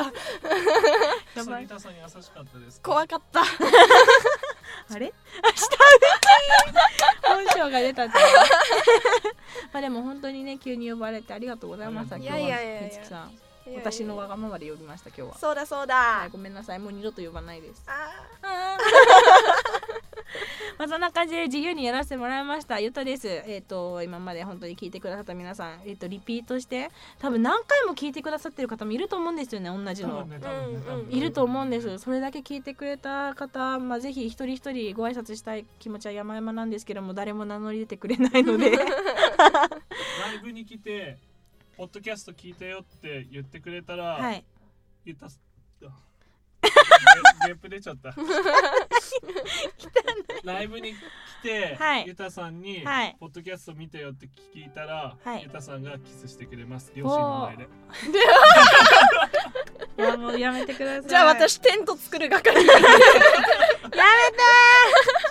[SPEAKER 1] やばい
[SPEAKER 4] 杉田さんに優しかったです
[SPEAKER 2] 怖かった
[SPEAKER 1] あれ下打ち本性が出たって まあでも本当にね急に呼ばれてありがとうございました今日はい
[SPEAKER 2] やいやいやいや
[SPEAKER 1] みつきさん 私のわがままで呼びました今日は
[SPEAKER 2] そうだそう
[SPEAKER 1] は
[SPEAKER 2] だ
[SPEAKER 1] いごめんなさいもう二度と呼ばないです
[SPEAKER 2] あ
[SPEAKER 1] まあそんな感じで自由にやらせてもらいましたゆとですえっ、と今まで本当に聞いてくださった皆さんえっ、とリピートして多分何回も聞いてくださってる方もいると思うんですよね同じ
[SPEAKER 4] 多
[SPEAKER 1] の
[SPEAKER 4] 分ね多分ね多分ね
[SPEAKER 1] いると思うんですそれだけ聞いてくれた方、まあ、ぜひ一人一人ご挨拶したい気持ちは山々なんですけども誰も名乗り出てくれないの で
[SPEAKER 4] ライブに来てポッドキャスト聞いたよって言ってくれたら、
[SPEAKER 1] はい
[SPEAKER 4] 言ったすゲゲップ出ちゃったライブに来て、
[SPEAKER 1] はい
[SPEAKER 4] ゆたさんに、
[SPEAKER 1] はい
[SPEAKER 4] ポッドキャスト見たよって聞いたら、
[SPEAKER 1] はい
[SPEAKER 4] ゆたさんがキスしてくれます両親の前で
[SPEAKER 1] いやもうやめてください
[SPEAKER 2] じゃあ私テント作る係
[SPEAKER 4] じ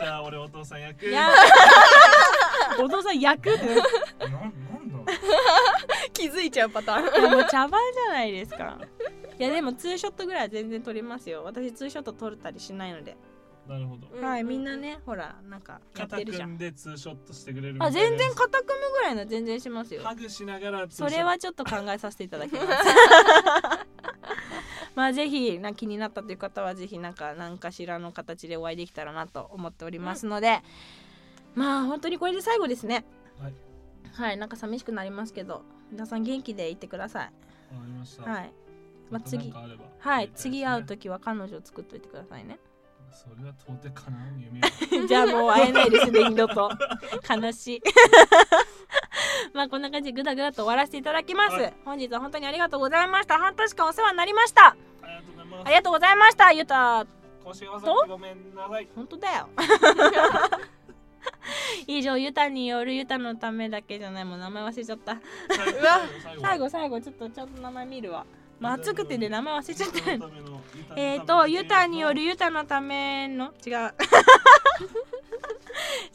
[SPEAKER 4] ゃあ俺お父さん役
[SPEAKER 1] やめお父さん役ってい
[SPEAKER 4] ななんだ
[SPEAKER 2] 気づいちゃうパターン
[SPEAKER 1] やもう茶番じゃないですかいやでもツーショットぐらいは全然撮りますよ私ツーショット撮れたりしないので、
[SPEAKER 4] なるほど
[SPEAKER 1] はいみんなねほらなんかやっ
[SPEAKER 4] 肩
[SPEAKER 1] てるじゃ
[SPEAKER 4] 組
[SPEAKER 1] ん
[SPEAKER 4] んでツーショットしてくれるみた
[SPEAKER 1] あ
[SPEAKER 4] いなやつ
[SPEAKER 1] 全然肩組むぐらいの全然しますよ
[SPEAKER 4] ハグしながらツー
[SPEAKER 1] そ
[SPEAKER 4] ショット
[SPEAKER 1] れはちょっと考えさせていただき ます。まあぜひな気になったという方はぜひなんか何かしらの形でお会いできたらなと思っておりますので、まあ本当にこれで最後ですね。
[SPEAKER 4] はい
[SPEAKER 1] はい、なんか寂しくなりますけど、皆さん元気でいてください。
[SPEAKER 4] わかりました、
[SPEAKER 1] はい、まあ
[SPEAKER 4] となん
[SPEAKER 1] 次
[SPEAKER 4] かあれば
[SPEAKER 1] は
[SPEAKER 4] やり
[SPEAKER 1] い、
[SPEAKER 4] たですね
[SPEAKER 1] 次会う時は彼女を作っといてくださいね。
[SPEAKER 4] それは到底かなう 夢は
[SPEAKER 1] じゃあもう会えないですね、二度と。悲しい。 まあこんな感じでぐだぐだと終わらせていただきます。
[SPEAKER 4] はい
[SPEAKER 1] 本日は本当にありがとうございました。半年間お世話になりました。
[SPEAKER 4] ありがとうございま
[SPEAKER 1] あ
[SPEAKER 4] す
[SPEAKER 1] りがとうございました、ゆた。
[SPEAKER 4] 腰しわざくごめんなさい
[SPEAKER 1] 本当だ よ。以上、ゆたによるゆたのためだけじゃない、もう名前忘れちゃった。
[SPEAKER 4] 最後
[SPEAKER 2] うわ
[SPEAKER 1] 最後、最後、ちょっとちゃんと名前見るわ。まあ暑くてね、名前忘れちゃった。えー、と、ユタによるユタのための違う。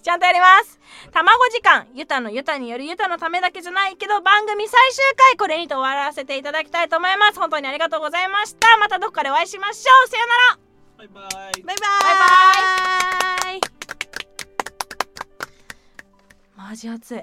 [SPEAKER 1] ちゃんとやります。卵時間、ユタのユタによるユタのためだけじゃないけど、番組最終回、これにて終わらせていただきたいと思います。本当にありがとうございました。またどこかでお会いしましょう。さよなら。
[SPEAKER 4] バイバイ
[SPEAKER 2] バイバ
[SPEAKER 1] バ
[SPEAKER 2] イ
[SPEAKER 1] イバイ。マジ暑い